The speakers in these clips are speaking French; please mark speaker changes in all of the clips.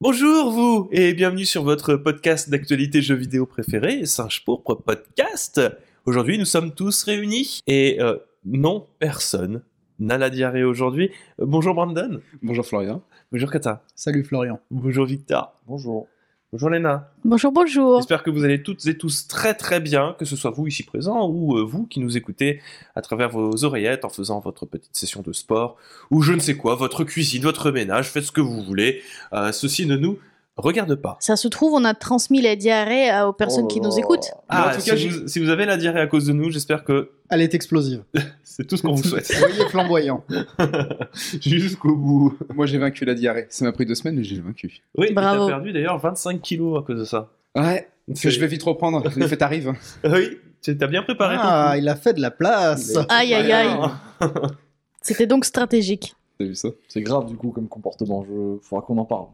Speaker 1: Bonjour vous et bienvenue sur votre podcast d'actualité jeux vidéo préféré, Singe Pourpre Podcast. Aujourd'hui nous sommes tous réunis et euh, non, personne n'a la diarrhée aujourd'hui. Euh, bonjour Brandon.
Speaker 2: Bonjour Florian.
Speaker 1: Bonjour Kata.
Speaker 3: Salut Florian.
Speaker 1: Bonjour Victor.
Speaker 2: Bonjour.
Speaker 1: Bonjour Léna.
Speaker 4: Bonjour, bonjour.
Speaker 1: J'espère que vous allez toutes et tous très très bien, que ce soit vous ici présents ou euh, vous qui nous écoutez à travers vos oreillettes en faisant votre petite session de sport ou je ne sais quoi, votre cuisine, votre ménage, faites ce que vous voulez. Euh, ceci ne nous regarde pas.
Speaker 4: Ça se trouve, on a transmis la diarrhée à- aux
Speaker 2: Oh
Speaker 4: personnes qui nous écoutent.
Speaker 1: Ah,
Speaker 2: en tout
Speaker 1: si,
Speaker 2: cas, j'ai-
Speaker 1: vous, si vous avez la diarrhée à cause de nous, j'espère que
Speaker 3: Elle est explosive.
Speaker 1: c'est tout ce qu'on vous souhaite.
Speaker 3: Soyez flamboyant.
Speaker 1: Jusqu'au bout.
Speaker 2: moi j'ai vaincu la diarrhée. Ça m'a pris deux semaines, mais j'ai vaincu.
Speaker 1: Oui, et
Speaker 4: Bravo.
Speaker 1: t'as perdu d'ailleurs 25 kilos à cause de ça.
Speaker 2: Ouais, parce que
Speaker 1: C'est-
Speaker 2: euh, je vais vite reprendre. Les fêtes arrivent. hein.
Speaker 1: Oui, tu- t'as bien préparé.
Speaker 3: Ah, il a fait de la place.
Speaker 1: Mais-
Speaker 4: Aïe,
Speaker 1: ton-
Speaker 4: aïe, aïe.
Speaker 1: Ah.
Speaker 4: C'était donc stratégique.
Speaker 2: T'as vu ça
Speaker 5: C'est grave du coup comme comportement, je... faudra qu'on en parle.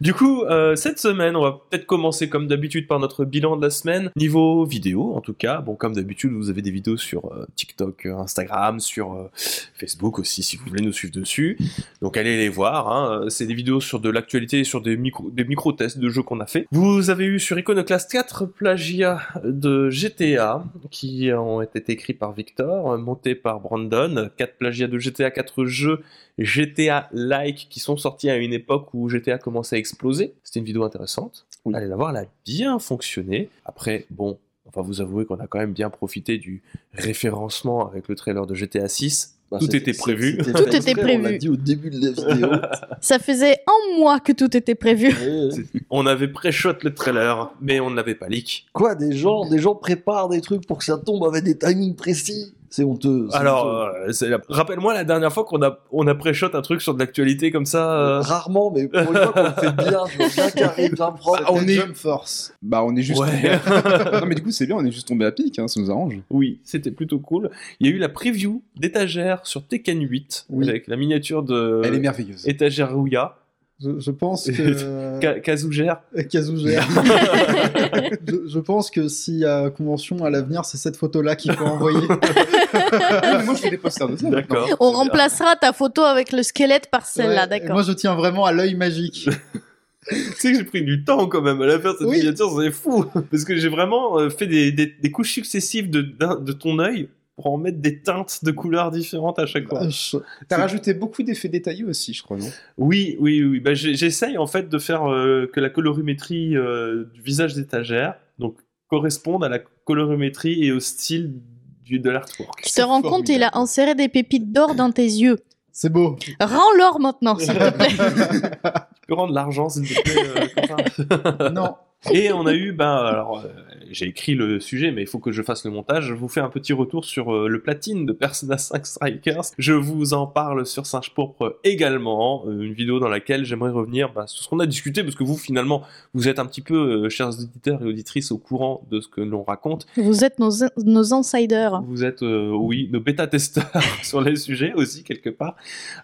Speaker 1: Du coup, euh, cette semaine, on va peut-être commencer comme d'habitude par notre bilan de la semaine, niveau vidéo en tout cas. Bon, comme d'habitude, vous avez des vidéos sur euh, TikTok, euh, Instagram, sur euh, Facebook aussi, si vous voulez nous suivre dessus. Donc allez les voir, hein. Euh, c'est des vidéos sur de l'actualité et sur des micro- des micro-tests de jeux qu'on a fait. Vous avez eu sur Iconoclast 4 plagiats de GTA qui ont été écrits par Victor, euh, montés par Brandon, 4 plagiats de GTA, 4 jeux GTA-like qui sont sortis à une époque où GTA commençait à exploser. C'était une vidéo intéressante.
Speaker 2: Oui.
Speaker 1: Allez la voir, elle a bien fonctionné. Après, bon, on va vous avouer qu'on a quand même bien profité du référencement avec le trailer de GTA 6.
Speaker 5: Bah,
Speaker 1: Tout
Speaker 5: c'est-
Speaker 1: était
Speaker 5: c'est-
Speaker 1: prévu.
Speaker 5: c'était
Speaker 4: Tout était
Speaker 5: fait exprès, On
Speaker 4: prévu.
Speaker 5: l'a dit au début de la vidéo.
Speaker 4: Ça faisait un mois que tout était prévu.
Speaker 5: Et-
Speaker 1: On avait pré-shot le trailer, mais on ne l'avait pas leak.
Speaker 5: Quoi, des gens, des gens préparent des trucs pour que ça tombe avec des timings précis. C'est honteux. c'est
Speaker 1: Alors,
Speaker 5: honteux.
Speaker 1: euh, c'est la- rappelle-moi la dernière fois qu'on a, on a pré-shot un truc sur de l'actualité comme ça. euh,
Speaker 5: Rarement, mais pour une fois qu'on le fait bien, tu vois, bien carré, bien propre.
Speaker 2: Ah, on
Speaker 3: C'était
Speaker 2: est-
Speaker 3: Jump Force.
Speaker 2: Bah on est juste.
Speaker 1: Ouais.
Speaker 2: tombé à- non mais du coup c'est bien, on est juste tombé à pic, hein, ça nous arrange.
Speaker 1: Oui, c'était plutôt cool. Il y a eu la preview d'étagère sur Tekken 8
Speaker 3: Oui.
Speaker 1: avec la miniature de
Speaker 2: Elle est merveilleuse.
Speaker 1: étagère Rouya,
Speaker 3: Je, je pense que.
Speaker 1: Ka- Kazugère.
Speaker 3: Kazougère. je, je pense que si à convention à l'avenir, c'est cette photo-là qu'il faut envoyer.
Speaker 2: Ah, mais moi je fais des posters de ça.
Speaker 1: D'accord.
Speaker 4: On remplacera ta photo avec le squelette par celle-là,
Speaker 3: Ouais,
Speaker 4: d'accord
Speaker 3: Moi, je tiens vraiment à l'œil magique.
Speaker 1: Tu sais que j'ai pris du temps quand même à la faire cette
Speaker 3: Oui.
Speaker 1: miniature, c'est fou. Parce que j'ai vraiment euh, fait des, des- des couches successives de, d'un- de ton œil pour en mettre des teintes de couleurs différentes à chaque fois.
Speaker 3: Je-
Speaker 2: T'as rajouté beaucoup d'effets détaillés aussi, je crois, non
Speaker 1: Oui, oui, oui. Bah, j'ai- j'essaye en fait de faire euh, que la colorimétrie euh, du visage d'étagère donc corresponde à la colorimétrie et au style du, de l'artwork.
Speaker 4: Tu te rends compte, il a inséré des pépites d'or dans tes yeux.
Speaker 3: C'est beau.
Speaker 4: Rends l'or maintenant, s'il te plaît.
Speaker 1: Tu peux rendre l'argent, s'il te plaît. euh, Quentin
Speaker 3: Non.
Speaker 1: Et on a eu, ben, alors, euh, j'ai écrit le sujet, mais il faut que je fasse le montage. Je vous fais un petit retour sur euh, le platine de Persona 5 Strikers. Je vous en parle sur Singe Pourpre également. euh, une vidéo dans laquelle j'aimerais revenir ben, sur ce qu'on a discuté, parce que vous, finalement, vous êtes un petit peu, euh, chers auditeurs et auditrices, au courant de ce que l'on raconte.
Speaker 4: Vous êtes nos, nos insiders.
Speaker 1: Vous êtes, euh, oui, nos bêta-testeurs sur les sujets aussi, quelque part,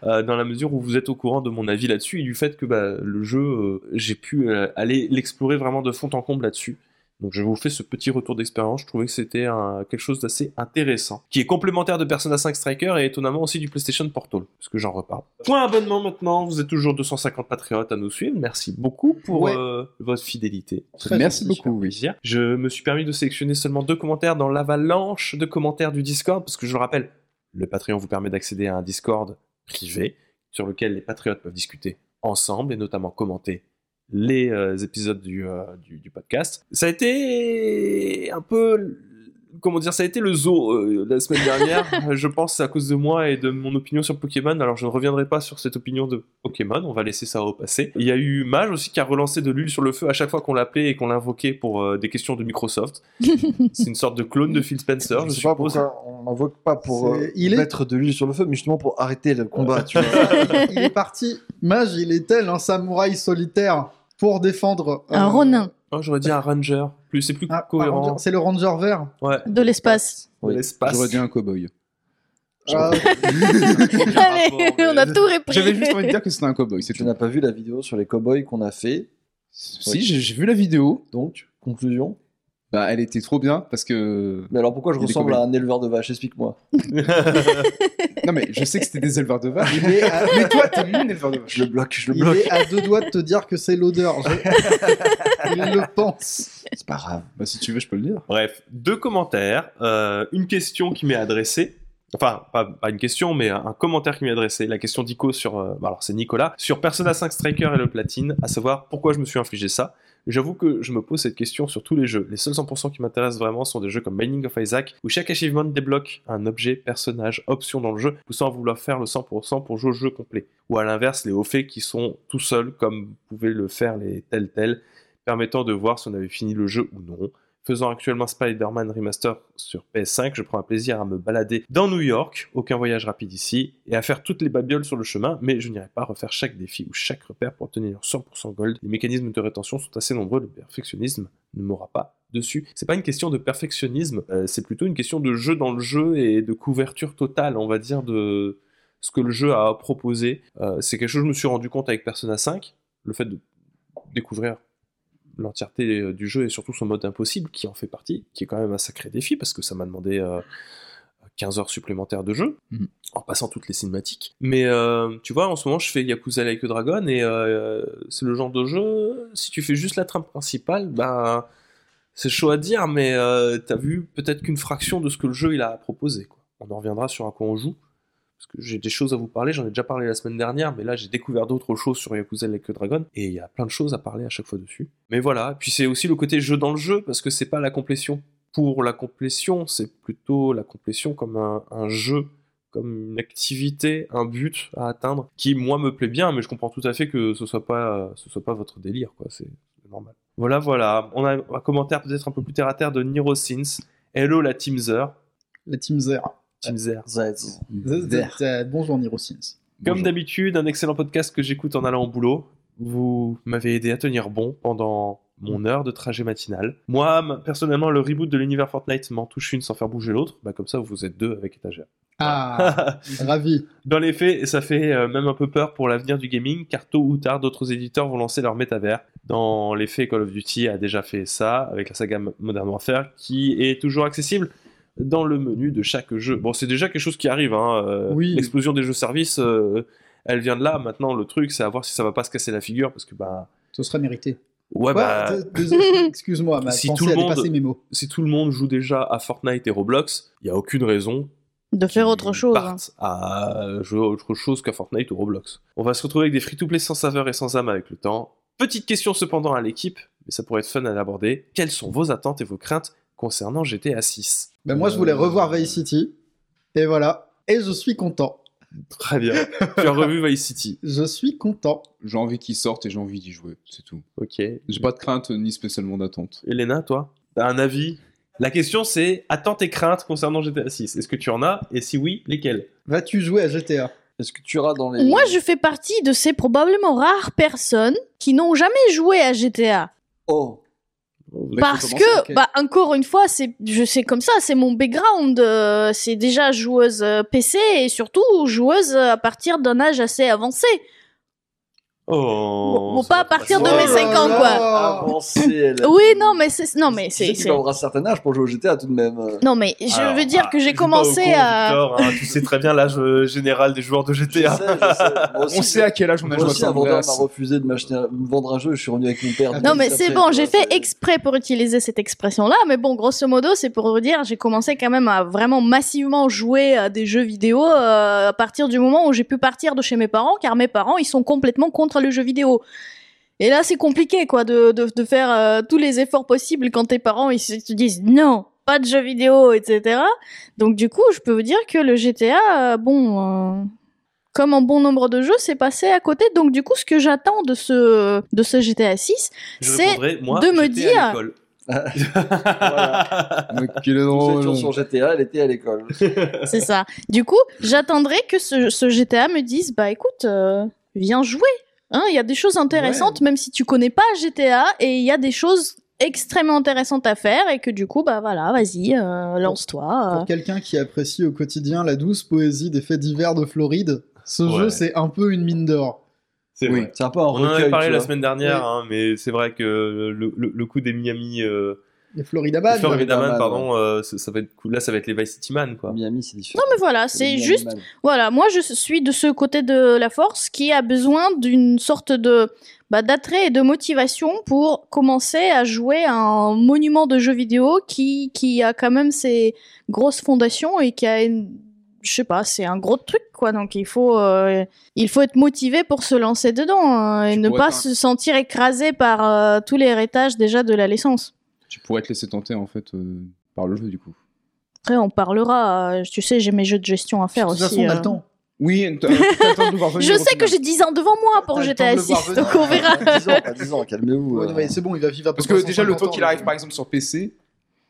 Speaker 1: euh, dans la mesure où vous êtes au courant de mon avis là-dessus et du fait que bah, le jeu, euh, j'ai pu euh, aller l'explorer vraiment de fond en comble là-dessus. Donc je vous fais ce petit retour d'expérience, je trouvais que c'était un- quelque chose d'assez intéressant, qui est complémentaire de Persona 5 Striker et étonnamment aussi du PlayStation Portal, parce que j'en reparle. Point abonnement maintenant, vous êtes toujours 250 patriotes à nous suivre, merci beaucoup pour
Speaker 3: Ouais.
Speaker 1: euh, votre fidélité.
Speaker 3: Très
Speaker 2: Merci
Speaker 3: gentil.
Speaker 2: beaucoup, oui.
Speaker 1: Plaisir. Je me suis permis de sélectionner seulement deux commentaires dans l'avalanche de commentaires du Discord, parce que je le rappelle, le Patreon vous permet d'accéder à un Discord privé sur lequel les patriotes peuvent discuter ensemble et notamment commenter les euh, épisodes du, euh, du- du podcast. Ça a été un peu... l- Comment dire, ça a été le zoo euh, la semaine dernière, je pense, à cause de moi et de mon opinion sur Pokémon. Alors, je ne reviendrai pas sur cette opinion de Pokémon, on va laisser ça au passé. Il y a eu Mage aussi qui a relancé de l'huile sur le feu à chaque fois qu'on l'appelait et qu'on l'invoquait pour euh, des questions de Microsoft. C'est une sorte de clone de Phil Spencer, je,
Speaker 5: je sais pas
Speaker 1: suppose.
Speaker 5: pourquoi on n'invoque pas pour
Speaker 3: C'est-
Speaker 5: euh,
Speaker 3: il est-
Speaker 5: mettre de l'huile sur le feu, mais justement pour arrêter le combat. tu vois.
Speaker 3: il est parti. Mage, il est tel un samouraï solitaire pour défendre.
Speaker 4: Un
Speaker 3: euh,
Speaker 4: ronin
Speaker 1: Oh, J'aurais dit un ranger, plus c'est plus
Speaker 3: Ah, un- un
Speaker 1: cohérent.
Speaker 3: ranger- C'est le ranger vert.
Speaker 1: Ouais,
Speaker 4: de l'espace.
Speaker 1: de
Speaker 5: Oui.
Speaker 1: l'espace.
Speaker 2: J'aurais dit un cowboy.
Speaker 3: Ah,
Speaker 4: Allez, on a tout repris.
Speaker 2: J'avais juste envie de dire que c'était un cowboy, c'est
Speaker 5: Tu
Speaker 2: tout.
Speaker 5: n'as pas vu la vidéo sur les cowboys qu'on a fait,
Speaker 2: Si, j'ai j'ai vu la vidéo.
Speaker 5: donc conclusion.
Speaker 2: Bah, elle était trop bien parce que.
Speaker 5: Mais alors pourquoi je
Speaker 2: Il est
Speaker 5: ressemble à
Speaker 2: combien
Speaker 5: un éleveur de vaches Explique-moi.
Speaker 2: Non, mais je sais que c'était des éleveurs de vaches.
Speaker 3: Il est à,
Speaker 2: Mais toi, t'es mon éleveur de vaches.
Speaker 5: Je le bloque, je le
Speaker 3: il
Speaker 5: bloque.
Speaker 3: est à deux doigts de te dire que c'est l'odeur. Je- il le pense.
Speaker 5: C'est pas grave.
Speaker 2: Bah, si tu veux, je peux le dire.
Speaker 1: Bref, deux commentaires, euh, une question qui m'est adressée. Enfin, pas, pas une question, mais un un commentaire qui m'est adressé. La question d'Ico sur. euh, bah alors, c'est Nicolas. Sur Persona 5 Striker et le Platine, à savoir pourquoi je me suis infligé ça. J'avoue que je me pose cette question sur tous les jeux. Les seuls 100% qui m'intéressent vraiment sont des jeux comme Binding of Isaac, où chaque achievement débloque un objet, personnage, option dans le jeu, ou sans vouloir faire le 100% pour jouer au jeu complet. Ou à l'inverse, les hauts faits qui sont tout seuls, comme pouvaient le faire les tels tels, permettant de voir si on avait fini le jeu ou non. Faisant actuellement Spider-Man Remaster sur PS5, je prends un plaisir à me balader dans New York, aucun voyage rapide ici, et à faire toutes les babioles sur le chemin, mais je n'irai pas refaire chaque défi ou chaque repère pour obtenir 100% gold. Les mécanismes de rétention sont assez nombreux, le perfectionnisme ne m'aura pas dessus. C'est pas une question de perfectionnisme, euh, c'est plutôt une question de jeu dans le jeu et de couverture totale, on va dire, de ce que le jeu a proposé. Euh, c'est quelque chose que je me suis rendu compte avec Persona 5, le fait de découvrir l'entièreté euh, du jeu et surtout son mode impossible qui en fait partie, qui est quand même un sacré défi parce que ça m'a demandé euh, 15 heures supplémentaires de jeu
Speaker 2: Mhm.
Speaker 1: en passant toutes les cinématiques. Mais euh, tu vois, en ce moment, je fais Yakuza Like a Dragon et euh, c'est le genre de jeu, si tu fais juste la trame principale, bah, c'est chaud à dire, mais euh, t'as vu peut-être qu'une fraction de ce que le jeu il a proposé. Quoi. On en reviendra sur à quoi on joue. Parce que j'ai des choses à vous parler, j'en ai déjà parlé la semaine dernière, mais là j'ai découvert d'autres choses sur Yakuza Like a Dragon, et il y a plein de choses à parler à chaque fois dessus. Mais voilà, puis c'est aussi le côté jeu dans le jeu, parce que c'est pas la complétion pour la complétion, c'est plutôt la complétion comme un, un jeu, comme une activité, un but à atteindre, qui moi me plaît bien, mais je comprends tout à fait que ce soit pas, euh, ce soit pas votre délire, quoi, c'est c'est normal. Voilà, voilà, on a un commentaire peut-être un peu plus terre à terre de Niro Sins. Hello la Teamzer.
Speaker 3: La Team Zer.
Speaker 1: Teamzer.
Speaker 5: Zaz.
Speaker 3: Zer. Zer. Bonjour Nirosins.
Speaker 1: Comme
Speaker 2: Bonjour.
Speaker 1: d'habitude, un excellent podcast que j'écoute en allant au boulot. Vous m'avez aidé à tenir bon pendant mon heure de trajet matinal. Moi, m- personnellement, le reboot de l'univers Fortnite m'en touche une sans faire bouger l'autre. Bah, comme ça, vous êtes deux avec étagère.
Speaker 3: Ah, ravi.
Speaker 1: Dans les faits, ça fait euh, même un peu peur pour l'avenir du gaming, car tôt ou tard, d'autres éditeurs vont lancer leur métavers. Dans les faits, Call of Duty a déjà fait ça, avec la saga Modern Warfare, qui est toujours accessible dans le menu de chaque jeu. Bon, c'est déjà quelque chose qui arrive, hein. euh,
Speaker 3: Oui.
Speaker 1: L'explosion des jeux-services, euh, elle vient de là. Maintenant, le truc, c'est à voir si ça va pas se casser la figure, parce que, bah...
Speaker 3: Ce serait mérité.
Speaker 1: Ouais, bah...
Speaker 3: Ouais, désolé, Excuse-moi, ma
Speaker 1: si
Speaker 3: pensée
Speaker 1: tout le
Speaker 3: a
Speaker 1: monde-
Speaker 3: dépassé mes mots.
Speaker 1: Si tout le monde joue déjà à Fortnite et Roblox, il n'y a aucune raison
Speaker 4: De faire autre
Speaker 1: qui
Speaker 4: chose. hein.
Speaker 1: partent à jouer à autre chose qu'à Fortnite ou Roblox. On va se retrouver avec des free-to-play sans saveur et sans âme avec le temps. Petite question cependant à l'équipe, mais ça pourrait être fun à l'aborder. Quelles sont vos attentes et vos craintes concernant GTA 6
Speaker 3: Ben, moi, je voulais revoir Vice City. Et voilà. Et je suis content.
Speaker 1: Très bien. tu as revu Vice City.
Speaker 3: Je suis content.
Speaker 2: J'ai envie qu'ils sortent et j'ai envie d'y jouer, c'est tout.
Speaker 1: Ok.
Speaker 2: J'ai pas de crainte ni spécialement d'attente.
Speaker 1: Elena, toi T'as un avis La question c'est attentes et craintes concernant GTA 6. Est-ce que tu en as Et si oui, lesquelles
Speaker 3: Vas-tu jouer à GTA
Speaker 5: Est-ce que tu iras dans les.
Speaker 4: Moi, je fais partie de ces probablement rares personnes qui n'ont jamais joué à GTA.
Speaker 5: Oh
Speaker 2: Bah, il faut
Speaker 4: parce
Speaker 2: commencer,
Speaker 4: que,
Speaker 2: ok.
Speaker 4: bah, encore une fois, c'est, je sais comme ça, c'est mon background. euh, c'est déjà joueuse euh, PC et surtout joueuse euh, à partir d'un âge assez avancé.
Speaker 1: Oh.
Speaker 4: Bon, bon,
Speaker 1: ça
Speaker 4: pas
Speaker 1: va
Speaker 4: à partir de
Speaker 5: Oh
Speaker 4: mes
Speaker 5: là
Speaker 4: 5 ans,
Speaker 3: là.
Speaker 4: quoi.
Speaker 5: Avancé, elle.
Speaker 4: Oui, non, mais c'est, non, mais
Speaker 5: Tu sais
Speaker 4: c'est,
Speaker 5: qu'il
Speaker 4: c'est-
Speaker 5: doit avoir un certain âge pour jouer au GTA tout de même. euh.
Speaker 4: non, mais je
Speaker 1: Alors,
Speaker 4: veux dire
Speaker 1: ah,
Speaker 4: que
Speaker 1: je
Speaker 4: j'ai
Speaker 1: suis pas au courant,
Speaker 4: commencé à,
Speaker 1: Victor, hein, tu sais très bien l'âge euh, général des joueurs de
Speaker 5: Je
Speaker 1: GTA.
Speaker 5: sais, je sais. Moi aussi,
Speaker 2: On sait à quel âge on a
Speaker 5: Moi
Speaker 2: joué à
Speaker 5: aussi, un
Speaker 2: San
Speaker 5: vendeur
Speaker 2: Andreas.
Speaker 5: m'a refusé de m'acheter un- me vendre un jeu, je suis revenu avec mon père.
Speaker 4: Non,
Speaker 5: dix
Speaker 4: mais
Speaker 5: minutes
Speaker 4: c'est
Speaker 5: après,
Speaker 4: bon,
Speaker 5: tu
Speaker 4: j'ai
Speaker 5: vois,
Speaker 4: fait
Speaker 5: c'est-
Speaker 4: exprès pour utiliser cette expression-là, mais bon, grosso modo, c'est pour vous dire, j'ai commencé quand même à vraiment massivement jouer à des jeux vidéo euh, à partir du moment où j'ai pu partir de chez mes parents, car mes parents, ils sont complètement contre le jeu vidéo. Et là, c'est compliqué, quoi, de, de, de faire euh, tous les efforts possibles quand tes parents, ils se te disent non, pas de jeux vidéo, etc. Donc, du coup, je peux vous dire que le GTA, euh, bon. euh, Comme en bon nombre de jeux, c'est passé à côté. Donc du coup, ce que j'attends de ce de ce GTA 6,
Speaker 1: Je
Speaker 4: C'est
Speaker 1: répondrai, moi,
Speaker 4: de me
Speaker 1: j'étais à
Speaker 4: dire-
Speaker 1: l'école.
Speaker 2: Mais quel est
Speaker 5: Nous
Speaker 2: drôle.
Speaker 5: étions sur GTA, elle était à l'école.
Speaker 4: C'est ça. Du coup, j'attendrai que ce, ce GTA me dise, bah écoute, euh, viens jouer. Hein, Il y a des choses intéressantes, même si tu connais pas GTA, et il y a des choses extrêmement intéressantes à faire, et que du coup, bah voilà, vas-y, euh, lance-toi.
Speaker 3: Pour quelqu'un qui apprécie au quotidien la douce poésie des faits divers de Floride, ce
Speaker 1: Ouais.
Speaker 3: jeu, c'est un peu une mine d'or.
Speaker 1: C'est
Speaker 5: Oui,
Speaker 1: vrai.
Speaker 5: c'est un peu un
Speaker 1: On en
Speaker 5: recueil.
Speaker 1: avait parlé
Speaker 5: tu
Speaker 1: la
Speaker 5: vois.
Speaker 1: semaine dernière, hein, mais c'est vrai que le, le- le coup des Miami euh,
Speaker 3: Les Floridaman.
Speaker 1: Les Floridaman,
Speaker 5: Floridaman,
Speaker 1: pardon, euh, ça, ça va être cool. Là, ça va être les Vice City Man, quoi.
Speaker 5: Miami, c'est différent.
Speaker 4: Non, mais voilà, c'est juste. Voilà, moi je suis de ce côté de la force qui a besoin d'une sorte de bah, d'attrait et de motivation pour commencer à jouer à un monument de jeux vidéo qui, qui a quand même ses grosses fondations et qui a une- Je sais pas, c'est un gros truc quoi, donc il faut, euh, il faut être motivé pour se lancer dedans euh, et
Speaker 2: Tu
Speaker 4: ne
Speaker 2: pourrais
Speaker 4: pas
Speaker 2: pas-
Speaker 4: se sentir écrasé par euh, tous les héritages déjà de la licence.
Speaker 2: Tu pourrais te laisser tenter en fait euh, par le jeu du coup.
Speaker 4: Après, on parlera, euh, tu sais, j'ai mes jeux de gestion à
Speaker 3: De
Speaker 4: faire
Speaker 3: toute
Speaker 4: aussi.
Speaker 3: façon, on a
Speaker 4: euh.
Speaker 3: le temps.
Speaker 2: Oui, t'as- t'attends de le voir venir,
Speaker 4: Je
Speaker 2: au
Speaker 4: sais que
Speaker 2: final.
Speaker 4: j'ai 10 ans devant moi pour
Speaker 3: T'as le
Speaker 4: GTA
Speaker 3: temps de le
Speaker 4: 6,
Speaker 3: voir
Speaker 4: donc on verra.
Speaker 5: Pas 10 ans, pas 10 ans, calmez-vous.
Speaker 3: Ouais,
Speaker 5: euh.
Speaker 3: non, mais c'est bon, il va vivre à peu
Speaker 2: Parce
Speaker 3: près
Speaker 2: que déjà le
Speaker 3: 150
Speaker 2: temps qu'il
Speaker 3: ans,
Speaker 2: arrive
Speaker 3: donc.
Speaker 2: par exemple sur PC.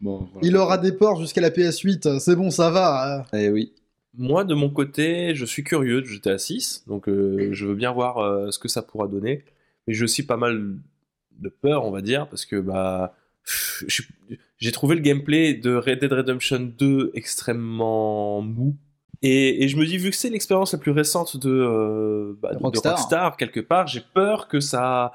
Speaker 2: Bon, voilà.
Speaker 3: Il aura des ports jusqu'à la PS8, c'est bon, ça va.
Speaker 5: Eh oui.
Speaker 1: Moi, de mon côté, je suis curieux de GTA 6, donc euh, je veux bien voir euh, ce que ça pourra donner. Mais j'ai aussi pas mal de peur, on va dire, parce que bah, pff, je suis- j'ai trouvé le gameplay de Red Dead Redemption 2 extrêmement mou. Et, et je me dis, vu que c'est l'expérience la plus récente de, euh, bah, de- de Rockstar.
Speaker 3: Rockstar.
Speaker 1: quelque part, j'ai peur que ça.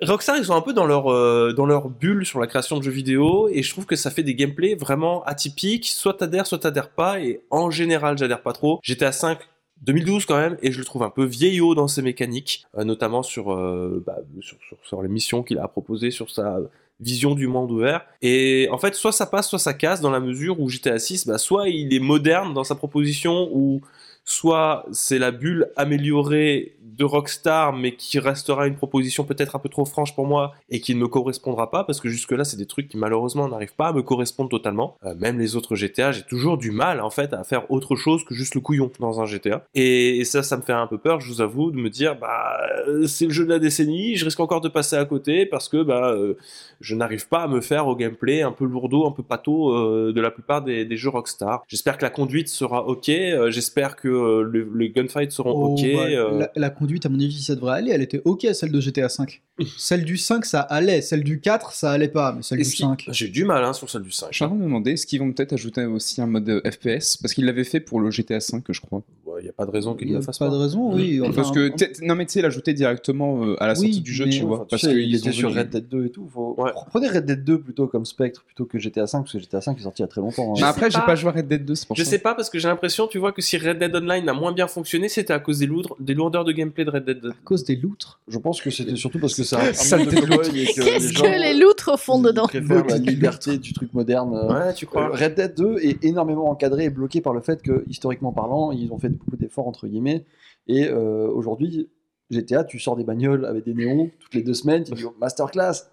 Speaker 1: Rockstar, ils sont un peu dans leur, euh, dans leur bulle sur la création de jeux vidéo, et je trouve que ça fait des gameplays vraiment atypiques. Soit t'adhères, soit t'adhères pas, et en général, j'adhère pas trop. J'étais à 5 2012 quand même, et je le trouve un peu vieillot dans ses mécaniques, euh, notamment sur, euh, bah, sur, sur, sur les missions qu'il a proposées, sur sa vision du monde ouvert. Et en fait, soit ça passe, soit ça casse, dans la mesure où GTA 6, bah, soit il est moderne dans sa proposition, ou soit c'est la bulle améliorée de Rockstar, mais qui restera une proposition peut-être un peu trop franche pour moi, et qui ne me correspondra pas, parce que jusque-là, c'est des trucs qui malheureusement n'arrivent pas à me correspondre totalement. Euh, même les autres GTA, j'ai toujours du mal, en fait, à faire autre chose que juste le couillon dans un GTA. Et, et ça, ça me fait un peu peur, je vous avoue, de me dire, bah, euh, c'est le jeu de la décennie, je risque encore de passer à côté, parce que, bah, euh, je n'arrive pas à me faire au gameplay un peu lourdeau, un peu pâteau euh, de la plupart des, des jeux Rockstar. J'espère que la conduite sera ok, euh, j'espère que euh, le- les gunfights seront
Speaker 3: Oh,
Speaker 1: ok.
Speaker 3: bah,
Speaker 1: euh,
Speaker 3: la, la conduite, à mon avis, ça devrait aller. Elle était ok, celle de GTA 5. celle du 5, ça allait. Celle du 4, ça allait pas. Mais celle
Speaker 2: Et
Speaker 3: du
Speaker 2: si-
Speaker 3: 5.
Speaker 1: J'ai du mal hein, sur celle du 5.
Speaker 2: Je suis en train de me demander, est-ce qu'ils vont peut-être ajouter aussi un mode euh, FPS Parce qu'ils l'avaient fait pour le GTA V, que je crois.
Speaker 1: Il n'y a pas de raison
Speaker 3: Il
Speaker 1: qu'ils
Speaker 3: n'y
Speaker 1: ne
Speaker 3: a
Speaker 1: le
Speaker 3: pas
Speaker 1: fassent pas.
Speaker 3: de raison, oui. enfin,
Speaker 2: Parce que,
Speaker 3: on-
Speaker 2: t'es- non mais tu sais, l'ajouter directement euh, à la
Speaker 3: Oui,
Speaker 2: sortie du jeu,
Speaker 3: mais
Speaker 2: tu
Speaker 5: Enfin,
Speaker 2: vois.
Speaker 5: tu
Speaker 2: Parce
Speaker 5: sais,
Speaker 2: qu'ils
Speaker 5: il était
Speaker 2: sont
Speaker 5: sur
Speaker 2: venus-
Speaker 5: Red Dead 2 et tout. Faut...
Speaker 1: Ouais.
Speaker 5: Prenez Red Dead 2 plutôt comme Spectre plutôt que GTA 5 parce que GTA 5 est sorti il y a très longtemps.
Speaker 2: Mais
Speaker 5: hein.
Speaker 2: après, j'ai
Speaker 1: pas.
Speaker 2: pas joué à Red Dead 2, c'est pour
Speaker 1: Je
Speaker 2: ça.
Speaker 1: sais pas parce que j'ai l'impression, tu vois, que si Red Dead Online a moins bien fonctionné, c'était à cause des, lourdres- des lourdeurs de gameplay de Red Dead.
Speaker 3: À cause des loutres.
Speaker 5: Je pense que c'était surtout parce que c'est un
Speaker 2: Sale
Speaker 5: monde de
Speaker 2: tête de
Speaker 5: cowboy et que
Speaker 4: Qu'est-ce
Speaker 5: les gens-
Speaker 4: que les loutres font
Speaker 5: ils
Speaker 4: dedans
Speaker 5: préfèrent la
Speaker 3: Bloquer les
Speaker 5: liberté du truc moderne. euh,
Speaker 1: Ouais, tu
Speaker 5: Euh,
Speaker 1: crois
Speaker 5: Red Dead 2 est énormément encadré et bloqué par le fait que, historiquement parlant, ils ont fait beaucoup d'efforts, entre guillemets. Et euh, aujourd'hui, GTA, tu sors des bagnoles avec des néons toutes les deux semaines, tu dis oh, masterclass.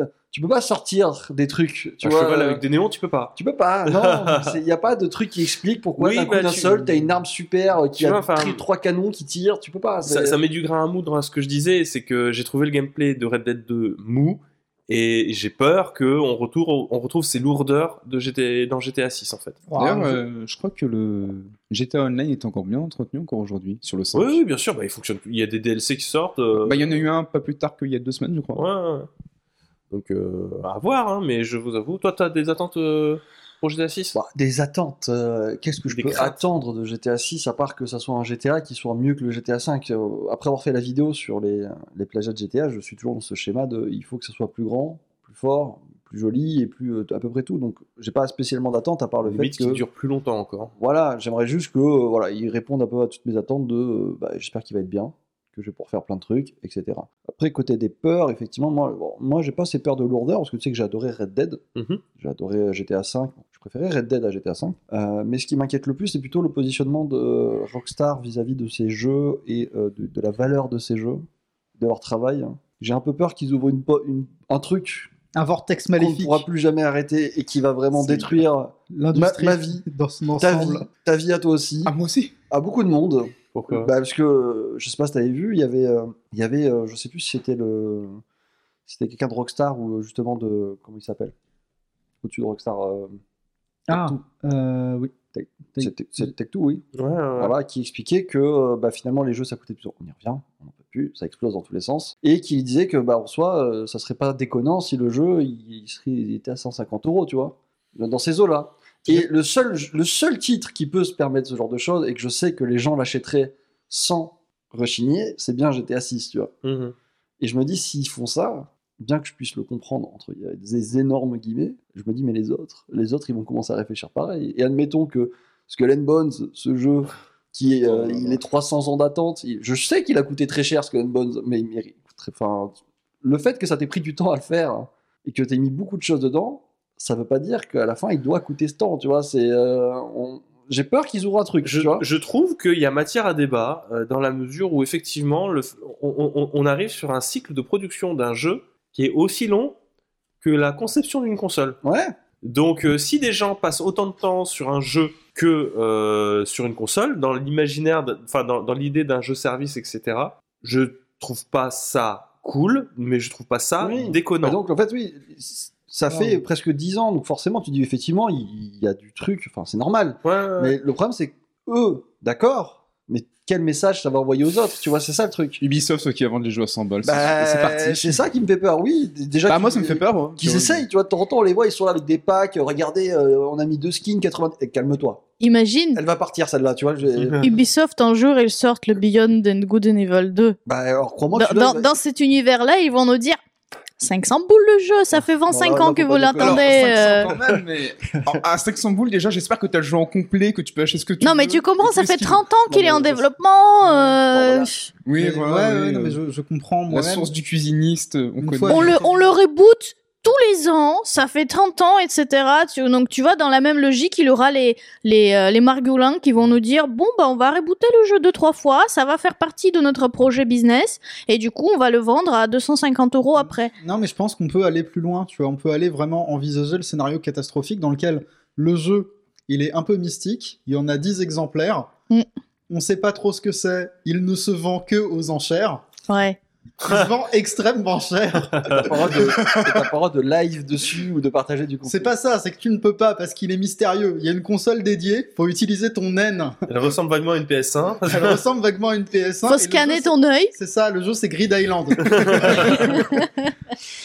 Speaker 5: Euh, Tu peux pas sortir des trucs, tu
Speaker 1: Un
Speaker 5: vois.
Speaker 1: cheval
Speaker 5: euh,
Speaker 1: avec des néons, tu peux pas.
Speaker 5: Tu peux pas, non, il n'y a pas de truc qui explique pourquoi
Speaker 1: Oui,
Speaker 5: d'un coup
Speaker 1: bah,
Speaker 5: d'un
Speaker 1: tu-
Speaker 5: seul, t'as une arme super euh, qui
Speaker 1: Tu
Speaker 5: a
Speaker 1: vois, enfin,
Speaker 5: tri- trois canons qui tirent, tu peux pas.
Speaker 1: ça,
Speaker 5: c'est-
Speaker 1: ça met du grain à moudre à ce que je disais, c'est que j'ai trouvé le gameplay de Red Dead 2 mou et j'ai peur qu'on retrouve, on retrouve ces lourdeurs de GTA, dans GTA 6 en fait.
Speaker 5: Bah,
Speaker 2: D'ailleurs,
Speaker 3: Ouah,
Speaker 2: euh, je crois que le GTA Online est encore bien entretenu encore aujourd'hui, sur le 5.
Speaker 1: Oui, oui, bien sûr, bah, il fonctionne. Il y a des DLC qui sortent. euh,
Speaker 2: Bah, il y en a eu un pas plus tard qu'il y a deux semaines, je crois.
Speaker 1: ouais, ouais. Donc euh, à voir, hein, mais je vous avoue, toi t'as des attentes euh, pour GTA 6
Speaker 5: Bah, des attentes. euh, Qu'est-ce que je
Speaker 1: Des
Speaker 5: peux
Speaker 1: craintes.
Speaker 5: attendre de GTA 6 à part que ça soit un GTA qui soit mieux que le GTA 5 euh, Après avoir fait la vidéo sur les, les plagiats de GTA, je suis toujours dans ce schéma de il faut que ça soit plus grand, plus fort, plus joli et plus euh, à peu près tout. Donc j'ai pas spécialement d'attente à part le
Speaker 1: Limite
Speaker 5: fait
Speaker 2: euh,
Speaker 1: qui
Speaker 5: que
Speaker 1: dure plus longtemps encore.
Speaker 5: voilà, j'aimerais juste que euh, voilà, il réponde un peu à toutes mes attentes de euh, bah, j'espère qu'il va être bien, que je vais pouvoir faire plein de trucs, etc. Après côté des peurs, effectivement, moi, bon, moi j'ai pas ces peurs de lourdeur parce que tu sais que j'ai adoré Red Dead.
Speaker 3: Mm-hmm.
Speaker 5: euh,
Speaker 1: Mhm.
Speaker 5: J'ai adoré GTA 5. Je préférais Red Dead à GTA 5. Euh, mais ce qui m'inquiète le plus, c'est plutôt le positionnement de euh, Rockstar vis-à-vis de ces jeux et euh, de, de la valeur de ces jeux, de leur travail. J'ai un peu peur qu'ils ouvrent une, po- une- un truc
Speaker 3: Un vortex
Speaker 5: qu'on ne
Speaker 3: maléfique.
Speaker 5: pourra plus jamais arrêter et qui va vraiment
Speaker 3: C'est-
Speaker 5: détruire
Speaker 3: L'industrie
Speaker 5: Ma- ma vie.
Speaker 3: dans son
Speaker 5: ta vie,
Speaker 3: ensemble.
Speaker 5: ta vie à toi aussi,
Speaker 2: Ah, moi aussi
Speaker 5: à beaucoup de monde.
Speaker 1: Pourquoi
Speaker 5: Bah, parce que euh, je sais pas si t'avais vu, il y avait, euh, il y avait, euh, je sais plus si c'était le, c'était quelqu'un de Rockstar ou euh, justement de, comment il s'appelle, au-dessus de Rockstar, euh,
Speaker 3: Ah, euh, oui. Take-
Speaker 5: c'est c'est Tech2, oui,
Speaker 1: Ouais, ouais, ouais.
Speaker 5: voilà, qui expliquait que euh, bah, finalement les jeux ça coûtait plus, on y revient, on n'en peut plus, ça explose dans tous les sens, et qui disait que bah en soi, euh, ça serait pas déconnant si le jeu il, il serait, il était à 150 euros, tu vois, dans ces eaux-là. Et le seul, le seul titre qui peut se permettre ce genre de choses, et que je sais que les gens l'achèteraient sans rechigner, c'est bien GTA 6, tu vois.
Speaker 1: Mhm.
Speaker 5: Et je me dis, s'ils font ça, bien que je puisse le comprendre entre des énormes guillemets, je me dis, mais les autres, les autres, ils vont commencer à réfléchir pareil. Et admettons que Skull and Bones, ce jeu qui est, euh,
Speaker 1: Oh.
Speaker 5: il est 300 ans d'attente, il- je sais qu'il a coûté très cher Skull and Bones, mais il mérite. très- Enfin, le fait que ça t'ait pris du temps à le faire et que t'aies mis beaucoup de choses dedans, ça veut pas dire qu'à la fin, il doit coûter ce temps, tu vois. C'est, euh, on- j'ai peur qu'ils ouvrent un truc,
Speaker 1: Je,
Speaker 5: tu vois.
Speaker 1: je trouve qu'il y a matière à débat euh, dans la mesure où effectivement le f- on, on- on arrive sur un cycle de production d'un jeu qui est aussi long que la conception d'une console.
Speaker 5: Ouais.
Speaker 1: Donc euh, si des gens passent autant de temps sur un jeu que euh, sur une console, dans l'imaginaire, de- enfin dans, dans l'idée d'un jeu service, etc., je trouve pas ça cool, mais je trouve pas ça
Speaker 5: Oui.
Speaker 1: déconnant.
Speaker 5: Et donc, en fait, oui, ça
Speaker 3: Non.
Speaker 5: fait presque 10 ans, donc forcément, tu dis effectivement, il il y a du truc, enfin, c'est normal.
Speaker 1: Ouais, ouais, ouais.
Speaker 5: Mais le problème, c'est que eux, d'accord, mais quel message ça va envoyer aux autres, tu vois, c'est ça le truc.
Speaker 2: Ubisoft, ceux qui vendent les jeux à 100 balles, c'est-
Speaker 5: Bah,
Speaker 2: c'est parti.
Speaker 5: C'est ça qui me fait peur, oui. d- Déjà,
Speaker 2: Bah,
Speaker 5: qu'ils-
Speaker 2: moi, ça me fait peur. moi.
Speaker 5: Qu'ils
Speaker 2: Je-
Speaker 5: essayent, tu vois, de temps en temps, on les voit, ils sont là avec des packs, euh, regardez, euh, on a mis deux skins, 80. Eh, Calme-toi,
Speaker 4: Imagine,
Speaker 5: elle va partir celle-là, tu vois. je-
Speaker 4: Ubisoft, un jour, ils sortent le Beyond and Good and Evil 2.
Speaker 5: bah, alors crois-moi,
Speaker 4: Dans,
Speaker 5: celui-là,
Speaker 4: dans-
Speaker 5: il va-
Speaker 4: dans cet univers-là, ils vont nous dire 500 boules le jeu, ça fait 25
Speaker 5: là,
Speaker 4: ans
Speaker 5: là,
Speaker 4: que
Speaker 5: faut
Speaker 4: vous
Speaker 5: pas déconner.
Speaker 2: Alors,
Speaker 4: l'attendez.
Speaker 2: 500
Speaker 4: euh.
Speaker 2: quand même, mais Alors, à 500 boules déjà, j'espère que t'as le jeu en complet, que tu peux acheter ce que tu
Speaker 4: Non,
Speaker 2: veux,
Speaker 4: mais tu comprends,
Speaker 2: et
Speaker 4: ça
Speaker 2: tout
Speaker 4: fait
Speaker 2: ce qui-
Speaker 4: 30 ans qu'il est en
Speaker 5: Non, mais-
Speaker 4: développement. euh,
Speaker 5: Bon, voilà.
Speaker 2: Oui,
Speaker 3: Mais-
Speaker 2: voilà,
Speaker 3: ouais,
Speaker 2: oui,
Speaker 3: ouais, non, mais
Speaker 2: euh,
Speaker 3: je, je comprends.
Speaker 2: La
Speaker 3: moi-même.
Speaker 2: source du cuisiniste, on
Speaker 3: Une
Speaker 2: connaît.
Speaker 3: fois-
Speaker 4: on, le, on le reboot tous les ans, ça fait 30 ans, etc. Tu- donc tu vois, dans la même logique, il y aura les, les, euh, les margoulins qui vont nous dire bon, bah, on va rebooter le jeu deux, trois fois, ça va faire partie de notre projet business, et du coup, on va le vendre à 250 euros après.
Speaker 3: Non, mais je pense qu'on peut aller plus loin. Tu vois, on peut aller vraiment envisager le scénario catastrophique dans lequel le jeu, il est un peu mystique. Il y en a 10 exemplaires.
Speaker 4: Mm.
Speaker 3: On sait pas trop ce que c'est. Il ne se vend que aux enchères.
Speaker 4: Ouais.
Speaker 3: Il se vend extrêmement cher.
Speaker 5: T'as pas le droit de- t'as pas le droit de live dessus ou de partager du contenu.
Speaker 3: C'est pas ça, c'est que tu ne peux pas parce qu'il est mystérieux. Il y a une console dédiée. Faut utiliser ton N.
Speaker 1: Elle ressemble vaguement à une PS1.
Speaker 3: Elle ressemble vaguement à une PS1. et
Speaker 4: Faut
Speaker 3: le
Speaker 4: scanner
Speaker 3: jeu,
Speaker 4: ton œil.
Speaker 3: c'est- C'est ça, le jeu c'est Grid Island.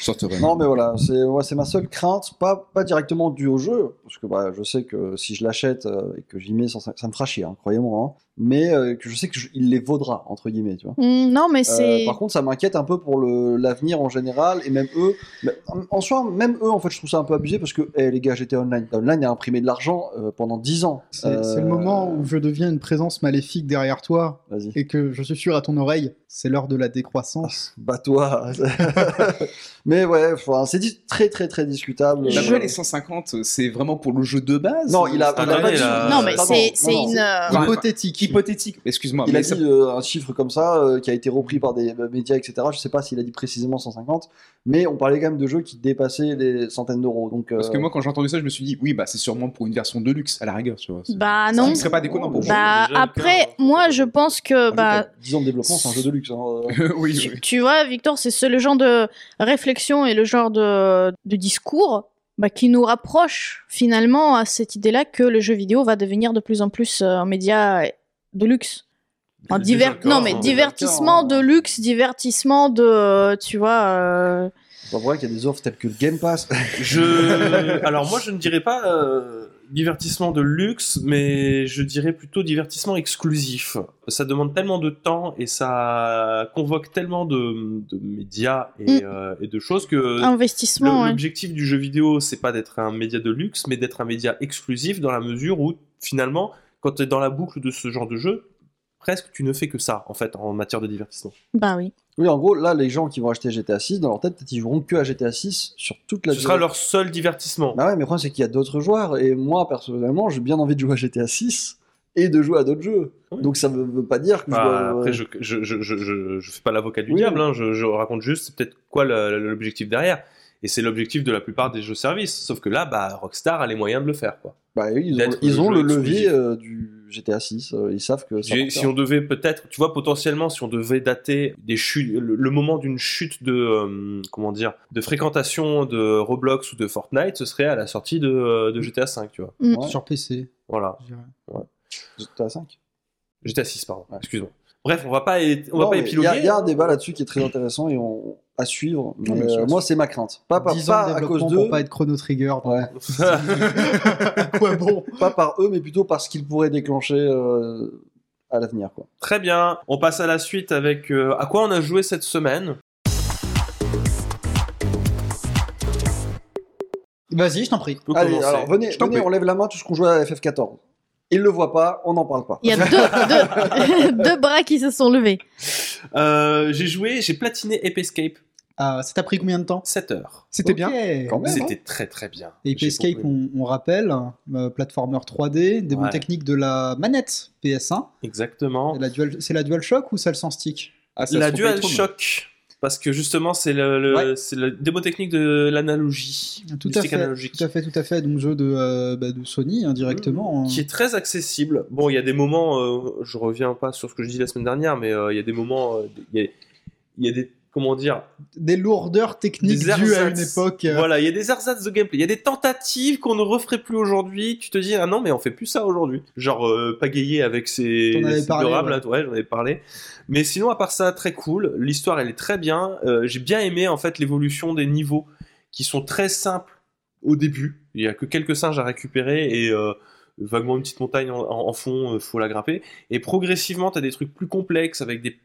Speaker 2: Sorte vraiment.
Speaker 5: Non, mais voilà, c'est ouais, c'est ma seule crainte, pas, pas directement due au jeu, parce que bah, je sais que si je l'achète euh, et que j'y mets, 105 ça me fera chier, hein, croyez-moi, hein, mais euh, que je sais qu'il les vaudra, entre guillemets, tu vois.
Speaker 4: Hmm, non, mais
Speaker 5: Euh,
Speaker 4: c'est.
Speaker 5: par contre, ça m'inquiète un peu pour le- l'avenir en général, et même eux. mais en- En soi, même eux, en fait, je trouve ça un peu abusé parce que, eh, les gars, j'étais online. Online a imprimé de l'argent euh, pendant 10 ans.
Speaker 3: C'est
Speaker 5: Euh,
Speaker 3: c'est le moment où je deviens une présence maléfique derrière toi
Speaker 5: Vas-y,
Speaker 3: et que je suis sûr à ton oreille. C'est l'heure de la décroissance.
Speaker 5: bats-toi. mais ouais, enfin, c'est dis- très, très, très discutable.
Speaker 4: Je-
Speaker 2: D'après les 150, c'est vraiment pour le jeu de base.
Speaker 5: Non, il a, il a
Speaker 1: Attendez,
Speaker 5: pas dit-
Speaker 1: là.
Speaker 4: non, mais
Speaker 5: Pardon,
Speaker 4: c'est
Speaker 5: non,
Speaker 4: c'est
Speaker 5: non.
Speaker 4: une. euh,
Speaker 2: Ouais.
Speaker 3: Hypothétique.
Speaker 2: Hypothétique, excuse-moi.
Speaker 5: Il
Speaker 2: mais
Speaker 5: a
Speaker 2: ça-
Speaker 5: dit euh, un chiffre comme ça euh, qui a été repris par des euh, médias, etc. Je sais pas s'il a dit précisément 150, mais on parlait quand même de jeux qui dépassaient les centaines d'euros. Donc, euh,
Speaker 2: Parce que moi, quand j'ai entendu ça, je me suis dit, oui, bah c'est sûrement pour une version deluxe à la rigueur, tu vois. C'est-
Speaker 4: Bah
Speaker 2: Ce
Speaker 4: non.
Speaker 2: qui serait pas déconnant pour moi.
Speaker 4: Bah
Speaker 1: Déjà, le
Speaker 4: après,
Speaker 1: cœur, hein.
Speaker 4: moi je pense que.
Speaker 5: un jeu qui a
Speaker 4: Bah,
Speaker 5: 10 ans de développement, c'est un jeu de luxe. hein, euh.
Speaker 2: oui,
Speaker 4: tu,
Speaker 2: oui.
Speaker 4: tu vois, Victor, c'est ce, le genre de réflexion et le genre de, de discours bah, qui nous rapproche finalement à cette idée-là que le jeu vidéo va devenir de plus en plus euh, un média de luxe. Un
Speaker 1: Déjà
Speaker 4: diver-
Speaker 1: le cœur,
Speaker 4: non, mais
Speaker 1: hein.
Speaker 4: divertissement de luxe, divertissement de. euh, Tu vois. euh,
Speaker 5: C'est pas pour rien qu'il y a des offres telles que le Game Pass.
Speaker 1: Je... Alors moi, je ne dirais pas euh, divertissement de luxe, mais je dirais plutôt divertissement exclusif. Ça demande tellement de temps et ça convoque tellement de, de médias et,
Speaker 4: Mm. Ah,
Speaker 1: euh, et de choses que le-
Speaker 4: investissement, hein. ouais.
Speaker 1: l'objectif du jeu vidéo, c'est pas d'être un média de luxe, mais d'être un média exclusif dans la mesure où finalement, quand tu es dans la boucle de ce genre de jeu, presque tu ne fais que ça en fait en matière de divertissement.
Speaker 4: Bah oui.
Speaker 5: Oui, en gros, là, les gens qui vont acheter GTA 6, dans leur tête, peut-être ils joueront que à GTA 6 sur toute la
Speaker 1: Ce sera
Speaker 5: durée.
Speaker 1: leur seul divertissement.
Speaker 5: Bah ouais, mais le problème, c'est qu'il y a d'autres joueurs. Et moi, personnellement, j'ai bien envie de jouer à GTA 6 et de jouer à d'autres jeux.
Speaker 1: Oui.
Speaker 5: Donc ça veut, veut pas dire que je
Speaker 1: Bah,
Speaker 5: dois- euh,
Speaker 1: après, je, je, je, je, je- je fais pas l'avocat du
Speaker 5: Oui.
Speaker 1: diable, hein, je, je raconte juste c'est peut-être quoi le- le- l'objectif derrière. Et c'est l'objectif de la plupart des jeux-services. Sauf que là, bah, Rockstar a les moyens de le faire. Quoi.
Speaker 5: Bah oui, ils ont,
Speaker 1: D'être
Speaker 5: ils
Speaker 1: le
Speaker 5: ont
Speaker 1: jeu
Speaker 5: le levier
Speaker 1: exclusif.
Speaker 5: euh, du GTA 6. euh, ils savent que ça
Speaker 1: Si-
Speaker 5: va
Speaker 1: si
Speaker 5: faire.
Speaker 1: on devait peut-être, tu vois, potentiellement, si on devait dater des chutes, le, le moment d'une chute de, euh, comment dire, de fréquentation de Roblox ou de Fortnite, ce serait à la sortie de, euh, de GTA 5, tu vois.
Speaker 4: Ouais.
Speaker 3: Sur PC,
Speaker 1: Voilà.
Speaker 3: je dirais.
Speaker 5: GTA 5.
Speaker 1: GTA 6, pardon.
Speaker 5: Ouais.
Speaker 1: Excuse-moi. Bref, on va pas, é- on va
Speaker 5: Non,
Speaker 1: pas
Speaker 5: mais
Speaker 1: épiloguer.
Speaker 5: Il y, a- il y a un débat là-dessus qui est très intéressant et on, à suivre. Mais,
Speaker 2: Non, bien sûr.
Speaker 5: euh, moi, c'est ma crainte. Pas, par-
Speaker 3: 10 ans de
Speaker 5: pas à cause
Speaker 3: développement
Speaker 5: d'eux,
Speaker 3: pour pas être Chrono Trigger.
Speaker 5: Ouais.
Speaker 3: Quoi bon
Speaker 5: pas par eux, mais plutôt parce qu'ils pourraient déclencher euh, à l'avenir. quoi.
Speaker 1: Très bien. On passe à la suite avec euh, à quoi on a joué cette semaine.
Speaker 3: Vas-y, je t'en prie.
Speaker 1: peut
Speaker 5: Allez,
Speaker 1: commencer.
Speaker 5: alors venez,
Speaker 1: Je t'en
Speaker 5: venez,
Speaker 1: prie.
Speaker 5: on lève la main tout ce qu'on jouait à FF14. Il le voit pas, on n'en parle pas.
Speaker 4: Il y a deux, deux, deux bras qui se sont levés.
Speaker 1: Euh, j'ai joué, j'ai platiné Ape Escape
Speaker 3: Ah, ça t'a pris combien de temps
Speaker 1: 7 heures.
Speaker 3: C'était
Speaker 5: Ok.
Speaker 3: bien.
Speaker 5: Quand même.
Speaker 1: C'était très très bien.
Speaker 3: Et
Speaker 1: J'ai
Speaker 3: Escape,
Speaker 1: beaucoup aimé.
Speaker 3: on, on rappelle, euh, platformer 3D, des bonnes
Speaker 1: Ouais.
Speaker 3: techniques de la manette PS1.
Speaker 1: Exactement.
Speaker 3: La Dual- C'est la DualShock ou celle sans stick
Speaker 2: Ah, ça
Speaker 1: La
Speaker 2: se trouve pas trop, mais-
Speaker 1: DualShock. Parce que justement, c'est le, le-
Speaker 3: Ouais.
Speaker 1: c'est la démo technique de l'analogie.
Speaker 3: Tout
Speaker 1: du
Speaker 3: à
Speaker 1: stick
Speaker 3: fait,
Speaker 1: analogique.
Speaker 3: Tout à fait, tout à fait. Donc jeu de, euh, bah, de Sony hein, directement.
Speaker 1: Mmh. Qui est très accessible. Bon, il y a des moments, euh, je reviens pas sur ce que je dis la semaine dernière, mais euh, il y a des moments, euh, il y, a- il y a des. Comment dire
Speaker 3: Des lourdeurs techniques
Speaker 1: Des
Speaker 3: dues à une
Speaker 1: ersatz.
Speaker 3: époque. euh,
Speaker 1: Voilà, il y a des ersatz de gameplay. Il y a des tentatives qu'on ne referait plus aujourd'hui. Tu te dis, ah non, mais on fait plus ça aujourd'hui. Genre, euh, pagayer avec ses,
Speaker 3: T'en avais
Speaker 1: ses
Speaker 3: parlé,
Speaker 1: dorables,
Speaker 3: ouais.
Speaker 1: là, ouais, j'en avais parlé. Mais sinon, à part ça, très cool. L'histoire, elle est très bien. Euh, J'ai bien aimé, en fait, l'évolution des niveaux qui sont très simples au début. Il y a que quelques singes à récupérer et euh, vaguement une petite montagne en, en- en fond, euh, faut la grimper. Et progressivement, tu as des trucs plus complexes avec des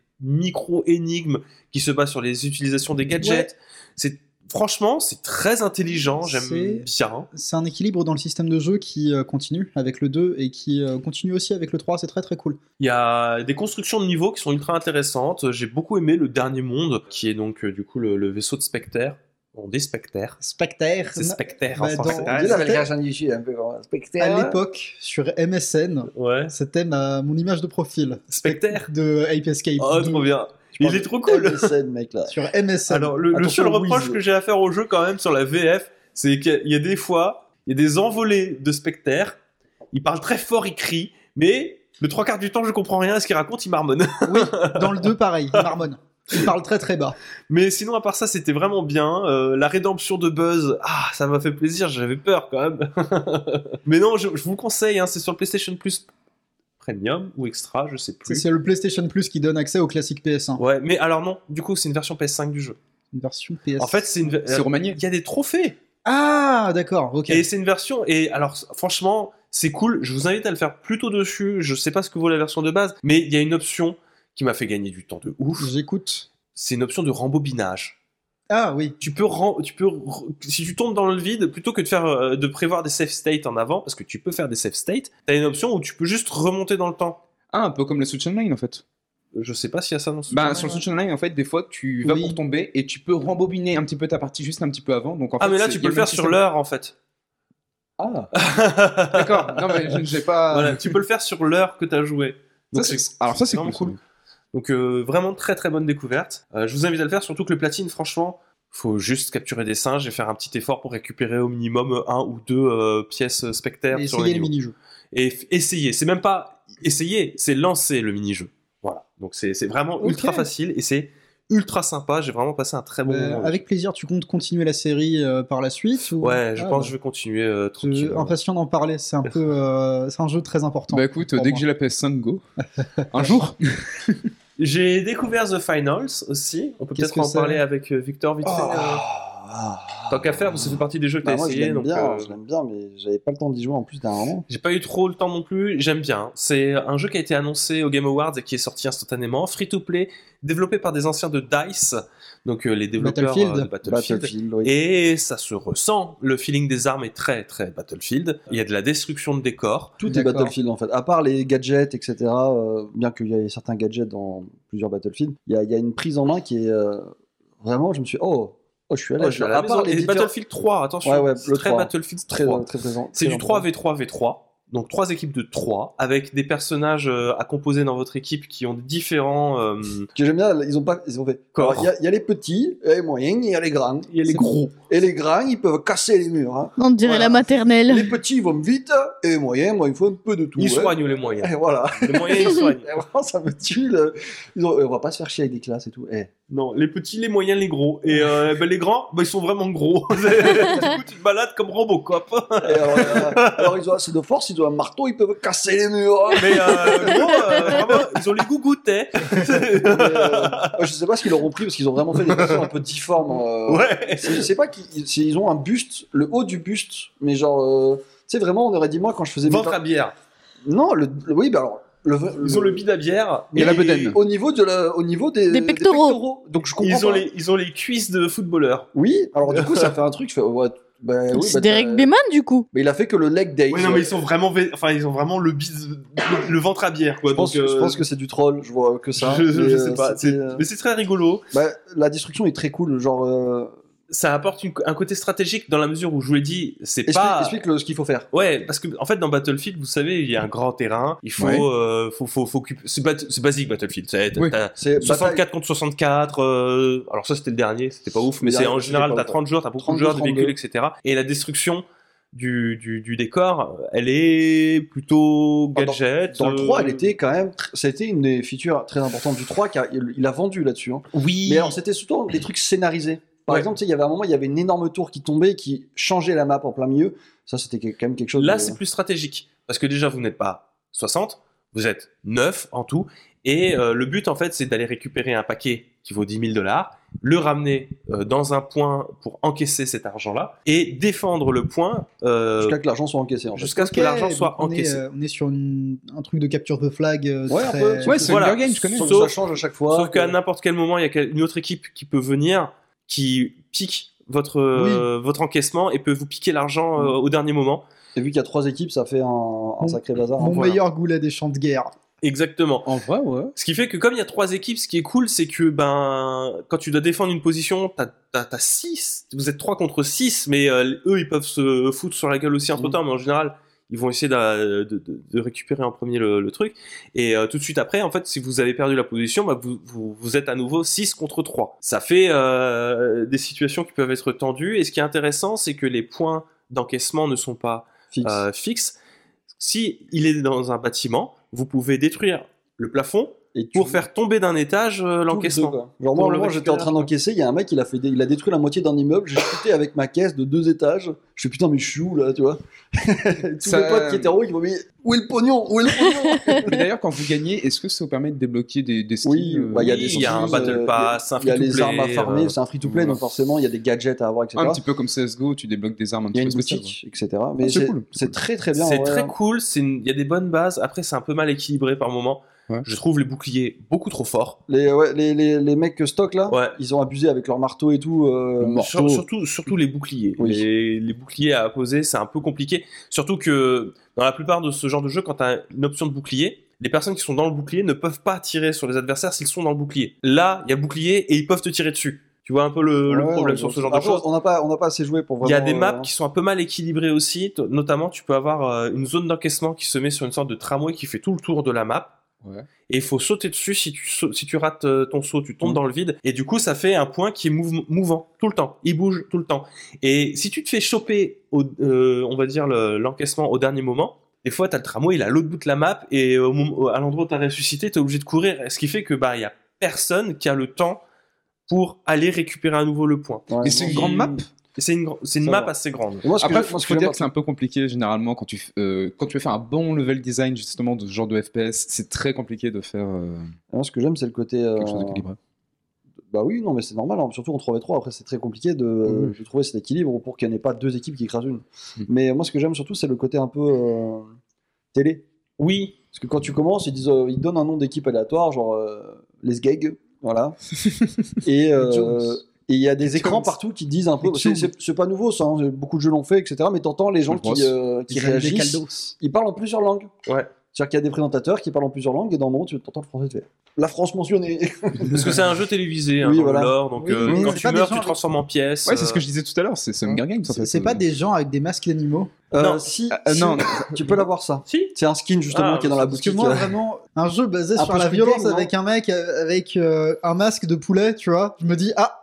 Speaker 1: micro-énigmes qui se basent sur les utilisations des gadgets. C'est Franchement, c'est très intelligent, j'aime
Speaker 3: C'est-
Speaker 1: bien.
Speaker 3: C'est un équilibre dans le système de jeu qui euh, continue avec le 2 et qui euh, continue aussi avec le 3. C'est très très cool.
Speaker 1: Il y a des constructions de niveaux qui sont ultra intéressantes. J'ai beaucoup aimé le dernier monde, qui est donc euh, du coup le, le vaisseau de Spectre. Bon, des Spectres.
Speaker 3: Spectre.
Speaker 1: C'est Spectre
Speaker 3: Bah,
Speaker 1: en
Speaker 3: dans-
Speaker 1: français.
Speaker 5: On dirait la Valkyrie Shinichi, un peu comme un spectacle.
Speaker 3: À l'époque, sur MSN,
Speaker 1: Ouais.
Speaker 3: c'était ma- mon image de profil.
Speaker 1: Spectre.
Speaker 3: De Ape Escape.
Speaker 1: Oh,
Speaker 3: de-
Speaker 1: trop bien.
Speaker 5: Je pense
Speaker 1: Il est trop
Speaker 5: que
Speaker 1: cool.
Speaker 5: telle scène, mec, là.
Speaker 3: Sur MSN.
Speaker 1: Alors, le, le
Speaker 5: Attention
Speaker 1: seul
Speaker 5: au
Speaker 1: reproche
Speaker 5: whiz.
Speaker 1: que j'ai à faire au jeu, quand même, sur la VF, c'est qu'il y a des fois, il y a des envolées de Spectre. Il parle très fort, il crie, mais le trois quarts du temps, je comprends rien à ce qu'il raconte, il marmonne.
Speaker 3: Oui, dans le 2, pareil, il marmonne. Il parle très très bas.
Speaker 1: Mais sinon, à part ça, c'était vraiment bien. Euh, la rédemption de Buzz, ah, ça m'a fait plaisir, j'avais peur quand même. Mais non, je, je vous le conseille, hein, c'est sur le PlayStation Plus Premium ou Extra, je sais
Speaker 3: C'est-
Speaker 1: plus.
Speaker 3: C'est le PlayStation Plus qui donne accès au classique PS1.
Speaker 1: Ouais, mais alors non, du coup, c'est une version PS5 du jeu.
Speaker 3: Une version PS.
Speaker 1: En fait, c'est une. ver- euh,
Speaker 2: C'est remanié.
Speaker 1: Il y a des trophées.
Speaker 3: Ah, d'accord, ok.
Speaker 1: Et c'est une version. Et alors, franchement, c'est cool. Je vous invite à le faire plutôt dessus. Je sais pas ce que vaut la version de base, mais il y a une option qui m'a fait gagner du temps de ouf.
Speaker 3: J'écoute.
Speaker 1: C'est une option de rembobinage.
Speaker 3: Ah oui,
Speaker 1: tu peux ren- tu peux re- si tu tombes dans le vide plutôt que de faire euh, de prévoir des safe states en avant parce que tu peux faire des safe states t'as une option où tu peux juste remonter dans le temps
Speaker 2: Ah, un peu comme la Switch Online en fait.
Speaker 1: je sais pas s'il y a ça dans ce
Speaker 2: Bah,
Speaker 1: jeu.
Speaker 2: sur le Switch Online, en fait, des fois, tu vas
Speaker 3: Oui.
Speaker 2: pour tomber et tu peux rembobiner un petit peu ta partie juste un petit peu avant. Donc, en
Speaker 1: ah
Speaker 2: fait,
Speaker 1: mais là
Speaker 2: c'est-
Speaker 1: tu
Speaker 2: il y
Speaker 1: peux
Speaker 2: a
Speaker 1: le faire
Speaker 2: même
Speaker 1: sur
Speaker 2: système-
Speaker 1: l'heure en fait
Speaker 5: Ah,
Speaker 2: D'accord, non, mais je- j'ai pas.
Speaker 1: voilà tu peux le faire sur l'heure que t'as joué
Speaker 2: Ah. Ça,
Speaker 1: donc
Speaker 2: c'est-
Speaker 1: c'est-
Speaker 2: Alors, ça, c'est
Speaker 1: vraiment
Speaker 2: cool.
Speaker 1: cool. donc euh, vraiment très très bonne découverte Euh, je vous invite à le faire surtout que le platine franchement faut juste capturer des singes et faire un petit effort pour récupérer au minimum un ou deux euh, pièces spectaires
Speaker 3: et
Speaker 1: sur les
Speaker 3: essayez le
Speaker 1: niveaux.
Speaker 3: mini-jeu.
Speaker 1: et f- essayer. C'est même pas essayer, c'est lancer le mini-jeu. Voilà. Donc c'est c'est vraiment
Speaker 2: Ok.
Speaker 1: ultra facile et c'est ultra sympa. J'ai vraiment passé un très bon
Speaker 3: Euh,
Speaker 1: moment.
Speaker 3: avec plaisir, tu comptes continuer la série euh, par la suite ou-
Speaker 1: Ouais, je
Speaker 3: Ah,
Speaker 1: pense
Speaker 3: bah,
Speaker 1: que je vais continuer euh,
Speaker 3: je-
Speaker 1: tranquillement.
Speaker 3: Impatient d'en parler, c'est un peu, euh, c'est un jeu très important.
Speaker 2: Bah, écoute,
Speaker 3: pour
Speaker 2: dès que
Speaker 3: moi.
Speaker 2: j'ai la PS5, go. un jour.
Speaker 1: J'ai découvert The Finals aussi. On peut
Speaker 3: Qu'est-ce
Speaker 1: peut-être en
Speaker 3: que c'est
Speaker 1: parler avec euh, Victor vite
Speaker 5: Oh,
Speaker 1: fait. euh,
Speaker 5: ah,
Speaker 1: Tant qu'à faire, parce que ça fait partie des jeux que
Speaker 5: Bah,
Speaker 1: t'as
Speaker 5: moi, je
Speaker 1: essayé.
Speaker 5: l'aime
Speaker 1: Donc,
Speaker 5: bien,
Speaker 1: euh,
Speaker 5: je l'aime bien, mais j'avais pas le temps d'y jouer en plus d'un moment.
Speaker 1: J'ai pas eu trop le temps non plus, j'aime bien. C'est un jeu qui a été annoncé au Game Awards et qui est sorti instantanément. Free to play, développé par des anciens de DICE, donc euh, les développeurs euh,
Speaker 3: Battlefield.
Speaker 1: de Battlefield.
Speaker 5: Battlefield, oui.
Speaker 1: Et ça se ressent. Le feeling des armes est très très Battlefield. Il y a de la destruction de décors.
Speaker 5: Tout est
Speaker 3: D'accord.
Speaker 5: Battlefield en fait, à part les gadgets, etc. euh, bien qu'il y ait certains gadgets dans plusieurs Battlefield, il y, a- il y a une prise en main qui est euh, vraiment. Je me suis oh, oh, je suis à
Speaker 1: Oh,
Speaker 5: l'aise.
Speaker 1: je suis à
Speaker 5: là.
Speaker 1: la
Speaker 5: à
Speaker 1: maison.
Speaker 5: part les
Speaker 1: Et
Speaker 5: différents-
Speaker 1: Battlefield 3, attention.
Speaker 5: Ouais, ouais,
Speaker 1: c'est
Speaker 5: le
Speaker 1: très
Speaker 5: 3.
Speaker 1: Battlefield
Speaker 5: très,
Speaker 1: 3.
Speaker 5: très présent.
Speaker 1: C'est
Speaker 5: très
Speaker 1: du
Speaker 5: important.
Speaker 1: 3v3v3. Donc trois équipes de 3 avec des personnages euh, à composer dans votre équipe qui ont différents. euh,
Speaker 5: Que j'aime bien, ils ont pas, ils ont fait.
Speaker 1: Corps.
Speaker 5: Alors, Il y, a- il y a les petits, il y a les moyens, il y a les grands.
Speaker 1: Il y a les
Speaker 5: C'est-
Speaker 1: gros.
Speaker 5: Et les grands, ils peuvent casser les murs. hein.
Speaker 4: On dirait
Speaker 5: Voilà.
Speaker 4: la maternelle.
Speaker 5: Les petits, ils vont vite, et les moyens, moi, il faut un peu de tout.
Speaker 1: Ils
Speaker 5: hein.
Speaker 1: soignent les moyens.
Speaker 5: Et voilà.
Speaker 1: Les moyens, ils soignent.
Speaker 5: Et vraiment, ça me tue. le- Ils ont- on va pas se faire chier avec des classes et tout. Eh,
Speaker 1: Non, les petits, les moyens, les gros. Et euh, ben, les grands, ben, ils sont vraiment gros. du coup, tu te balades comme Robocop.
Speaker 5: Et alors, euh, alors, ils ont assez de force, ils ont un marteau, ils peuvent casser les murs.
Speaker 1: Mais euh, gros, euh, vraiment, ils ont les gougouttes. hein.
Speaker 5: Mais, euh, je sais pas ce qu'ils leur ont pris parce qu'ils ont vraiment fait des versions un peu difformes. euh.
Speaker 1: ouais.
Speaker 5: C'est- Je sais pas qu'ils c'est- ils ont un buste, le haut du buste, mais genre, euh, tu sais vraiment, on aurait dit moi quand je faisais. mes
Speaker 1: Ventre à bière.
Speaker 5: Non, le, le- oui, bah alors. Le,
Speaker 1: Ils ont le bide à bière.
Speaker 2: Et la bedaine.
Speaker 5: Au niveau, de la- au niveau des,
Speaker 4: Des pectoraux.
Speaker 5: Donc je comprends.
Speaker 1: Ils ont,
Speaker 5: pas.
Speaker 1: les, ils ont les cuisses de footballeurs.
Speaker 5: Oui, alors du coup, ça fait un truc. Je fais, ouais, Bah,
Speaker 1: Eh
Speaker 5: oui,
Speaker 4: c'est
Speaker 5: bah,
Speaker 4: Derek
Speaker 5: t'as-
Speaker 4: Beeman, du coup.
Speaker 5: Mais il a fait que le leg day. euh,
Speaker 1: Oui, non, mais ils sont vraiment, vé- enfin, ils ont vraiment le, bise- le, le ventre à bière, quoi.
Speaker 5: je, pense,
Speaker 1: donc,
Speaker 5: je
Speaker 1: euh,
Speaker 5: pense que c'est du troll, je vois que ça.
Speaker 1: je, je-
Speaker 5: mais,
Speaker 1: je
Speaker 5: euh,
Speaker 1: sais pas.
Speaker 5: c'était,
Speaker 1: c'est-
Speaker 5: euh,
Speaker 1: Mais c'est très rigolo.
Speaker 5: bah, la destruction est très cool, genre. euh,
Speaker 1: Ça apporte une- un côté stratégique dans la mesure où je vous l'ai dit, c'est
Speaker 5: Explique,
Speaker 1: pas.
Speaker 5: explique le- ce qu'il faut faire.
Speaker 1: Ouais, parce que en fait dans Battlefield, vous savez, il y a un grand terrain. Il faut,
Speaker 2: Ouais.
Speaker 1: euh, faut, faut, faut occuper- C'est, bat- c'est basique Battlefield. ça, T'as,
Speaker 2: Oui.
Speaker 1: t'as
Speaker 5: C'est bah,
Speaker 1: 64 contre 64. euh, Alors ça c'était le dernier, c'était pas ouf, mais
Speaker 5: Le
Speaker 1: c'est
Speaker 5: dernier,
Speaker 1: en
Speaker 5: c'était
Speaker 1: général
Speaker 5: pas
Speaker 1: t'as
Speaker 5: ouf,
Speaker 1: 30 joueurs, t'as beaucoup de
Speaker 5: 32,
Speaker 1: joueurs, des véhicules, etc. Et la destruction du, du, du décor, elle est plutôt
Speaker 5: Ah,
Speaker 1: gadget.
Speaker 5: Dans le 3,
Speaker 1: euh,
Speaker 5: elle était quand même. tr- Ça a été une des features très importantes du 3, car il, il a vendu là-dessus. hein.
Speaker 1: Oui.
Speaker 5: Mais alors, c'était surtout des trucs scénarisés. Par
Speaker 1: Ouais.
Speaker 5: exemple, tu sais, il y avait un moment, il y avait une énorme tour qui tombait, qui changeait la map en plein milieu. Ça, c'était que- quand même quelque chose.
Speaker 1: Là,
Speaker 5: de-
Speaker 1: c'est plus stratégique. Parce que déjà, vous n'êtes pas 60, vous êtes 9 en tout. Et euh, le but, en fait, c'est d'aller récupérer un paquet qui vaut 10 000 dollars, le ramener euh, dans un point pour encaisser cet argent-là et défendre le point euh,
Speaker 5: jusqu'à que l'argent soit encaissé. En fait.
Speaker 1: jusqu'à ce que
Speaker 3: Ok,
Speaker 1: l'argent
Speaker 3: donc
Speaker 1: soit
Speaker 3: on est,
Speaker 1: encaissé.
Speaker 3: euh, on est sur une- un truc de capture the flag. euh,
Speaker 5: Ouais, un
Speaker 3: très-
Speaker 5: peu.
Speaker 2: Ouais, c'est
Speaker 1: Voilà.
Speaker 2: Hunger Games, je connais.
Speaker 5: Sauf que
Speaker 1: Sauf-
Speaker 5: ça change à chaque fois.
Speaker 1: Sauf
Speaker 5: que-
Speaker 1: qu'à n'importe quel moment, il y a quel- une autre équipe qui peut venir, qui pique votre, euh, votre encaissement et peut vous piquer l'argent euh, au dernier moment.
Speaker 5: Et vu qu'il y a trois équipes, ça fait un, un sacré bazar.
Speaker 3: Mon
Speaker 5: hein. Voilà.
Speaker 3: meilleur goulet des champs de guerre.
Speaker 1: Exactement.
Speaker 2: En vrai, ouais.
Speaker 1: Ce qui fait que comme il y a trois équipes, ce qui est cool, c'est que ben quand tu dois défendre une position, t'as t'as- t'as six, vous êtes trois contre six, mais euh, eux ils peuvent se foutre sur la gueule aussi entre temps, mais en général ils vont essayer d'a- de, de- de récupérer en premier le, le truc. Et euh, tout de suite après, en fait, si vous avez perdu la position, bah, vous, vous, vous êtes à nouveau 6 contre 3. Ça fait euh, des situations qui peuvent être tendues. Et ce qui est intéressant, c'est que les points d'encaissement ne sont pas
Speaker 5: Fixe.
Speaker 1: euh, fixes. Si il est dans un bâtiment, vous pouvez détruire le plafond
Speaker 5: Et tu-
Speaker 1: pour faire tomber d'un étage euh,
Speaker 5: tout le
Speaker 1: l'encaissement.
Speaker 5: deux, quoi. Genre,
Speaker 1: Pour
Speaker 5: moi, au
Speaker 1: le
Speaker 5: moment où j'étais en train
Speaker 1: récupérer.
Speaker 5: d'encaisser, il y a un mec, il a, fait des- il a détruit la moitié d'un immeuble. J'ai chuté avec ma caisse de deux étages. Je suis putain, mais je suis où là, tu vois Tous
Speaker 2: Ça-
Speaker 5: mes potes qui étaient en haut, ils m'ont dit Où est le pognon Où est le pognon
Speaker 2: Mais d'ailleurs, quand vous gagnez, est-ce que ça vous permet de débloquer des, des skins
Speaker 5: Oui,
Speaker 2: euh,
Speaker 5: bah, il y a
Speaker 1: oui,
Speaker 5: des
Speaker 1: il y a un
Speaker 5: choses,
Speaker 1: battle
Speaker 5: euh,
Speaker 1: pass, un
Speaker 5: Il y a les
Speaker 1: free-to-play,
Speaker 5: armes à farmer,
Speaker 1: euh,
Speaker 5: c'est un free-to-play,
Speaker 2: voilà.
Speaker 5: donc forcément, il y a des gadgets à avoir, etc.
Speaker 2: Un petit peu comme CSGO, tu débloques des armes un petit
Speaker 5: Il y a
Speaker 2: peu
Speaker 5: une
Speaker 2: spéciales.
Speaker 5: boutique, etc. Mais
Speaker 2: c'est
Speaker 5: c'est
Speaker 2: cool, c'est
Speaker 5: c'est
Speaker 2: cool.
Speaker 5: très très bien.
Speaker 1: Ah, C'est
Speaker 5: ouais.
Speaker 1: très cool, c'est une- il y a des bonnes bases. Après, c'est un peu mal équilibré par moment.
Speaker 2: Ouais.
Speaker 1: Je trouve les boucliers beaucoup trop forts.
Speaker 5: Les, ouais, les, les, les mecs que stock là,
Speaker 1: Ouais.
Speaker 5: ils ont abusé avec leur marteau et tout. euh,
Speaker 2: Le morceau.
Speaker 1: Sur- surtout, surtout les boucliers.
Speaker 5: Oui.
Speaker 1: Les, les boucliers à poser, c'est un peu compliqué. Surtout que dans la plupart de ce genre de jeu, quand tu as une option de bouclier, les personnes qui sont dans le bouclier ne peuvent pas tirer sur les adversaires s'ils sont dans le bouclier. Là, il y a bouclier et ils peuvent te tirer dessus. Tu vois un peu le, le
Speaker 5: ouais,
Speaker 1: problème
Speaker 5: ouais, Ah,
Speaker 1: sur ce
Speaker 5: donc-
Speaker 1: genre de
Speaker 5: Après,
Speaker 1: choses.
Speaker 5: On n'a pas, on n'a pas assez joué pour
Speaker 1: Il
Speaker 5: vraiment.
Speaker 1: y a des maps
Speaker 5: euh,
Speaker 1: qui sont un peu mal équilibrées aussi. T- Notamment, tu peux avoir euh, une zone d'encaissement qui se met sur une sorte de tramway qui fait tout le tour de la map.
Speaker 2: Ouais.
Speaker 1: Et il faut sauter dessus si tu, sau- si tu rates euh, ton saut, tu tombes
Speaker 5: Mm.
Speaker 1: dans le vide. Et du coup, ça fait un point qui est mouve- mouvant tout le temps. Il bouge tout le temps. Et si tu te fais choper, au, euh, on va dire, le- l'encaissement au dernier moment, des fois, t'as le tramway, il est à l'autre bout de la map. Et au mom- au- à l'endroit où t'as ressuscité, t'es obligé de courir. Ce qui fait que, bah, il y a personne qui a le temps pour aller récupérer à nouveau le point.
Speaker 5: ouais,
Speaker 2: Et c'est
Speaker 5: non,
Speaker 2: une
Speaker 5: j'ai-
Speaker 2: grande map
Speaker 1: Et C'est une, gr- c'est une
Speaker 5: Ça
Speaker 1: map
Speaker 5: va.
Speaker 1: assez grande.
Speaker 5: Et moi, ce que
Speaker 2: Après,
Speaker 5: j'ai- moi,
Speaker 2: faut,
Speaker 5: ce
Speaker 2: faut
Speaker 5: que
Speaker 2: dire
Speaker 5: j'aime
Speaker 2: que c'est un peu compliqué généralement quand tu, f- euh, quand tu veux faire un bon level design justement de ce genre de FPS, c'est très compliqué de faire euh,
Speaker 5: Moi, ce que j'aime, c'est le côté. euh,
Speaker 2: quelque chose d'équilibré.
Speaker 5: Bah oui, non, mais c'est normal. hein. Surtout en 3v3, après, c'est très compliqué de,
Speaker 2: Oui.
Speaker 5: de trouver cet équilibre pour qu'il n'y en ait pas deux équipes qui écrasent une.
Speaker 2: Hmm.
Speaker 5: Mais moi, ce que j'aime surtout, c'est le côté un peu euh, télé.
Speaker 1: Oui,
Speaker 5: Parce que quand tu commences, ils, disent, euh, ils donnent un nom d'équipe aléatoire, genre euh, les Gags, voilà. et euh,
Speaker 2: Jones.
Speaker 5: et il y a des
Speaker 2: Les
Speaker 5: écrans
Speaker 2: Jones.
Speaker 5: partout qui disent un peu. bah,
Speaker 2: Les
Speaker 5: C'est-
Speaker 2: Jones.
Speaker 5: C'est c'est pas nouveau, ça. hein, Beaucoup de jeux l'ont fait, etc. Mais t'entends les gens
Speaker 2: Smash Bros.
Speaker 5: qui, euh, qui
Speaker 3: Ils aiment les
Speaker 5: réagissent.
Speaker 3: caldos.
Speaker 5: Ils parlent en plusieurs langues.
Speaker 1: Ouais.
Speaker 5: C'est-à-dire qu'il y a des présentateurs qui parlent en plusieurs langues et dans le moment, tu entends le français tu fais La France mentionnée.
Speaker 1: Parce que c'est un jeu télévisé, hein,
Speaker 5: Oui,
Speaker 1: dans
Speaker 5: voilà.
Speaker 1: le lore, donc
Speaker 3: Oui,
Speaker 1: euh,
Speaker 2: oui,
Speaker 1: quand
Speaker 3: c'est
Speaker 1: tu
Speaker 3: pas des
Speaker 1: meurs, tu te
Speaker 3: gens avec-
Speaker 1: transformes en pièces.
Speaker 2: Ouais, c'est ce
Speaker 1: euh,
Speaker 2: que je disais tout à l'heure, c'est c'est Hunger Games. en
Speaker 3: C'est
Speaker 2: fait,
Speaker 3: c'est
Speaker 2: euh.
Speaker 3: pas des gens avec des masques d'animaux.
Speaker 5: Euh,
Speaker 1: Non.
Speaker 5: si,
Speaker 2: Ah, euh,
Speaker 5: si,
Speaker 2: non.
Speaker 5: tu peux l'avoir ça.
Speaker 1: Si
Speaker 5: C'est un skin justement
Speaker 1: Ah,
Speaker 5: qui est dans la
Speaker 3: Parce que
Speaker 5: boutique.
Speaker 3: moi,
Speaker 5: euh,
Speaker 3: vraiment, un jeu basé
Speaker 5: Un
Speaker 3: sur
Speaker 5: peu
Speaker 3: la
Speaker 5: Squid
Speaker 3: violence
Speaker 5: Game, non
Speaker 3: avec un mec euh, avec euh, un masque de poulet, tu vois, je me dis, ah,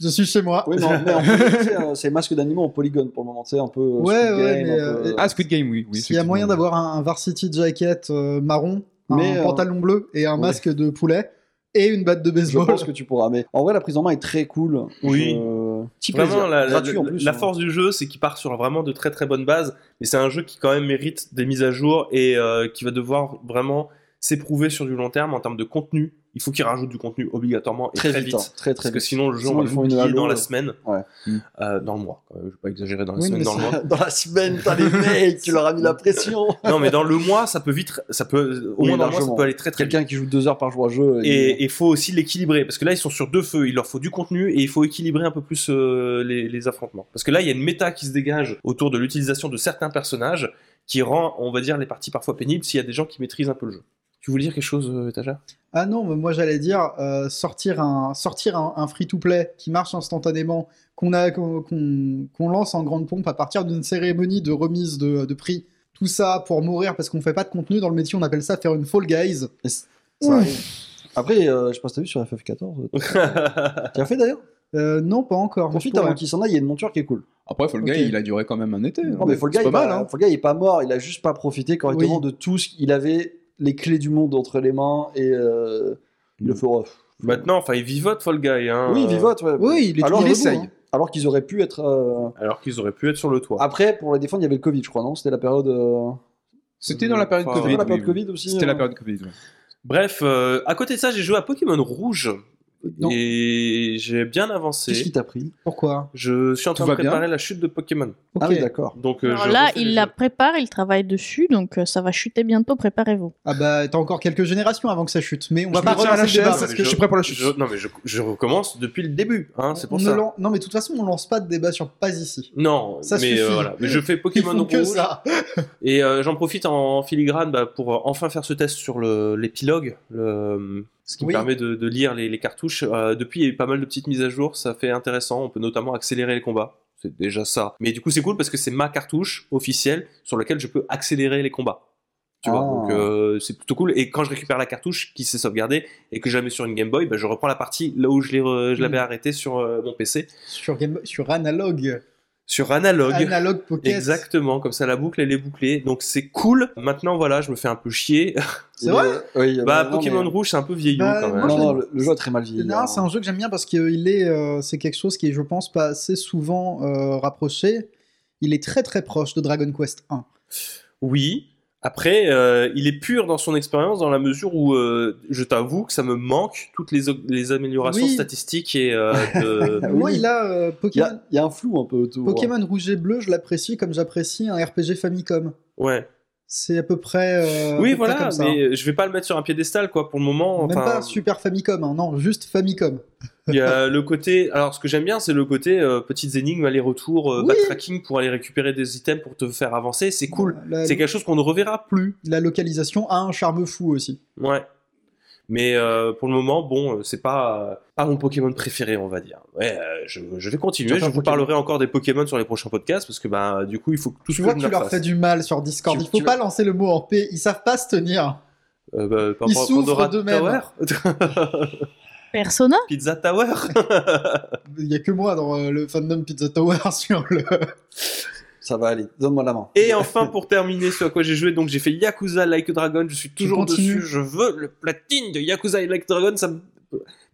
Speaker 3: je suis chez moi.
Speaker 5: Oui, mais en- mais en poly- tu sais, euh, c'est masque d'animaux en polygone pour le moment, tu sais, un peu. euh,
Speaker 3: Ouais,
Speaker 5: Squid
Speaker 3: ouais,
Speaker 5: Game,
Speaker 3: mais,
Speaker 5: un peu,
Speaker 3: euh,
Speaker 2: Ah, Squid Game, oui. oui
Speaker 3: Il y a moyen
Speaker 2: effectivement.
Speaker 3: d'avoir un, un varsity jacket euh, marron,
Speaker 5: Mais,
Speaker 3: un
Speaker 5: euh,
Speaker 3: pantalon bleu et un
Speaker 5: ouais.
Speaker 3: masque de poulet et une batte de
Speaker 5: Je
Speaker 3: baseball.
Speaker 5: pense que tu pourras. Mais en vrai, la prise en main est très cool.
Speaker 1: Oui.
Speaker 5: Je- Petit
Speaker 1: Vraiment,
Speaker 5: plaisir.
Speaker 1: la, la-
Speaker 5: Gratuit en
Speaker 1: la-
Speaker 5: plus.
Speaker 1: la
Speaker 5: hein.
Speaker 1: force du jeu, c'est qu'il part sur vraiment de très très bonnes bases, mais c'est un jeu qui quand même mérite des mises à jour et euh, qui va devoir vraiment c'est prouvé sur du long terme en termes de contenu. Il faut qu'ils rajoutent du contenu obligatoirement et très, vite.
Speaker 5: hein. très
Speaker 1: parce
Speaker 5: très
Speaker 1: que
Speaker 5: vite.
Speaker 1: sinon, le jeu,
Speaker 5: Sinon,
Speaker 1: on
Speaker 5: ils font
Speaker 1: va
Speaker 5: une
Speaker 1: l'oublier
Speaker 5: halo,
Speaker 1: dans la
Speaker 5: euh,
Speaker 1: semaine.
Speaker 5: ouais.
Speaker 2: Mm.
Speaker 1: Euh, dans le mois. quoi. Je vais pas exagérer dans la
Speaker 3: Oui,
Speaker 1: semaine,
Speaker 3: mais
Speaker 1: dans le
Speaker 3: ça-
Speaker 1: mois.
Speaker 5: Dans la semaine, t'as les mecs, tu leur as mis la pression.
Speaker 1: Non, mais dans le mois, ça peut vite. Ça peut, au
Speaker 5: Oui,
Speaker 1: moins dans le mois, ça
Speaker 5: largement.
Speaker 1: peut aller très très vite.
Speaker 5: Quelqu'un qui joue deux heures par jour à jeu.
Speaker 1: Et il faut aussi l'équilibrer, parce que là, ils sont sur deux feux, il leur faut du contenu, et il faut équilibrer un peu plus euh, les, les affrontements. Parce que là, il y a une méta qui se dégage autour de l'utilisation de certains personnages, qui rend, on va dire, les parties parfois pénibles s'il y a des gens qui maîtrisent un peu le jeu. Tu voulais dire quelque chose, euh, étagère
Speaker 3: Ah non, mais moi j'allais dire euh, sortir un sortir un, free to play qui marche instantanément, qu'on a qu'on qu'on- qu'on lance en grande pompe à partir d'une cérémonie de remise de, de prix. Tout ça pour mourir parce qu'on fait pas de contenu dans le métier, on appelle ça faire une fall guys.
Speaker 5: Ça arrive. Après, euh, je sais pas si t'as vu sur FF14. euh, tu l'as fait d'ailleurs
Speaker 3: Euh, non, pas encore. mais je
Speaker 5: Ensuite,
Speaker 3: pourrais.
Speaker 5: avant qu'il s'en aille, il y a une monture qui est cool.
Speaker 2: Après, Fall Guy,
Speaker 3: Ok.
Speaker 2: il a duré quand même un été.
Speaker 5: Non, mais Fall Guy, bah,
Speaker 2: C'est pas
Speaker 5: il
Speaker 2: mal,
Speaker 5: a-
Speaker 2: hein.
Speaker 5: Fall Guy, il est pas mort, il a juste pas profité correctement
Speaker 3: Oui.
Speaker 5: de tout ce qu'il avait, les clés du monde entre les mains et euh, il a fait. oh, pff.
Speaker 1: Maintenant, enfin, ils vivotent Fall Guy, hein.
Speaker 5: Oui, vivote, ouais.
Speaker 3: Oui, il est
Speaker 5: Alors,
Speaker 3: toujours
Speaker 5: il
Speaker 3: debout,
Speaker 5: essaye.
Speaker 3: hein.
Speaker 5: Alors qu'ils auraient pu être. euh,
Speaker 1: Alors qu'ils auraient pu être sur le toit.
Speaker 5: Après, pour la défendre, il y avait le Covid, je crois, non C'était la période. euh,
Speaker 2: C'était dans la période
Speaker 1: Ah,
Speaker 5: c'était
Speaker 2: Covid.
Speaker 5: pas la période
Speaker 2: Ah, oui, oui.
Speaker 5: Covid aussi
Speaker 2: C'était
Speaker 5: euh
Speaker 2: la période Covid. ouais.
Speaker 1: Bref, euh, à côté de ça, j'ai joué à Pokémon Rouge,
Speaker 3: Non.
Speaker 1: et j'ai bien
Speaker 5: Qu'est-ce qui
Speaker 1: avancé.
Speaker 5: t'a pris
Speaker 3: Pourquoi
Speaker 1: Je suis en train
Speaker 2: Tout
Speaker 1: de
Speaker 2: va bien
Speaker 1: préparer la chute de Pokémon.
Speaker 3: Ok.
Speaker 5: Ah oui, d'accord.
Speaker 1: Donc, euh,
Speaker 4: Alors
Speaker 1: je
Speaker 4: là,
Speaker 1: refais les
Speaker 4: il la
Speaker 1: jeux.
Speaker 4: prépare, il travaille dessus, donc euh, ça va chuter bientôt, préparez-vous.
Speaker 3: Ah bah t'as encore quelques générations avant que ça chute, mais on
Speaker 1: Bah,
Speaker 3: va
Speaker 2: Je
Speaker 3: pas
Speaker 2: me tiens à la
Speaker 3: relancer le
Speaker 2: chaise
Speaker 3: débat.
Speaker 2: parce
Speaker 1: Je-
Speaker 2: que je suis prêt pour la chute.
Speaker 1: Je- non, mais je, je recommence depuis le début, hein, c'est pour
Speaker 3: On ne
Speaker 1: ça.
Speaker 3: lan- Non mais de toute façon on lance pas de débat sur pas ici.
Speaker 1: Non,
Speaker 3: Ça
Speaker 1: mais,
Speaker 3: suffit.
Speaker 1: euh, voilà. mais je fais
Speaker 3: Ils
Speaker 1: Pokémon
Speaker 3: font que
Speaker 1: Rouge
Speaker 3: ça.
Speaker 1: et euh, j'en profite en filigrane bah, pour euh, enfin faire ce test sur le- l'épilogue, le- ce qui
Speaker 3: Oui.
Speaker 1: me permet de, de lire les, les cartouches. Euh, depuis, il y a eu pas mal de petites mises à jour, ça fait intéressant. On peut notamment accélérer les combats, c'est déjà ça. Mais du coup, c'est cool parce que c'est ma cartouche officielle sur laquelle je peux accélérer les combats. Tu vois,
Speaker 5: Ah.
Speaker 1: donc euh, c'est plutôt cool. Et quand je récupère la cartouche qui s'est sauvegardée et que je la mets sur une Game Boy, bah, je reprends la partie là où je l'ai re- je l'avais
Speaker 3: Mm.
Speaker 1: arrêtée sur euh, mon PC,
Speaker 3: Sur Game- sur analogue.
Speaker 1: sur analogue.
Speaker 3: Analogue pocket.
Speaker 1: Exactement, comme ça la boucle elle est bouclée, donc c'est cool. Maintenant voilà, je me fais un peu chier.
Speaker 3: C'est vrai
Speaker 5: Oui, euh,
Speaker 1: bah
Speaker 5: non,
Speaker 1: Pokémon
Speaker 5: mais-
Speaker 1: Rouge c'est un peu vieillot
Speaker 3: Bah,
Speaker 1: quand même.
Speaker 3: moi,
Speaker 5: Non,
Speaker 3: je
Speaker 5: non,
Speaker 3: l'ai-
Speaker 5: le le jeu a très mal
Speaker 3: Et
Speaker 5: vieilli.
Speaker 3: non,
Speaker 5: hein.
Speaker 3: c'est un jeu que j'aime bien parce qu'il est, euh, c'est quelque chose qui est, je pense, pas assez souvent euh, rapproché. Il est très très proche de Dragon Quest 1.
Speaker 1: Oui. Après, euh, il est pur dans son expérience dans la mesure où euh, je t'avoue que ça me manque toutes les, o- les améliorations
Speaker 3: Oui.
Speaker 1: statistiques et euh, de-
Speaker 5: Ah oui.
Speaker 3: Moi, il a euh,
Speaker 5: Il y
Speaker 3: Pokémon,
Speaker 5: a, il y a un flou un peu autour.
Speaker 3: Pokémon Rouge et Bleu, je l'apprécie comme j'apprécie un RPG Famicom.
Speaker 1: ouais.
Speaker 3: C'est à peu près. euh, à
Speaker 1: Oui
Speaker 3: peu près
Speaker 1: voilà,
Speaker 3: comme ça, hein.
Speaker 1: mais je vais pas le mettre sur un piédestal quoi pour le moment.
Speaker 3: Même
Speaker 1: enfin,
Speaker 3: pas Super Famicom, hein, non, juste Famicom.
Speaker 1: Il y a le côté. Alors, ce que j'aime bien, c'est le côté euh, petites énigmes, aller-retour, euh,
Speaker 3: Oui.
Speaker 1: backtracking pour aller récupérer des items pour te faire avancer. C'est cool.
Speaker 3: La,
Speaker 1: C'est quelque chose qu'on ne reverra plus.
Speaker 3: la localisation a un charme fou aussi.
Speaker 1: Ouais. Mais euh, pour le moment, bon, euh, c'est pas, euh, pas mon Pokémon préféré, on va dire. Ouais, euh, je, je vais
Speaker 5: Tu
Speaker 1: continuer.
Speaker 5: vas
Speaker 1: Je
Speaker 5: faire
Speaker 1: vous
Speaker 5: Pokémon.
Speaker 1: parlerai encore des Pokémon sur les prochains podcasts parce que bah, du coup, il faut que tout
Speaker 3: Tu
Speaker 1: ce
Speaker 3: vois,
Speaker 1: que je
Speaker 3: tu leur
Speaker 1: fasse.
Speaker 3: fais du mal sur Discord.
Speaker 5: Tu-
Speaker 3: Il faut
Speaker 5: tu-
Speaker 3: pas lancer le mot en paix. Ils savent pas se tenir.
Speaker 1: Euh, bah, par
Speaker 3: Ils
Speaker 1: rapport à Pandora
Speaker 3: souffrent d'eux-mêmes.
Speaker 1: Tower,
Speaker 4: Persona
Speaker 1: Pizza Tower.
Speaker 3: Il y a que moi dans euh, le fandom Pizza Tower sur le.
Speaker 5: Ça va aller, donne-moi la main.
Speaker 1: Et enfin, pour terminer, ce à quoi j'ai joué, donc j'ai fait Yakuza Like a Dragon. Je suis toujours
Speaker 3: continues
Speaker 1: dessus. Je veux le platine de Yakuza Like a Dragon. Ça me-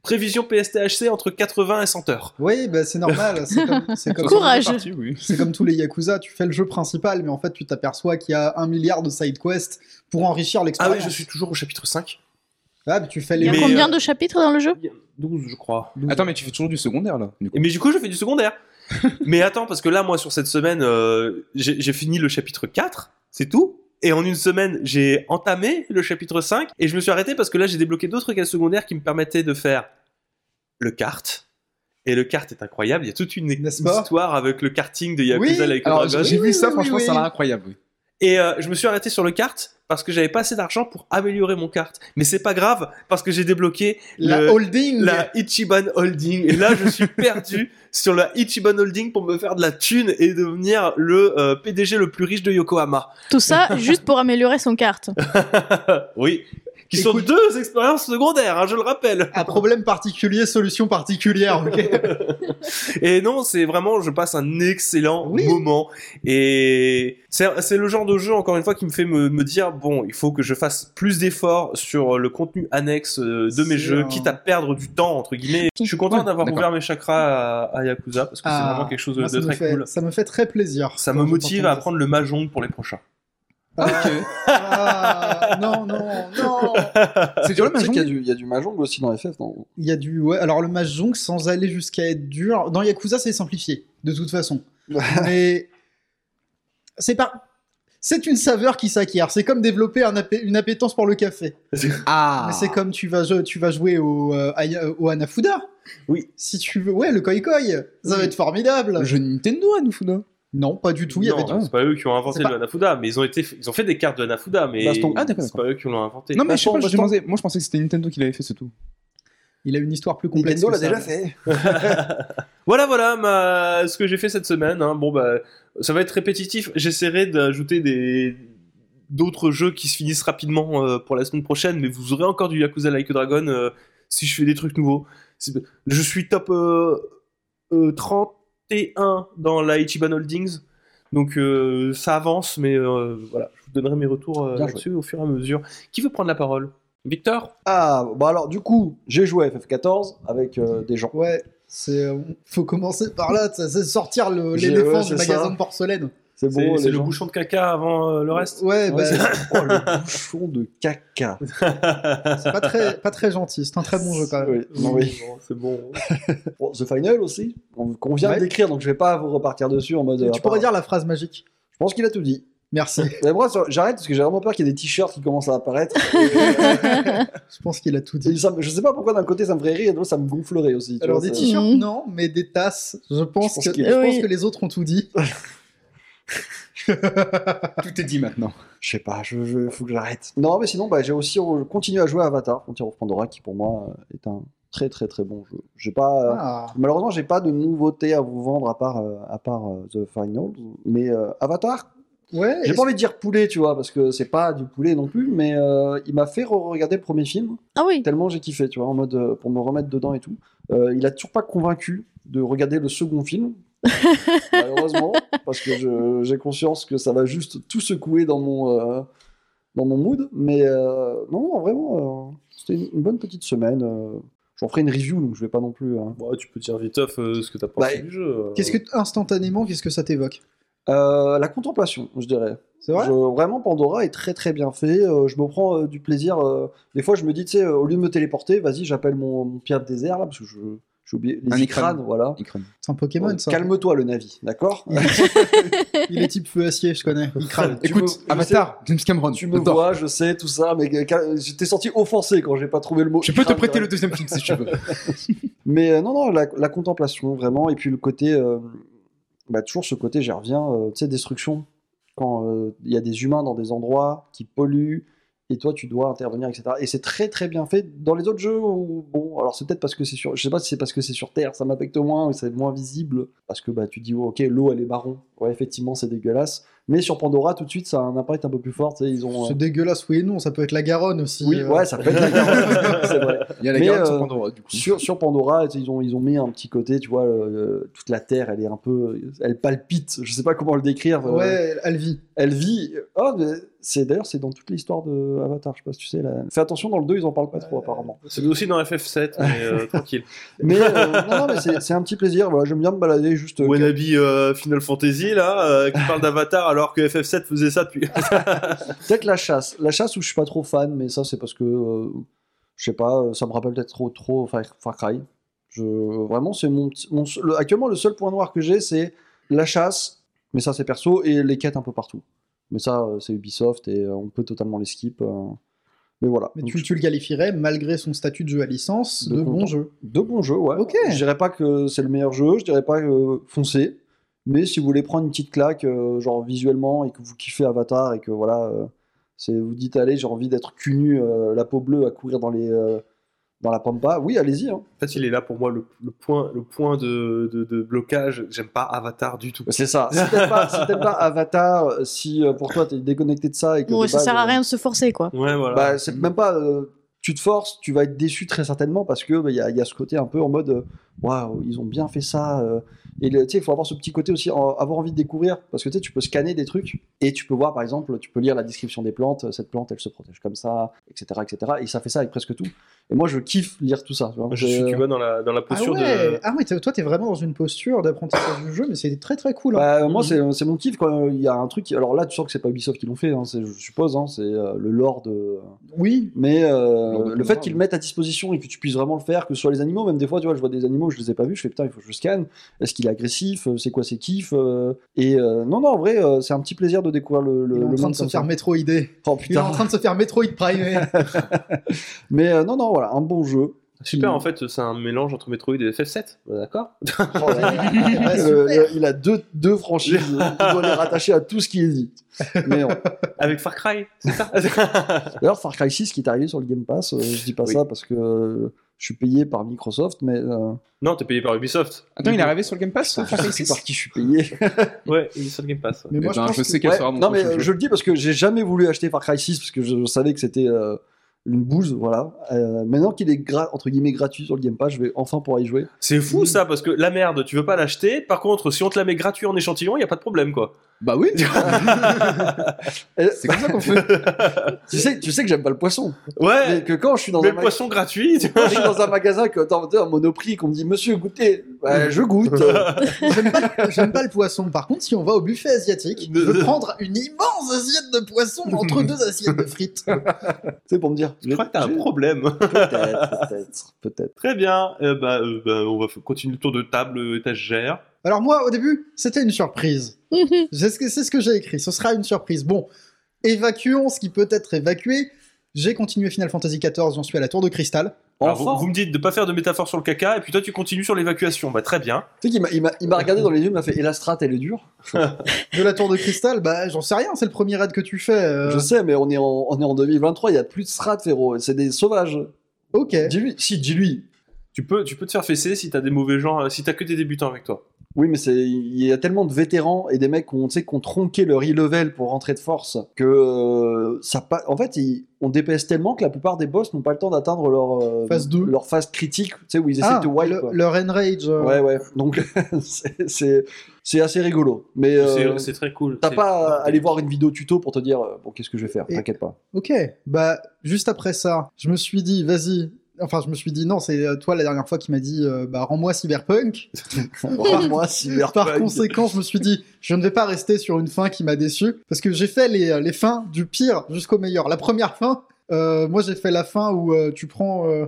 Speaker 1: Prévision PSTHC entre 80 et 100 heures.
Speaker 3: Oui, bah, c'est normal. C'est comme, c'est comme-
Speaker 4: Courage.
Speaker 2: Parti, oui.
Speaker 3: C'est comme tous les Yakuza, tu fais le jeu principal, mais en fait, tu t'aperçois qu'il y a un milliard de side quests pour enrichir
Speaker 1: Ah
Speaker 3: l'expérience.
Speaker 1: oui, je suis toujours au chapitre 5.
Speaker 3: Ah, mais tu fais
Speaker 4: Il y
Speaker 3: les.
Speaker 4: a
Speaker 1: Mais,
Speaker 4: combien
Speaker 1: euh,
Speaker 4: de chapitres dans le jeu
Speaker 1: 12, je crois.
Speaker 2: Attends, mais tu fais toujours du secondaire là. du coup.
Speaker 1: Et Mais du coup, je fais du secondaire. mais attends, parce que là, moi, sur cette semaine, euh, j'ai j'ai fini le chapitre 4, c'est tout. Et en une semaine, j'ai entamé le chapitre 5 et je me suis arrêté parce que là, j'ai débloqué d'autres quêtes secondaires qui me permettaient de faire le kart. Et le kart est incroyable. Il y a toute une
Speaker 3: N'est-ce pas
Speaker 1: histoire avec le karting de Yakuza
Speaker 3: Oui.
Speaker 1: avec
Speaker 2: Alors,
Speaker 1: Dragon.
Speaker 2: j'ai
Speaker 3: Oui,
Speaker 2: vu ça,
Speaker 3: oui,
Speaker 2: franchement,
Speaker 3: oui.
Speaker 2: ça a l'air incroyable. euh, oui.
Speaker 1: Et euh, je me suis arrêté sur le kart parce que j'avais pas assez d'argent pour améliorer mon kart. Mais c'est pas grave parce que j'ai débloqué
Speaker 3: La
Speaker 1: le-
Speaker 3: holding
Speaker 1: la Ichiban Holding. Et là, je suis perdu sur la Ichiban Holding pour me faire de la thune et devenir le euh, PDG le plus riche de Yokohama.
Speaker 4: Tout ça juste pour améliorer son carte.
Speaker 1: oui. Qui sont
Speaker 3: Écoute-
Speaker 1: deux expériences secondaires, hein, je le rappelle.
Speaker 3: Un problème particulier, solution particulière, ok
Speaker 1: Et non, c'est vraiment, je passe un excellent
Speaker 3: Oui.
Speaker 1: moment. Et c'est c'est le genre de jeu, encore une fois, qui me fait me, me dire, bon, il faut que je fasse plus d'efforts sur le contenu annexe euh, de mes
Speaker 3: C'est
Speaker 1: jeux,
Speaker 3: un-
Speaker 1: quitte à perdre du temps, entre guillemets. Je suis content
Speaker 2: Ouais,
Speaker 1: d'avoir
Speaker 2: d'accord.
Speaker 1: ouvert mes chakras à, à Yakuza, parce que c'est
Speaker 3: Ah,
Speaker 1: vraiment quelque chose
Speaker 3: Moi,
Speaker 1: de
Speaker 3: ça, me
Speaker 1: très
Speaker 3: fait,
Speaker 1: cool.
Speaker 3: ça me fait très plaisir.
Speaker 1: Ça
Speaker 3: quand
Speaker 1: me
Speaker 3: je
Speaker 1: motive
Speaker 3: t'entends
Speaker 1: à
Speaker 3: dire
Speaker 1: prendre le mahjong pour les prochains.
Speaker 3: Ah, non, non, non.
Speaker 2: C'est dur le
Speaker 5: Tu sais qu'il y a
Speaker 2: mahjong
Speaker 5: du- il y, a du Mahjong aussi dans FF, non
Speaker 3: Il y a du. Ouais, alors le mahjong, sans aller jusqu'à être dur. Dans Yakuza, c'est simplifié, de toute façon. Mais. C'est pas. C'est une saveur qui s'acquiert. C'est comme développer un appé- une appétence pour le café.
Speaker 2: Ah
Speaker 3: Mais c'est comme tu vas, jou- tu vas jouer au, euh, Aya- euh, au Hanafuda.
Speaker 1: Oui.
Speaker 3: Si tu veux. Ouais, le koi koi. Ça va être formidable.
Speaker 2: Le jeu Nintendo, Anufuna.
Speaker 3: Non, pas du tout. Il y
Speaker 1: Non,
Speaker 3: avait
Speaker 1: non, c'est pas eux qui ont
Speaker 3: C'est
Speaker 1: inventé
Speaker 3: pas-
Speaker 1: le Hanafuda, mais ils ont, été... ils ont fait des cartes de Hanafuda, mais
Speaker 5: Baston.
Speaker 2: Ah, d'accord,
Speaker 1: c'est pas eux qui l'ont inventé.
Speaker 2: Non, mais je sais
Speaker 3: Bah,
Speaker 5: Baston,
Speaker 2: pas, je
Speaker 5: baston.
Speaker 2: demandais- moi je pensais que c'était Nintendo qui l'avait fait, c'est tout.
Speaker 3: Il a une histoire plus complexe. que ça.
Speaker 5: fait.
Speaker 1: Voilà, voilà ma... ce que j'ai fait cette semaine. hein. Bon, bah, ça va être répétitif. J'essaierai d'ajouter des d'autres jeux qui se finissent rapidement euh, pour la semaine prochaine, mais vous aurez encore du Yakuza Like a Dragon euh, si je fais des trucs nouveaux. C'est- Je suis top euh, euh, 31 dans la Ichiban Holdings, donc euh, ça avance, mais euh, voilà, je vous donnerai mes retours euh,
Speaker 5: Bien joué.
Speaker 1: là-dessus au fur et à mesure. Qui veut prendre la parole Victor
Speaker 5: Ah, bah alors, du coup, j'ai joué à FF14 avec euh, des gens.
Speaker 3: Ouais. C'est, euh, faut commencer par là, ça, c'est sortir le-
Speaker 5: J'ai-
Speaker 3: les défenses
Speaker 5: ouais,
Speaker 3: du
Speaker 5: c'est
Speaker 3: magasin
Speaker 5: ça.
Speaker 3: de porcelaine.
Speaker 5: C'est
Speaker 1: C'est
Speaker 5: bon,
Speaker 1: c'est
Speaker 5: les
Speaker 1: le
Speaker 5: gens.
Speaker 1: bouchon de caca avant euh, le reste
Speaker 3: Ouais,
Speaker 5: Ouais,
Speaker 3: bah,
Speaker 5: c'est- oh, le bouchon de caca.
Speaker 3: c'est pas très, pas très gentil. C'est un très bon jeu quand même.
Speaker 5: Oui, non, oui.
Speaker 1: bon, c'est bon.
Speaker 5: Bon, The Final aussi, on, qu'on vient
Speaker 3: Ouais.
Speaker 5: de décrire, donc je vais pas vous repartir dessus en mode. euh,
Speaker 3: Tu pourrais
Speaker 5: apparemment.
Speaker 3: dire la phrase magique.
Speaker 5: Je pense qu'il a tout dit.
Speaker 3: Merci.
Speaker 5: Mais moi, ça- j'arrête parce que j'ai vraiment peur qu'il y ait des t-shirts qui commencent à apparaître.
Speaker 3: Je pense qu'il a tout
Speaker 5: Et
Speaker 3: dit.
Speaker 5: ça me- je sais pas pourquoi d'un côté ça me ferait rire et de l'autre ça me gonflerait aussi. tu
Speaker 3: Alors
Speaker 5: vois,
Speaker 3: des
Speaker 5: ça-
Speaker 4: t-shirts,
Speaker 3: t-shirts,
Speaker 4: Mhm.
Speaker 3: non, mais des tasses. Je pense,
Speaker 5: pense
Speaker 3: que,
Speaker 5: qu'il-
Speaker 3: je pense
Speaker 4: Oui.
Speaker 3: que les autres ont tout dit.
Speaker 2: Tout est dit maintenant.
Speaker 5: Je sais pas, je, je- faut que j'arrête. Non, mais sinon, bah, j'ai aussi re- continué à jouer à Avatar, Frontier of Pandora, qui pour moi euh, est un très très très bon jeu. J'ai pas. euh,
Speaker 3: Ah.
Speaker 5: Malheureusement, j'ai pas de nouveautés à vous vendre à part, euh, à part euh, The Final, mais euh, Avatar,
Speaker 3: Ouais.
Speaker 5: j'ai
Speaker 3: et-
Speaker 5: pas envie de dire poulet, tu vois, parce que c'est pas du poulet non plus, mais euh, il m'a fait regarder le premier film,
Speaker 4: Ah oui.
Speaker 5: tellement j'ai kiffé, tu vois, en mode euh, pour me remettre dedans et tout. Euh, il a toujours pas convaincu de regarder le second film, malheureusement, parce que je- j'ai conscience que ça va juste tout secouer dans mon, euh, dans mon mood. Mais euh, non, non, vraiment, euh, c'était une, une bonne petite semaine. euh. J'en ferai une review, donc je vais pas non plus. hein.
Speaker 1: Bon, Bah, tu peux dire vite off euh, ce que t'as pensé
Speaker 5: Bah,
Speaker 1: du jeu. euh.
Speaker 3: Qu'est-ce que t- instantanément, qu'est-ce que ça t'évoque
Speaker 5: Euh, la contemplation, je dirais.
Speaker 3: C'est vrai.
Speaker 5: Je- vraiment, Pandora est très très bien fait. Euh, je me prends euh, du plaisir. euh, des fois, je me dis, tu sais, euh, au lieu de me téléporter, vas-y, j'appelle mon, mon pierre de désert là, parce que je- j'ai oublié
Speaker 2: Un
Speaker 5: les
Speaker 2: écran.
Speaker 5: écrans, voilà.
Speaker 2: Ikran.
Speaker 3: C'est un Pokémon,
Speaker 5: Euh,
Speaker 3: ça.
Speaker 5: Calme-toi, le Navi, d'accord
Speaker 3: Il est type feu acier, je connais. Il crame.
Speaker 5: Tu
Speaker 2: Écoute,
Speaker 5: me-
Speaker 2: Avatar, James Cameron.
Speaker 5: Tu me
Speaker 2: j'adore.
Speaker 5: vois, je sais, tout ça, mais euh, cal- j'étais sorti offensé quand j'ai pas trouvé le mot.
Speaker 2: Je peux te
Speaker 5: Crâne,
Speaker 2: prêter le
Speaker 5: direct.
Speaker 2: deuxième film si tu veux.
Speaker 5: Mais euh, non, non, la, la contemplation, vraiment. Et puis le côté. euh, bah, toujours ce côté, j'y reviens, euh, tu sais, destruction. Quand euh, il y a des humains dans des endroits qui polluent, et toi, tu dois intervenir, etc. Et c'est très, très bien fait. Dans les autres jeux, où, bon, alors c'est peut-être parce que c'est sur. Je sais pas si c'est parce que c'est sur Terre, ça m'affecte moins, ou c'est moins visible. Parce que bah, tu dis, oh, ok, l'eau, elle est marron. Ouais, effectivement, c'est dégueulasse. Mais sur Pandora, tout de suite, ça a un impact un peu plus fort. tu sais, Ils ont. euh,
Speaker 3: C'est dégueulasse, oui et non. Ça peut être la Garonne aussi.
Speaker 5: Oui,
Speaker 3: euh.
Speaker 5: ouais, ça peut être la Garonne, c'est vrai.
Speaker 2: Il y a la
Speaker 5: Mais,
Speaker 2: guerre sur
Speaker 5: euh,
Speaker 2: Pandora, du coup.
Speaker 5: Sur, sur Pandora, ils ont, ils ont mis un petit côté, tu vois, euh, toute la Terre, elle est un peu. Elle palpite, je sais pas comment le décrire. euh,
Speaker 3: Ouais, Alvi.
Speaker 5: Elle vit. Oh, mais c'est D'ailleurs, c'est dans toute l'histoire de Avatar, je sais pas si tu sais. Là. Fais attention, dans le 2, ils en parlent pas trop, apparemment.
Speaker 1: C'est aussi dans FF7, mais euh, tranquille.
Speaker 5: Mais euh, non, non, mais c'est c'est un petit plaisir, voilà, j'aime bien me balader juste. euh,
Speaker 1: Wannabe euh, Final Fantasy, là, euh, qui parle d'Avatar alors que FF7 faisait ça depuis.
Speaker 5: Peut-être la chasse. La chasse où je suis pas trop fan, mais ça c'est parce que euh, je sais pas, euh, ça me rappelle peut-être trop trop Far, Far Cry. Je vraiment c'est mon, petit- mon seul- le- actuellement le seul point noir que j'ai c'est la chasse, mais ça c'est perso et les quêtes un peu partout. Mais ça euh, c'est Ubisoft et euh, on peut totalement les skip. euh, mais voilà.
Speaker 3: Mais
Speaker 5: Donc,
Speaker 3: tu, tu le qualifierais, malgré son statut de jeu à licence,
Speaker 5: De
Speaker 3: de
Speaker 5: content.
Speaker 3: bon jeu.
Speaker 5: de bons jeux, ouais.
Speaker 3: Ok.
Speaker 5: Je dirais pas que c'est le meilleur jeu, je dirais pas euh, foncez. Mais si vous voulez prendre une petite claque, euh, genre visuellement, et que vous kiffez Avatar, et que voilà, euh, c'est vous dites allez, j'ai envie d'être cul nu, euh, la peau bleue, à courir dans les euh, dans la pampa, oui, allez-y. hein.
Speaker 1: En fait, il est là pour moi le, le point, le point de, de, de blocage. J'aime pas Avatar du tout.
Speaker 5: Bah, C'est ça. Si t'aimes pas, si t'aimes pas Avatar, si euh, pour toi t'es déconnecté de ça et que
Speaker 4: Bon,
Speaker 5: de
Speaker 4: ça
Speaker 5: base,
Speaker 4: sert à
Speaker 5: euh,
Speaker 4: rien de se forcer, quoi.
Speaker 1: Ouais, voilà.
Speaker 5: Bah, c'est même pas. euh, tu te forces, tu vas être déçu très certainement parce que bah, il y, a- il y a ce côté un peu en mode. euh, waouh, ils ont bien fait ça. euh. Et le- tu sais, il faut avoir ce petit côté aussi, en- avoir envie de découvrir, parce que tu sais, tu peux scanner des trucs et tu peux voir, par exemple, tu peux lire la description des plantes, euh, cette plante, elle se protège comme ça, etc., etc. Et ça fait ça avec presque tout. Et moi, je kiffe lire tout ça. tu vois. Euh,
Speaker 1: Je suis, tu vois, dans la, dans la
Speaker 3: Ah
Speaker 1: posture
Speaker 3: ouais,
Speaker 1: de.
Speaker 3: ah ouais t'es- toi t'es vraiment dans une posture d'apprentissage du jeu, mais c'est très très cool. hein.
Speaker 1: Mmh.
Speaker 5: Bah, moi, c'est c'est mon kiff quand il y a un truc. qui- Alors là, tu sens que c'est pas Ubisoft qui l'ont fait, hein, c'est- je suppose, hein, c'est euh, le lore de.
Speaker 3: Oui,
Speaker 5: Mais
Speaker 2: Lors
Speaker 5: euh,
Speaker 2: de
Speaker 5: le
Speaker 2: combat,
Speaker 5: fait qu'ils le
Speaker 2: oui.
Speaker 5: mettent à disposition et que tu puisses vraiment le faire, que ce soit les animaux, même des fois, tu vois, je vois des animaux, je les ai pas vus, je fais putain, il faut que je scanne. Est-ce qu'il est agressif C'est quoi ses kiffs Euh, Et euh, non, non, en vrai, euh, c'est un petit plaisir de découvrir le, le,
Speaker 3: il est en
Speaker 5: le
Speaker 3: train
Speaker 5: monde
Speaker 3: de se
Speaker 5: comme
Speaker 3: faire
Speaker 5: ça.
Speaker 3: métroider.
Speaker 5: Oh
Speaker 3: Il est
Speaker 5: putain.
Speaker 3: en train de se faire Metroid Prime.
Speaker 5: Mais euh, non, non, voilà, un bon jeu.
Speaker 1: Super, en fait, c'est un mélange entre Metroid et FF7. Bah, D'accord
Speaker 5: Oh, là, là.
Speaker 3: Bah,
Speaker 5: Le-
Speaker 3: super.
Speaker 5: le- il a deux, deux franchises, il doit les rattacher à tout ce qui est dit. Mais non.
Speaker 1: Avec Far Cry, c'est ça
Speaker 5: D'ailleurs, Far Cry 6 qui est arrivé sur le Game Pass, euh, je dis pas
Speaker 1: Oui.
Speaker 5: ça parce que euh, je suis payé par Microsoft, mais euh,
Speaker 1: Non, t'es payé par Ubisoft.
Speaker 2: Attends, il est arrivé sur le Game Pass Far Cry
Speaker 5: je sais
Speaker 2: 6
Speaker 5: par qui je suis payé.
Speaker 1: Ouais, Ubisoft Game Pass. ouais.
Speaker 3: Mais
Speaker 2: Eh
Speaker 3: moi
Speaker 2: ben,
Speaker 3: je pense
Speaker 2: je sais
Speaker 3: que-
Speaker 2: quel
Speaker 5: Ouais,
Speaker 2: sera mon
Speaker 5: non mais
Speaker 2: prochain
Speaker 5: euh,
Speaker 2: jeu.
Speaker 5: je le dis parce que j'ai jamais voulu acheter Far Cry 6 parce que je, je savais que c'était euh, une bouse, voilà. Euh, maintenant qu'il est gra- entre guillemets gratuit sur le Game Pass, je vais enfin pouvoir y jouer.
Speaker 1: C'est fou ça, parce que la merde, tu veux pas l'acheter. Par contre, si on te la met gratuit en échantillon, y a pas de problème quoi.
Speaker 2: Bah oui
Speaker 5: Et-
Speaker 2: C'est comme ça qu'on fait.
Speaker 5: tu sais, tu sais que j'aime pas le poisson,
Speaker 1: Ouais,
Speaker 5: mais que quand je suis dans
Speaker 1: mais
Speaker 5: un
Speaker 1: le
Speaker 5: mag-
Speaker 1: poisson gratuit. tu vois.
Speaker 5: quand je suis dans un magasin que dans dans un Monoprix qu'on me dit Monsieur goûtez, Ouais, je goûte.
Speaker 3: J'aime pas, j'aime pas le poisson. Par contre, si on va au buffet asiatique, je veux prendre une immense assiette de poisson entre deux assiettes de frites.
Speaker 5: C'est pour me dire.
Speaker 1: Je crois que t'as un
Speaker 5: J'ai-
Speaker 1: problème.
Speaker 5: Peut-être, peut-être, peut-être.
Speaker 1: Très bien, Eh ben, euh, ben, on va f- continuer le tour de table euh, étagère.
Speaker 3: Alors moi, au début, c'était une surprise.
Speaker 4: Mhm.
Speaker 3: C'est ce que, c'est ce que j'ai écrit. Ce sera une surprise. Bon, évacuons ce qui peut être évacué. J'ai continué Final Fantasy XIV, j'en suis à la tour de cristal.
Speaker 1: Alors, vous,
Speaker 5: Enfin,
Speaker 1: vous me dites de pas faire de métaphore sur le caca, et puis toi tu continues sur l'évacuation. Bah très bien.
Speaker 5: tu sais qu'il m'a- il m'a il m'a regardé dans les yeux, il m'a fait Et la strat, elle est dure.
Speaker 3: De la tour de cristal, bah j'en sais rien, c'est le premier raid que tu fais. euh.
Speaker 5: Je sais, mais on est en, on est en 2023, il y a plus de strat, Féro. C'est des sauvages.
Speaker 3: Ok.
Speaker 5: Dis-lui, si, dis-lui,
Speaker 1: Tu peux, tu peux te faire fesser si t'as des mauvais gens, euh, si t'as que des débutants avec toi.
Speaker 5: Oui, mais c'est il y a tellement de vétérans et des mecs qu'on sait qu'on tronqué leur e-level pour rentrer de force que euh, ça pa- en fait ils- on DPS tellement que la plupart des boss n'ont pas le temps d'atteindre leur euh,
Speaker 3: Phase deux.
Speaker 5: leur phase critique, tu sais où ils essaient
Speaker 3: Ah,
Speaker 5: de te wipe.
Speaker 3: le-
Speaker 5: quoi.
Speaker 3: leur enrage. euh,
Speaker 5: Ouais ouais. Donc c'est- c'est c'est assez rigolo, mais euh,
Speaker 1: C'est- c'est très cool.
Speaker 5: t'as
Speaker 1: C'est-
Speaker 5: pas à aller voir une vidéo tuto pour te dire euh, bon qu'est-ce que je vais faire.
Speaker 3: Et-
Speaker 5: T'inquiète pas.
Speaker 3: Ok, bah juste après ça, je me suis dit, vas-y. Enfin, je me suis dit, non, c'est euh, toi la dernière fois qui m'a dit, euh, bah rends-moi Cyberpunk.
Speaker 5: Moi
Speaker 3: Par conséquent, je me suis dit, je ne vais pas rester sur une fin qui m'a déçu, parce que j'ai fait les, les fins du pire jusqu'au meilleur. La première fin, euh, moi j'ai fait la fin où euh, tu prends. euh,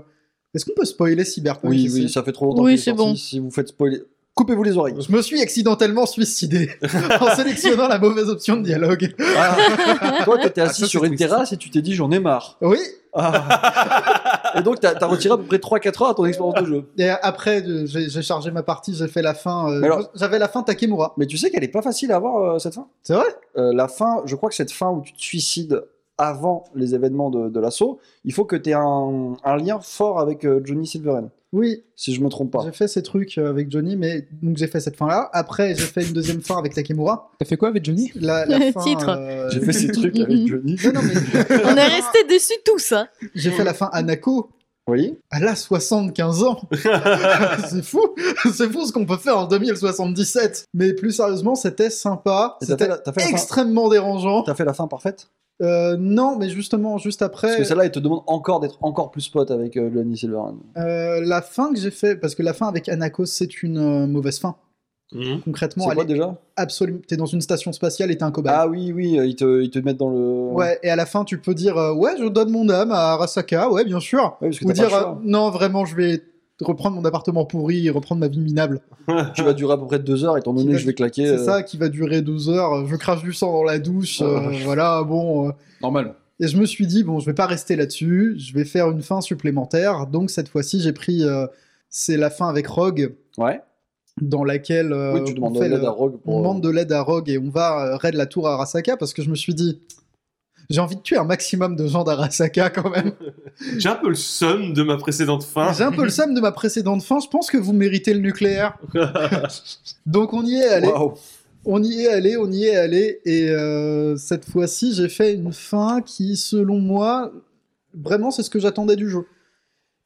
Speaker 3: Est-ce qu'on peut spoiler Cyberpunk
Speaker 5: Oui
Speaker 3: ici
Speaker 5: oui, ça fait trop longtemps.
Speaker 4: Oui,
Speaker 5: qu'il est
Speaker 4: c'est
Speaker 5: sorti.
Speaker 4: bon.
Speaker 5: Si vous faites spoiler, coupez-vous les oreilles.
Speaker 3: Je me suis accidentellement suicidé en sélectionnant la mauvaise option de dialogue.
Speaker 5: Ah. Toi, t'étais
Speaker 2: Ah,
Speaker 5: assis
Speaker 2: ça,
Speaker 5: sur
Speaker 2: c'est
Speaker 5: une
Speaker 2: triste.
Speaker 5: terrasse et tu t'es dit j'en ai marre.
Speaker 3: Oui,
Speaker 5: Ah. Et donc, t'as as retiré à peu près 3-4 heures à ton expérience de jeu.
Speaker 3: et après euh, j'ai j'ai chargé ma partie, j'ai fait la fin. euh,
Speaker 5: Mais alors-
Speaker 3: J'avais la fin Takemura.
Speaker 5: Mais tu sais qu'elle est pas facile à avoir, euh, cette fin
Speaker 3: C'est vrai
Speaker 5: Euh, La fin, je crois que cette fin où tu te suicides avant les événements de, de l'assaut, il faut que tu aies un, un lien fort avec euh, Johnny Silverhand,
Speaker 3: Oui,
Speaker 5: si je me trompe pas.
Speaker 3: J'ai fait ces trucs euh, avec Johnny, mais donc j'ai fait cette fin là. Après, j'ai fait une deuxième fin avec Takemura.
Speaker 2: T'as fait quoi avec Johnny
Speaker 3: La, la fin,
Speaker 4: Titre.
Speaker 3: euh,
Speaker 5: J'ai fait ces trucs avec Johnny.
Speaker 3: Non, non, mais-
Speaker 4: On est resté déçus tous. hein.
Speaker 3: J'ai fait la fin Anako.
Speaker 5: Oui.
Speaker 3: Elle a 75 ans. c'est fou. C'est fou ce qu'on peut faire en 2077. Mais plus sérieusement, c'était sympa.
Speaker 5: Et T'as fait,
Speaker 3: C'était
Speaker 5: la- t'as fait la fin-
Speaker 3: extrêmement dérangeant.
Speaker 5: t'as fait la fin parfaite
Speaker 3: Euh, non, mais justement, juste
Speaker 5: Parce
Speaker 3: après,
Speaker 5: que celle-là, elle te demande encore d'être encore plus pote avec euh, Johnny Silverhand.
Speaker 3: euh, la fin que j'ai fait, parce que la fin avec Anako, c'est une euh, mauvaise fin.
Speaker 1: Mhm.
Speaker 5: C'est
Speaker 3: Concrètement,
Speaker 5: quoi
Speaker 3: elle est
Speaker 5: déjà
Speaker 3: absolument. T'es dans une station spatiale et t'es un cobaye.
Speaker 5: Ah oui, oui, euh, ils te, ils te mettent dans le.
Speaker 3: Ouais, et à la fin, tu peux dire euh, Ouais, je donne mon âme à Arasaka, ouais, bien sûr.
Speaker 5: Ouais, parce que
Speaker 3: Ou
Speaker 5: t'as pas
Speaker 3: dire
Speaker 5: le
Speaker 3: euh,
Speaker 5: choix.
Speaker 3: Non, vraiment, je vais reprendre mon appartement pourri et reprendre ma vie minable.
Speaker 5: Tu vas durer à peu près 2 heures, étant donné
Speaker 3: euh, vas-
Speaker 5: que je vais claquer.
Speaker 3: C'est
Speaker 5: euh,
Speaker 3: ça qui va durer 12 heures. Je crache du sang dans la douche. euh,
Speaker 5: Ah.
Speaker 3: voilà, bon. euh.
Speaker 2: Normal.
Speaker 3: Et je me suis dit Bon, je vais pas rester là-dessus. Je vais faire une fin supplémentaire. Donc, cette fois-ci, j'ai pris. euh, C'est la fin avec Rogue,
Speaker 5: Ouais.
Speaker 3: dans laquelle. euh,
Speaker 5: Oui, tu
Speaker 3: on
Speaker 5: demandes
Speaker 3: fait
Speaker 5: l'aide
Speaker 3: le-
Speaker 5: à Rogue
Speaker 3: on
Speaker 5: pour. euh,
Speaker 3: demande de l'aide à Rogue et on va euh, raid la tour à Arasaka parce que je me suis dit. J'ai envie de tuer un maximum de gens d'Arasaka quand même.
Speaker 1: J'ai un peu le seum de ma précédente fin.
Speaker 3: J'ai un peu le seum de ma précédente fin, je pense que vous méritez le nucléaire. Donc on y est allé,
Speaker 5: Waouh.
Speaker 3: on y est allé, on y est allé, et euh, cette fois-ci j'ai fait une fin qui, selon moi, vraiment c'est ce que j'attendais du jeu.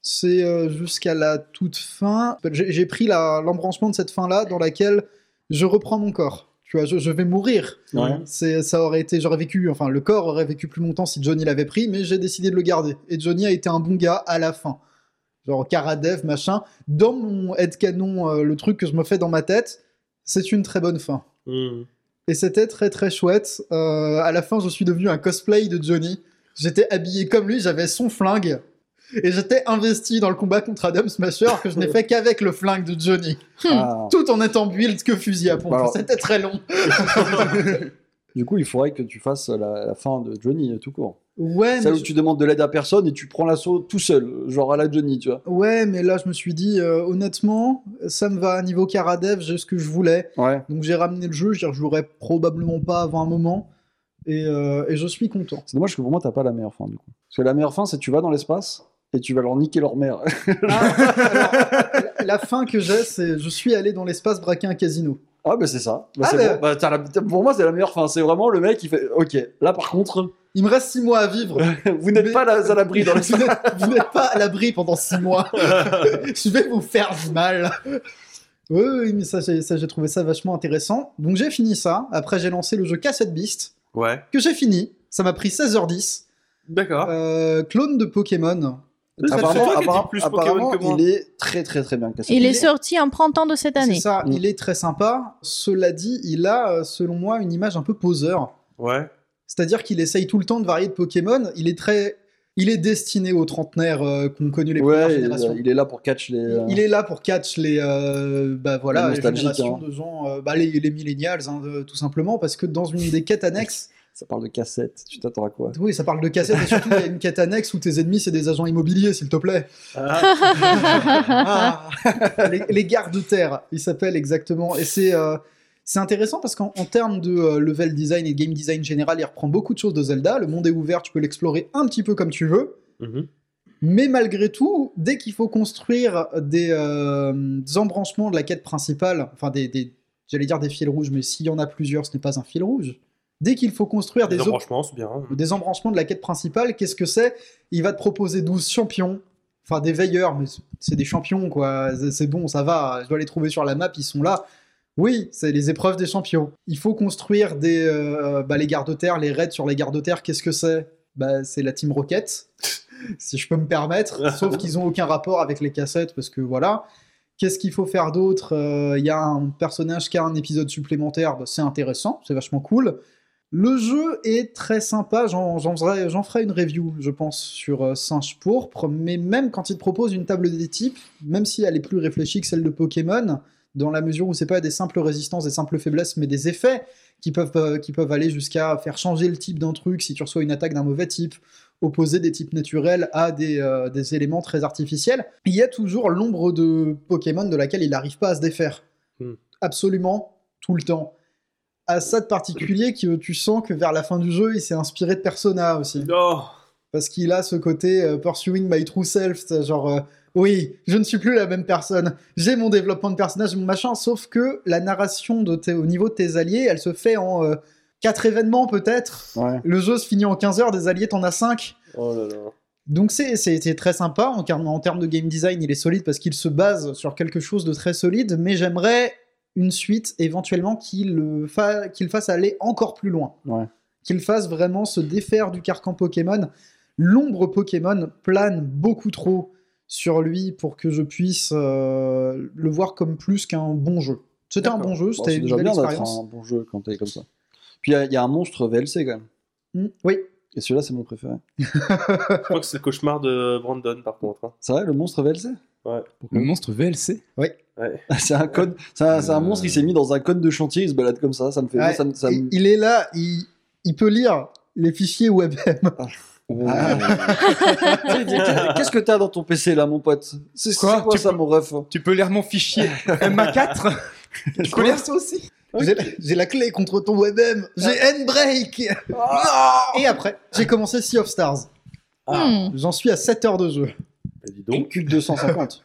Speaker 3: C'est euh, jusqu'à la toute fin. J'ai j'ai pris la- l'embranchement de cette fin-là dans laquelle je reprends mon corps. Tu vois, je, je vais mourir.
Speaker 5: Ouais.
Speaker 3: C'est, ça aurait été, j'aurais vécu, enfin, le corps aurait vécu plus longtemps si Johnny l'avait pris, mais j'ai décidé de le garder. Et Johnny a été un bon gars à la fin. Genre Karadev, machin. Dans mon headcanon, euh, le truc que je me fais dans ma tête, c'est une très bonne fin.
Speaker 1: Mmh.
Speaker 3: Et c'était très très chouette. Euh, à la fin, je suis devenu un cosplay de Johnny. J'étais habillé comme lui, j'avais son flingue. Et j'étais investi dans le combat contre Adam Smasher que je n'ai fait qu'avec le flingue de Johnny.
Speaker 5: Ah.
Speaker 3: Tout en étant build que fusil à pompe.
Speaker 5: Alors-
Speaker 3: C'était très long.
Speaker 5: Du coup, il faudrait que tu fasses la, la fin de Johnny euh, tout court.
Speaker 3: Ouais,
Speaker 5: Celle
Speaker 3: mais,
Speaker 5: où tu demandes de l'aide à personne et tu prends l'assaut tout seul, genre à la Johnny, tu vois.
Speaker 3: ouais, mais là, je me suis dit, euh, honnêtement, ça me va. Niveau Karadev, j'ai ce que je voulais.
Speaker 5: Ouais.
Speaker 3: Donc j'ai ramené le jeu, je rejouerai probablement pas avant un moment. Et, euh, et je suis content.
Speaker 5: C'est dommage que pour moi, t'as pas la meilleure fin, du coup. Parce que la meilleure fin, c'est tu vas dans l'espace et tu vas leur niquer leur mère.
Speaker 3: La- La fin que j'ai, c'est je suis allé dans l'espace braquer un casino.
Speaker 5: ah, bah c'est ça. Bah,
Speaker 3: Ah,
Speaker 5: c'est
Speaker 3: bah-
Speaker 5: bon. Bah, t'as la- t'as- pour moi, c'est la meilleure fin. C'est vraiment le mec qui fait Ok, là par contre,
Speaker 3: Il me reste six mois à vivre.
Speaker 5: vous n'êtes
Speaker 3: Mais-
Speaker 5: pas à l'abri dans l'espace.
Speaker 3: Vous n'êtes- vous n'êtes pas à l'abri pendant six mois. je vais vous faire du mal. Oui, oui, mais ça, j'ai ça, j'ai trouvé ça vachement intéressant. Donc j'ai fini ça. Après, j'ai lancé le jeu Cassette Beast,
Speaker 1: Ouais.
Speaker 3: que j'ai fini. Ça m'a pris 16h10.
Speaker 1: D'accord.
Speaker 3: Euh, clone de Pokémon.
Speaker 1: C'est toi
Speaker 5: Apparemment,
Speaker 1: qui as dit
Speaker 5: apparemment-
Speaker 1: plus Pokémon que
Speaker 5: apparemment,
Speaker 1: moi.
Speaker 5: il est très très très bien cassé.
Speaker 4: Il est
Speaker 3: est-
Speaker 4: sorti en printemps de cette
Speaker 3: C'est
Speaker 4: année.
Speaker 3: ça,
Speaker 5: Mm.
Speaker 3: il est très sympa. Cela dit, il a, euh, selon moi, une image un peu poseur.
Speaker 1: Ouais.
Speaker 3: C'est-à-dire qu'il essaye tout le temps de varier de Pokémon. Il est très. Il est destiné aux trentenaires euh, qu'ont connu les premières
Speaker 5: Ouais, il,
Speaker 3: générations.
Speaker 5: il est là pour catch les. euh,
Speaker 3: Il est là pour catch les, euh, bah voilà,
Speaker 5: Les
Speaker 3: les
Speaker 5: nostalgiques, hein.
Speaker 3: générations de gens, euh, bah, les, les millennials, hein, de- tout simplement, parce que dans une des quêtes annexes,
Speaker 5: Ça parle de cassette. Tu t'attends à quoi
Speaker 3: oui, ça parle de cassettes, et surtout, il y a une quête annexe où tes ennemis, c'est des agents immobiliers, s'il te plaît. Ah. les, les gardes-terre, il s'appelle exactement. Et c'est euh, c'est intéressant parce qu'en en termes de euh, level design et de game design général, il reprend beaucoup de choses de Zelda. Le monde est ouvert, tu peux l'explorer un petit peu comme tu veux.
Speaker 5: Mmh.
Speaker 1: Mhm.
Speaker 3: Mais malgré tout, dès qu'il faut construire des, euh, des embranchements de la quête principale, enfin des, des- j'allais dire des fils rouges, mais s'il y en a plusieurs, ce n'est pas un fil rouge. Dès qu'il faut construire
Speaker 1: Des
Speaker 3: des, autres
Speaker 1: embranchements, c'est bien. hein.
Speaker 3: des embranchements de la quête principale, qu'est-ce que c'est Il va te proposer 12 champions, enfin des veilleurs, mais c'est des champions quoi, C'est- c'est bon, ça va, je dois les trouver sur la map, ils sont là. Oui, c'est les épreuves des champions. Il faut construire des, euh, bah, les gardes-terre, les raids sur les gardes-terre, qu'est-ce que c'est bah, C'est la Team Rocket, si je peux me permettre, sauf qu'ils ont aucun rapport avec les cassettes, parce que voilà. Qu'est-ce qu'il faut faire d'autre Euh, Il y a un personnage qui a un épisode supplémentaire, bah, c'est intéressant, c'est vachement cool. Le jeu est très sympa, j'en j'en ferai, j'en ferai une review, je pense, sur euh, Singe Pourpre, mais même quand il te propose une table des types, même si elle est plus réfléchie que celle de Pokémon, dans la mesure où c'est pas des simples résistances, des simples faiblesses, mais des effets qui peuvent, euh, qui peuvent aller jusqu'à faire changer le type d'un truc si tu reçois une attaque d'un mauvais type, opposer des types naturels à des, euh, des éléments très artificiels, il y a toujours l'ombre de Pokémon de laquelle il n'arrive pas à se défaire.
Speaker 1: Hmm.
Speaker 3: Absolument, tout le temps. À ça de particulier que tu sens que vers la fin du jeu, il s'est inspiré de Persona aussi.
Speaker 1: Non.
Speaker 3: Parce qu'il a ce côté euh, pursuing my true self, c'est genre euh, oui, je ne suis plus la même personne. J'ai mon développement de personnage, mon machin, sauf que la narration de tes- au niveau de tes alliés, elle se fait en euh, quatre événements peut-être.
Speaker 5: Ouais.
Speaker 3: Le jeu se finit en 15 heures, des alliés t'en as 5.
Speaker 5: Oh là là.
Speaker 3: Donc c'est c'est- c'est très sympa en, termes- en termes de game design, il est solide parce qu'il se base sur quelque chose de très solide, mais j'aimerais une suite éventuellement qu'il le fa- qu'il fasse aller encore plus loin,
Speaker 5: Ouais.
Speaker 3: qu'il fasse vraiment se défaire du carcan Pokémon. L'ombre Pokémon plane beaucoup trop sur lui pour que je puisse euh, le voir comme plus qu'un bon jeu. C'était un bon jeu,
Speaker 5: Bon,
Speaker 3: c'était
Speaker 5: c'est
Speaker 3: une
Speaker 5: déjà
Speaker 3: belle
Speaker 5: bien d'être
Speaker 3: expérience.
Speaker 5: un bon jeu quand t'es comme ça. Puis il y a- il y, a un monstre VLC quand même.
Speaker 3: Mm, Oui,
Speaker 5: Et celui-là, c'est mon préféré.
Speaker 1: Je crois que c'est le cauchemar de Brandon, par contre. hein.
Speaker 5: C'est vrai, le monstre VLC
Speaker 2: Le monstre VLC
Speaker 5: C'est un code. C'est un, c'est un monstre qui s'est mis dans un code de chantier, il se balade comme ça. Ça me fait.
Speaker 3: Ouais,
Speaker 5: ça me- ça
Speaker 3: il,
Speaker 5: me-
Speaker 3: il est là, il, il peut lire les fichiers WebM.
Speaker 2: Ah,
Speaker 5: Qu'est-ce que t'as dans ton PC là, mon pote C'est c'est
Speaker 2: Quoi
Speaker 5: quoi,
Speaker 2: Tu
Speaker 5: ça, mon ref
Speaker 2: Tu peux lire mon fichier MA4
Speaker 3: Je peux lire ça aussi. J'ai la- J'ai la clé contre ton webm. J'ai Handbrake. Et après, j'ai commencé Sea of Stars.
Speaker 4: Hmm.
Speaker 3: J'en suis à 7 heures de jeu.
Speaker 1: Bah, dis
Speaker 5: Donc,
Speaker 1: donc,
Speaker 5: cube 250.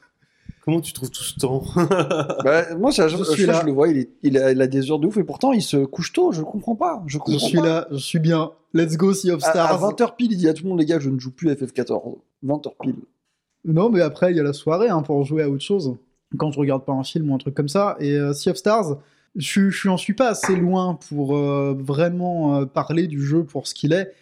Speaker 1: comment tu trouves tout ce temps
Speaker 5: bah, moi, c'est la chose-
Speaker 3: Je
Speaker 5: je,
Speaker 3: suis là.
Speaker 5: je le vois, il, est- il a, il a des heures de ouf et pourtant il se couche tôt. Je comprends pas. Je
Speaker 3: Je
Speaker 5: comprends
Speaker 3: suis
Speaker 5: pas.
Speaker 3: là, je suis bien. Let's go Sea of
Speaker 5: À,
Speaker 3: Stars.
Speaker 5: 20h pile, il dit à tout le monde, les gars, je ne joue plus à FF14. 20h pile.
Speaker 3: Non, mais après, il y a la soirée hein, pour jouer à autre chose. Quand je regarde pas un film ou un truc comme ça. Et euh, Sea of Stars, je, suis- je n'en suis pas assez loin pour euh, vraiment euh, parler du jeu pour ce qu'il est.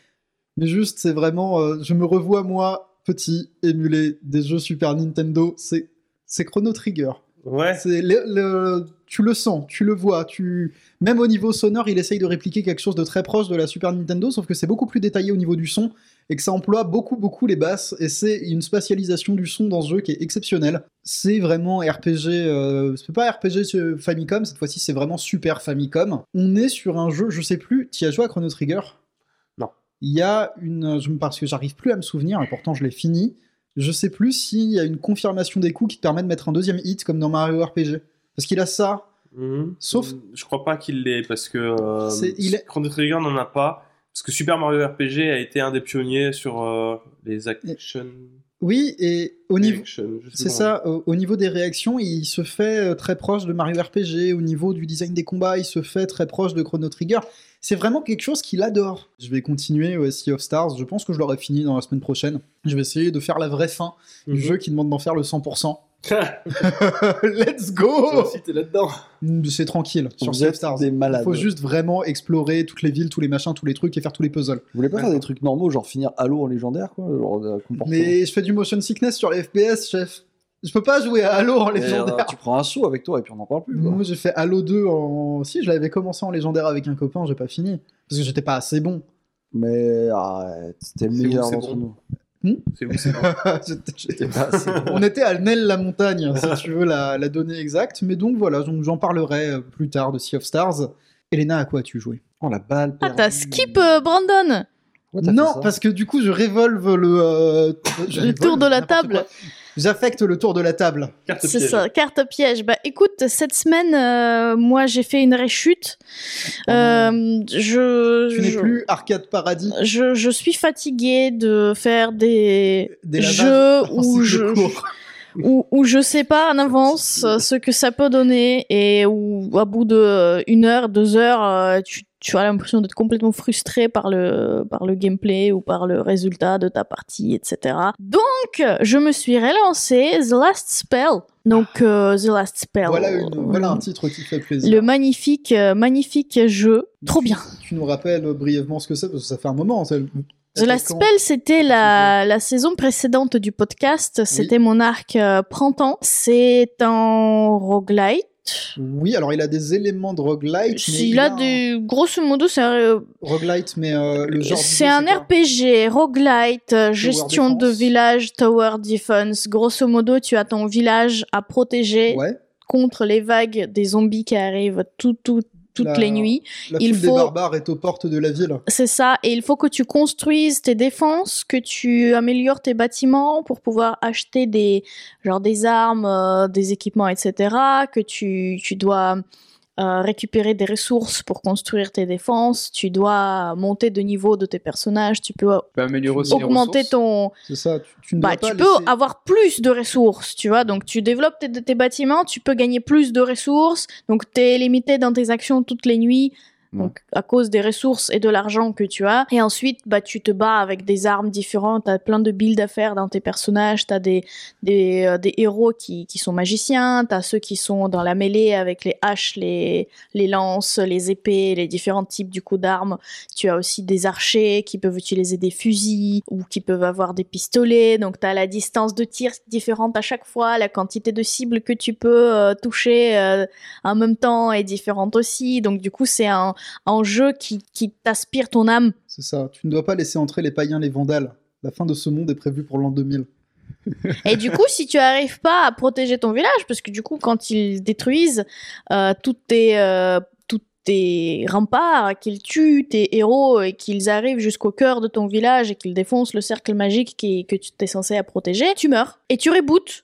Speaker 3: Mais juste, c'est vraiment. euh, je me revois, moi, petit, émulé des jeux Super Nintendo. C'est c'est Chrono Trigger.
Speaker 1: Ouais.
Speaker 3: C'est le- le- tu le sens, tu le vois, tu même au niveau sonore, il essaye de répliquer quelque chose de très proche de la Super Nintendo, sauf que c'est beaucoup plus détaillé au niveau du son et que ça emploie beaucoup beaucoup les basses et c'est une spatialisation du son dans ce jeu qui est exceptionnelle. C'est vraiment RPG, euh, c'est pas RPG sur Famicom cette fois-ci, c'est vraiment Super Famicom. On est sur un jeu, je sais plus, tu as joué à Chrono Trigger
Speaker 1: Non.
Speaker 3: Il y a une, je me parce que j'arrive plus à me souvenir et pourtant je l'ai fini. Je sais plus s'il y a une confirmation des coups qui te permet de mettre un deuxième hit comme dans Mario RPG. Parce qu'il a ça.
Speaker 1: Mhm.
Speaker 3: Sauf-
Speaker 1: Je crois pas qu'il l'ait parce que. euh,
Speaker 3: C'est- il est-
Speaker 1: Chrono Trigger n'en a pas. Parce que Super Mario RPG a été un des pionniers sur euh, les action.
Speaker 3: Oui, et au niveau.
Speaker 1: action, je sais
Speaker 3: C'est
Speaker 1: pas.
Speaker 3: ça, au, au niveau des réactions, il se fait euh, très proche de Mario RPG. Au niveau du design des combats, il se fait très proche de Chrono Trigger. C'est vraiment quelque chose qu'il adore. Je vais continuer au Sea of Stars. Je pense que je l'aurai fini dans la semaine prochaine. Je vais essayer de faire la vraie fin
Speaker 1: Mhm.
Speaker 3: du jeu qui demande d'en faire le 100%.
Speaker 1: Toi
Speaker 3: Let's go!
Speaker 1: aussi, t'es là-dedans.
Speaker 3: Mm, C'est tranquille sur
Speaker 5: Vous
Speaker 3: Sea of
Speaker 5: êtes
Speaker 3: Stars.
Speaker 5: des
Speaker 3: Il
Speaker 5: malades.
Speaker 3: faut juste vraiment explorer toutes les villes, tous les machins, tous les trucs et faire tous les puzzles.
Speaker 5: Vous voulez pas faire
Speaker 3: Ouais.
Speaker 5: des trucs normaux, genre finir Halo en légendaire, quoi genre, euh, comportement.
Speaker 3: Mais je fais du motion sickness sur les FPS, chef. Je peux pas jouer à Halo en
Speaker 5: Mais, euh,
Speaker 3: légendaire.
Speaker 5: tu prends un saut avec toi et puis on n'en parle plus. quoi.
Speaker 3: Moi, j'ai fait Halo 2 en. Si, je l'avais commencé en légendaire avec un copain, j'ai pas fini. Parce que j'étais pas assez bon.
Speaker 5: Mais arrête, t'es le
Speaker 1: C'est
Speaker 5: meilleur
Speaker 1: où, c'est
Speaker 5: d'entre
Speaker 1: bon
Speaker 5: nous.
Speaker 1: C'est vous, c'est bon.
Speaker 3: J'étais- j'étais-
Speaker 5: T'es pas assez bon.
Speaker 3: On était à Nel la montagne, hein, si tu veux la, la donnée exacte. Mais donc voilà, donc j'en parlerai euh, plus tard de Sea of Stars. Elena, à quoi as-tu joué
Speaker 5: Oh la balle.
Speaker 4: Ah,
Speaker 5: perdue.
Speaker 4: t'as skip, euh, Brandon
Speaker 5: Ouais, t'as fait
Speaker 3: Non,
Speaker 5: ça.
Speaker 3: parce que du coup, je révolve le. euh, je
Speaker 4: Le
Speaker 3: révolve,
Speaker 4: tour de la
Speaker 3: n'importe
Speaker 4: table.
Speaker 3: quoi. J'affecte le tour de la table.
Speaker 1: Carte
Speaker 4: C'est
Speaker 1: piège.
Speaker 4: ça, carte piège. Bah écoute, cette semaine, euh, moi j'ai fait une réchute. Euh, je,
Speaker 3: Tu n'es
Speaker 4: je-
Speaker 3: plus Arcade Paradis.
Speaker 4: je, je suis fatiguée de faire des,
Speaker 3: Des lavages
Speaker 4: jeux
Speaker 3: en
Speaker 4: où
Speaker 3: cycle
Speaker 4: je,
Speaker 3: court.
Speaker 4: où, où je sais pas en avance euh, ce que ça peut donner et où à bout de euh, une heure, deux heures, euh, tu, tu as l'impression d'être complètement frustré par le, par le gameplay ou par le résultat de ta partie, etc. Donc, je me suis relancée The Last Spell. Donc, euh, The Last Spell. Euh,
Speaker 3: Voilà, une- voilà un titre qui fait plaisir.
Speaker 4: Le magnifique, euh, magnifique jeu. Trop bien.
Speaker 3: Tu nous rappelles brièvement ce que c'est, parce que ça fait un moment. c'est-
Speaker 4: The Last Spell, c'était la, la saison précédente du podcast. C'était mon arc euh, printemps. C'est un roguelite.
Speaker 3: Oui, alors il a des éléments de roguelite. mais
Speaker 4: Il a du. Grosso modo, c'est un, euh,
Speaker 3: Roguelite, mais euh, hein. le genre.
Speaker 4: c'est un RPG, roguelite, euh, gestion de
Speaker 3: defense.
Speaker 4: village, tower defense. Grosso modo, tu as ton village à protéger
Speaker 3: Ouais.
Speaker 4: contre les vagues des zombies qui arrivent tout, tout, toutes
Speaker 3: La-
Speaker 4: les nuits.
Speaker 3: La
Speaker 4: Il
Speaker 3: foule des
Speaker 4: faut-
Speaker 3: barbares est aux portes de la ville.
Speaker 4: C'est ça, et il faut que tu construises tes défenses, que tu améliores tes bâtiments pour pouvoir acheter des, genre des armes, euh, des équipements, etc. Que tu, tu dois euh, récupérer des ressources pour construire tes défenses, tu dois monter de niveau de tes personnages, tu peux
Speaker 2: Tu peux améliorer aussi les
Speaker 4: augmenter
Speaker 2: ressources.
Speaker 4: ton...
Speaker 3: C'est ça. Tu, tu ne
Speaker 4: Bah,
Speaker 3: dois
Speaker 4: tu
Speaker 3: pas
Speaker 4: peux
Speaker 3: laisser-
Speaker 4: avoir plus de ressources, tu vois. Donc, tu développes tes, tes bâtiments, tu peux gagner plus de ressources. Donc, tu es limité dans tes actions toutes les nuits. Donc, à cause des ressources et de l'argent que tu as. Et ensuite, bah, tu te bats avec des armes différentes. T'as plein de builds à faire dans tes personnages. T'as des, des, euh, des héros qui, qui sont magiciens. T'as ceux qui sont dans la mêlée avec les haches, les, les lances, les épées, les différents types du coup d'armes. Tu as aussi des archers qui peuvent utiliser des fusils ou qui peuvent avoir des pistolets. Donc tu as la distance de tir différente à chaque fois, la quantité de cibles que tu peux euh, toucher euh, en même temps est différente aussi. Donc du coup c'est un, un jeu qui, qui t'aspire ton âme.
Speaker 3: C'est ça. Tu ne dois pas laisser entrer les païens, les vandales. La fin de ce monde est prévue pour l'an 2000.
Speaker 4: Et du coup si tu arrives pas à protéger ton village, parce que du coup quand ils détruisent euh, toutes tes... euh, tous tes remparts, qu'ils tuent tes héros et qu'ils arrivent jusqu'au cœur de ton village et qu'ils défoncent le cercle magique qui, que tu t'es censé à protéger, tu meurs et tu rebootes.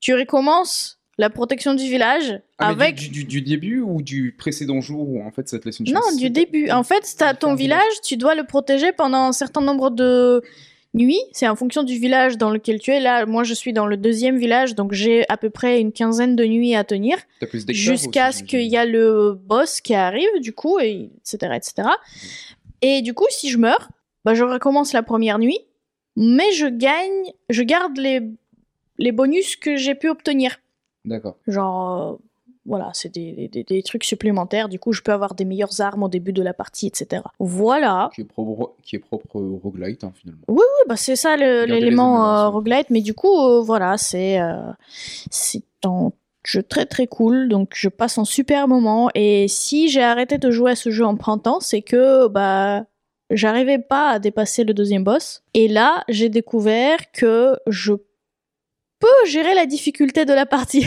Speaker 4: Tu recommences la protection du village
Speaker 2: Ah, mais du-
Speaker 4: avec
Speaker 2: du, du- du début ou du précédent jour où en fait ça te laisse une
Speaker 4: Non,
Speaker 2: chance
Speaker 4: du début. En fait, t'as ton village, tu dois le protéger pendant un certain nombre de nuits. C'est en fonction du village dans lequel tu es. Là, moi, je suis dans le deuxième village, donc j'ai à peu près une quinzaine de nuits à tenir
Speaker 2: T'as plus d'hectares
Speaker 4: jusqu'à
Speaker 2: aussi,
Speaker 4: ce qu'il
Speaker 2: j'imagine.
Speaker 4: y a le boss qui arrive, du coup, et etc., etc. Et du coup, si je meurs, bah, je recommence la première nuit, mais je gagne, je garde les les bonus que j'ai pu obtenir.
Speaker 2: D'accord.
Speaker 4: Genre, euh, voilà, c'est des, des- des- des trucs supplémentaires. Du coup, je peux avoir des meilleures armes au début de la partie, etc. Voilà.
Speaker 2: Qui est propre, qui est propre au roguelite, hein, finalement.
Speaker 4: Oui, bah, c'est ça le-
Speaker 2: Garder les
Speaker 4: l'élément euh,
Speaker 2: innovations.
Speaker 4: roguelite. Mais du coup, euh, voilà, c'est euh, c'est un jeu très très cool. Donc, je passe un super moment. Et si j'ai arrêté de jouer à ce jeu en printemps, c'est que bah j'arrivais pas à dépasser le deuxième boss. Et là, j'ai découvert que je peux gérer la difficulté de la partie.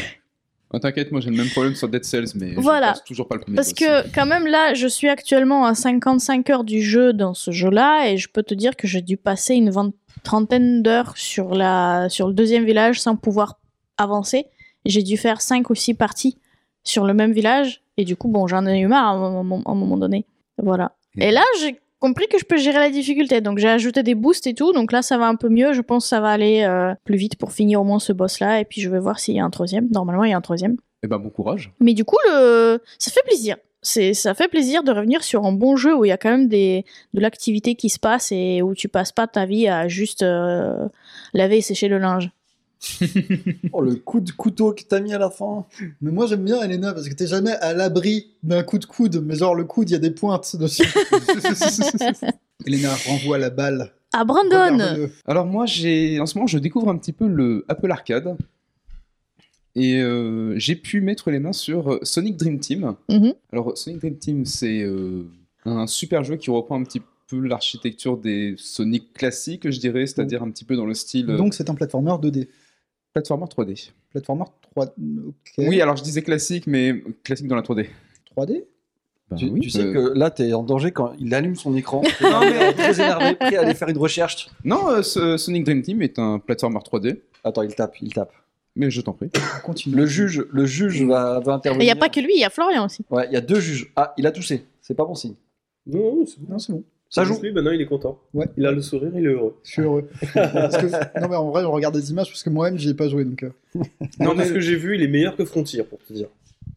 Speaker 2: Ah, T'inquiète, moi j'ai le même problème sur Dead Cells, mais
Speaker 4: Voilà.
Speaker 2: je passe toujours pas le premier.
Speaker 4: Parce
Speaker 2: boss.
Speaker 4: que quand même là, je suis actuellement à 55 heures du jeu dans ce jeu-là et je peux te dire que j'ai dû passer une vingt- trentaine d'heures sur, la... sur le deuxième village sans pouvoir avancer. J'ai dû faire 5 ou 6 parties sur le même village et du coup, bon, j'en ai eu marre à un moment, à un moment donné. Voilà. Et là, j'ai compris que je peux gérer la difficulté. Donc j'ai ajouté des boosts et tout. Donc là, ça va un peu mieux. Je pense que ça va aller euh, plus vite pour finir au moins ce boss-là. Et puis je vais voir s'il y a un troisième. Normalement, il y a un troisième.
Speaker 2: Eh ben bon courage.
Speaker 4: Mais du coup, le... ça fait plaisir. C'est, ça fait plaisir de revenir sur un bon jeu où il y a quand même des, de l'activité qui se passe et où tu passes pas ta vie à juste euh, laver et sécher le linge.
Speaker 5: Oh, le coup de couteau que t'as mis à la fin.
Speaker 3: Mais moi j'aime bien Elena parce que t'es jamais à l'abri d'un coup de coude, mais genre le coude il y a des pointes dessus. Elena renvoie la balle.
Speaker 4: À Brandon
Speaker 3: Regarde-le.
Speaker 2: Alors moi, j'ai en ce moment, je découvre un petit peu le Apple Arcade. Et euh, j'ai pu mettre les mains sur euh, Sonic Dream Team.
Speaker 4: Mhm.
Speaker 2: Alors Sonic Dream Team, c'est euh, un super jeu qui reprend un petit peu l'architecture des Sonic classiques, je dirais, c'est-à-dire un petit peu dans le style euh,
Speaker 3: Donc c'est un platformer 2D.
Speaker 2: platformer 3D.
Speaker 3: Platformer 3... ok.
Speaker 2: Oui, alors je disais classique, mais classique dans la 3D.
Speaker 3: 3D
Speaker 5: tu, tu sais
Speaker 2: Euh,
Speaker 5: que là, t'es en danger quand il allume son écran. T'es
Speaker 2: Non, mais-
Speaker 5: très énervé, prêt à aller faire une recherche.
Speaker 2: Non, euh, ce- Sonic Dream Team est un platformer 3D,
Speaker 5: Attends, il tape, il tape.
Speaker 2: mais je t'en prie.
Speaker 3: Continue.
Speaker 5: Le juge, le juge va, va
Speaker 4: Il
Speaker 5: intervenir.
Speaker 4: n'y a pas que lui, il y a Florian aussi.
Speaker 5: Ouais, il y a deux juges. Ah, il a toussé. C'est pas bon signe.
Speaker 1: Non, non, c'est bon.
Speaker 3: Non c'est bon.
Speaker 5: Ça joue.
Speaker 1: Lui, maintenant, il est content.
Speaker 3: Ouais.
Speaker 1: Il a le sourire, il est heureux.
Speaker 3: Je suis heureux. euh, Parce que- Non mais en vrai on regarde des images parce que moi-même j'y ai pas joué donc... euh,
Speaker 1: Non,
Speaker 2: Non,
Speaker 1: Ah, mais ce
Speaker 2: mais-
Speaker 1: que j'ai vu, il est meilleur que Frontier, pour te dire.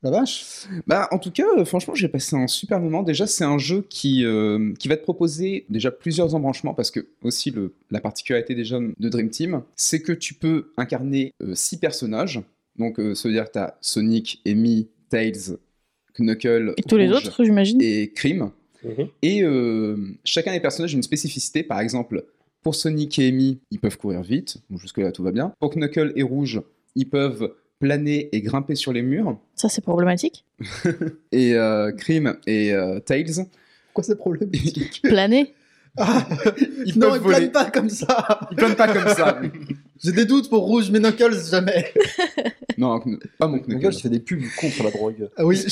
Speaker 3: La vache
Speaker 2: Bah, en tout cas, euh, franchement, j'ai passé un super moment. Déjà, c'est un jeu qui, euh, qui va te proposer déjà plusieurs embranchements parce que aussi le, la particularité déjà de Dream Team, c'est que tu peux incarner euh, six personnages. Donc, euh, ça veut dire que tu as Sonic, Amy, Tails, Knuckles,
Speaker 4: Et tous les
Speaker 2: Rouge
Speaker 4: autres, j'imagine.
Speaker 2: et Cream.
Speaker 1: Mmh.
Speaker 2: Et euh, chacun des personnages a une spécificité. Par exemple, pour Sonic et Amy, ils peuvent courir vite. Bon, Jusque-là, tout va bien. Pour Knuckles et Rouge, ils peuvent planer et grimper sur les murs.
Speaker 4: Ça, c'est problématique.
Speaker 2: Et euh, Cream et euh, Tails,
Speaker 3: Pourquoi c'est problématique
Speaker 4: Planer.
Speaker 3: Ah
Speaker 2: ils
Speaker 3: Non
Speaker 2: peuvent
Speaker 3: il
Speaker 2: voler.
Speaker 3: plane pas comme ça
Speaker 2: Ils planent pas comme ça.
Speaker 3: J'ai des doutes pour Rouge mais Knuckles jamais
Speaker 2: non, Kn- pas mon
Speaker 5: Mon gars,
Speaker 2: Knuckles.
Speaker 5: je fais des pubs contre la drogue.
Speaker 3: Ah oui